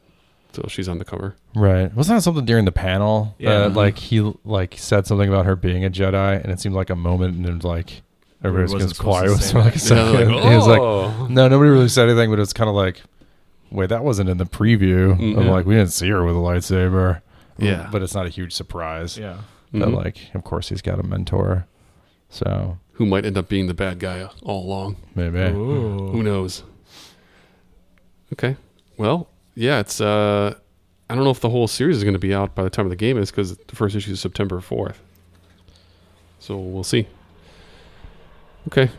Speaker 1: so she's on the cover.
Speaker 2: Right. Wasn't that something during the panel
Speaker 3: Yeah. Mm-hmm.
Speaker 2: that like he like said something about her being a Jedi and it seemed like a moment and then like everybody
Speaker 3: Everybody
Speaker 2: was
Speaker 3: wasn't supposed
Speaker 2: quiet
Speaker 3: to
Speaker 2: with
Speaker 3: say
Speaker 2: for, like a
Speaker 3: that.
Speaker 2: second.
Speaker 1: Yeah,
Speaker 2: He was like,
Speaker 1: "Oh."
Speaker 2: No, nobody really said anything, but it's kind of like, wait, that wasn't in the
Speaker 1: Mm,
Speaker 2: preview. of
Speaker 3: Mm-hmm.
Speaker 1: yeah.
Speaker 2: like, we didn't see her with a lightsaber. Mm,
Speaker 1: Yeah.
Speaker 2: But it's not a huge surprise.
Speaker 3: Yeah. Mm-hmm.
Speaker 2: That,
Speaker 1: Mhm.
Speaker 2: like, of course, he's got a mentor. So
Speaker 1: who might end up being the bad guy all along.
Speaker 2: maybe.
Speaker 1: Who
Speaker 3: Ooh.
Speaker 1: knows? Okay. Well, yeah, it's. Uh, I don't know if the whole series is going to be out by the time of the game is because the first issue is September 4th. So we'll see. Okay.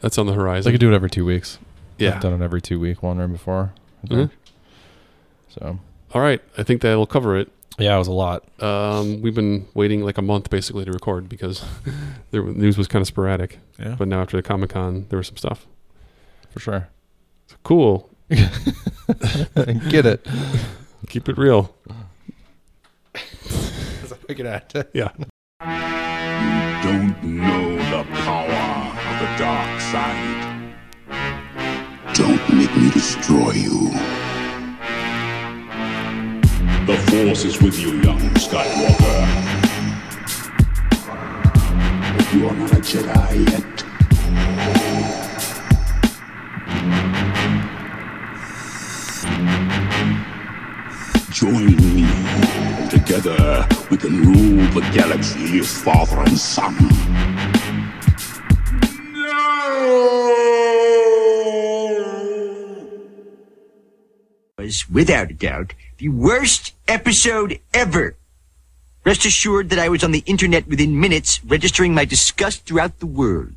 Speaker 1: That's on the
Speaker 2: They
Speaker 1: horizon.
Speaker 2: could do it every two weeks.
Speaker 1: yeah.
Speaker 2: I've done it every two week one right before. I
Speaker 1: Mhm.
Speaker 2: think.
Speaker 3: Mm-hmm.
Speaker 2: So,
Speaker 1: All right. I think that'll cover it.
Speaker 2: yeah, it was a lot.
Speaker 1: Um, we've been waiting like a month basically to record because the news was kind of sporadic.
Speaker 3: Yeah.
Speaker 1: But now after the Comic Con, there was some stuff.
Speaker 2: For sure.
Speaker 1: So cool.
Speaker 2: Get it.
Speaker 1: Keep it real.
Speaker 2: Look at that.
Speaker 1: Yeah.
Speaker 5: don't know the power of the dark side. Don't make me destroy you. The Force is with you, young Skywalker. But you are not a Jedi yet. Join me. Together, we can rule the galaxy as father and son. No!
Speaker 6: was, without a doubt, the worst episode ever. Rest assured that I was on the internet within minutes, registering my disgust throughout the world.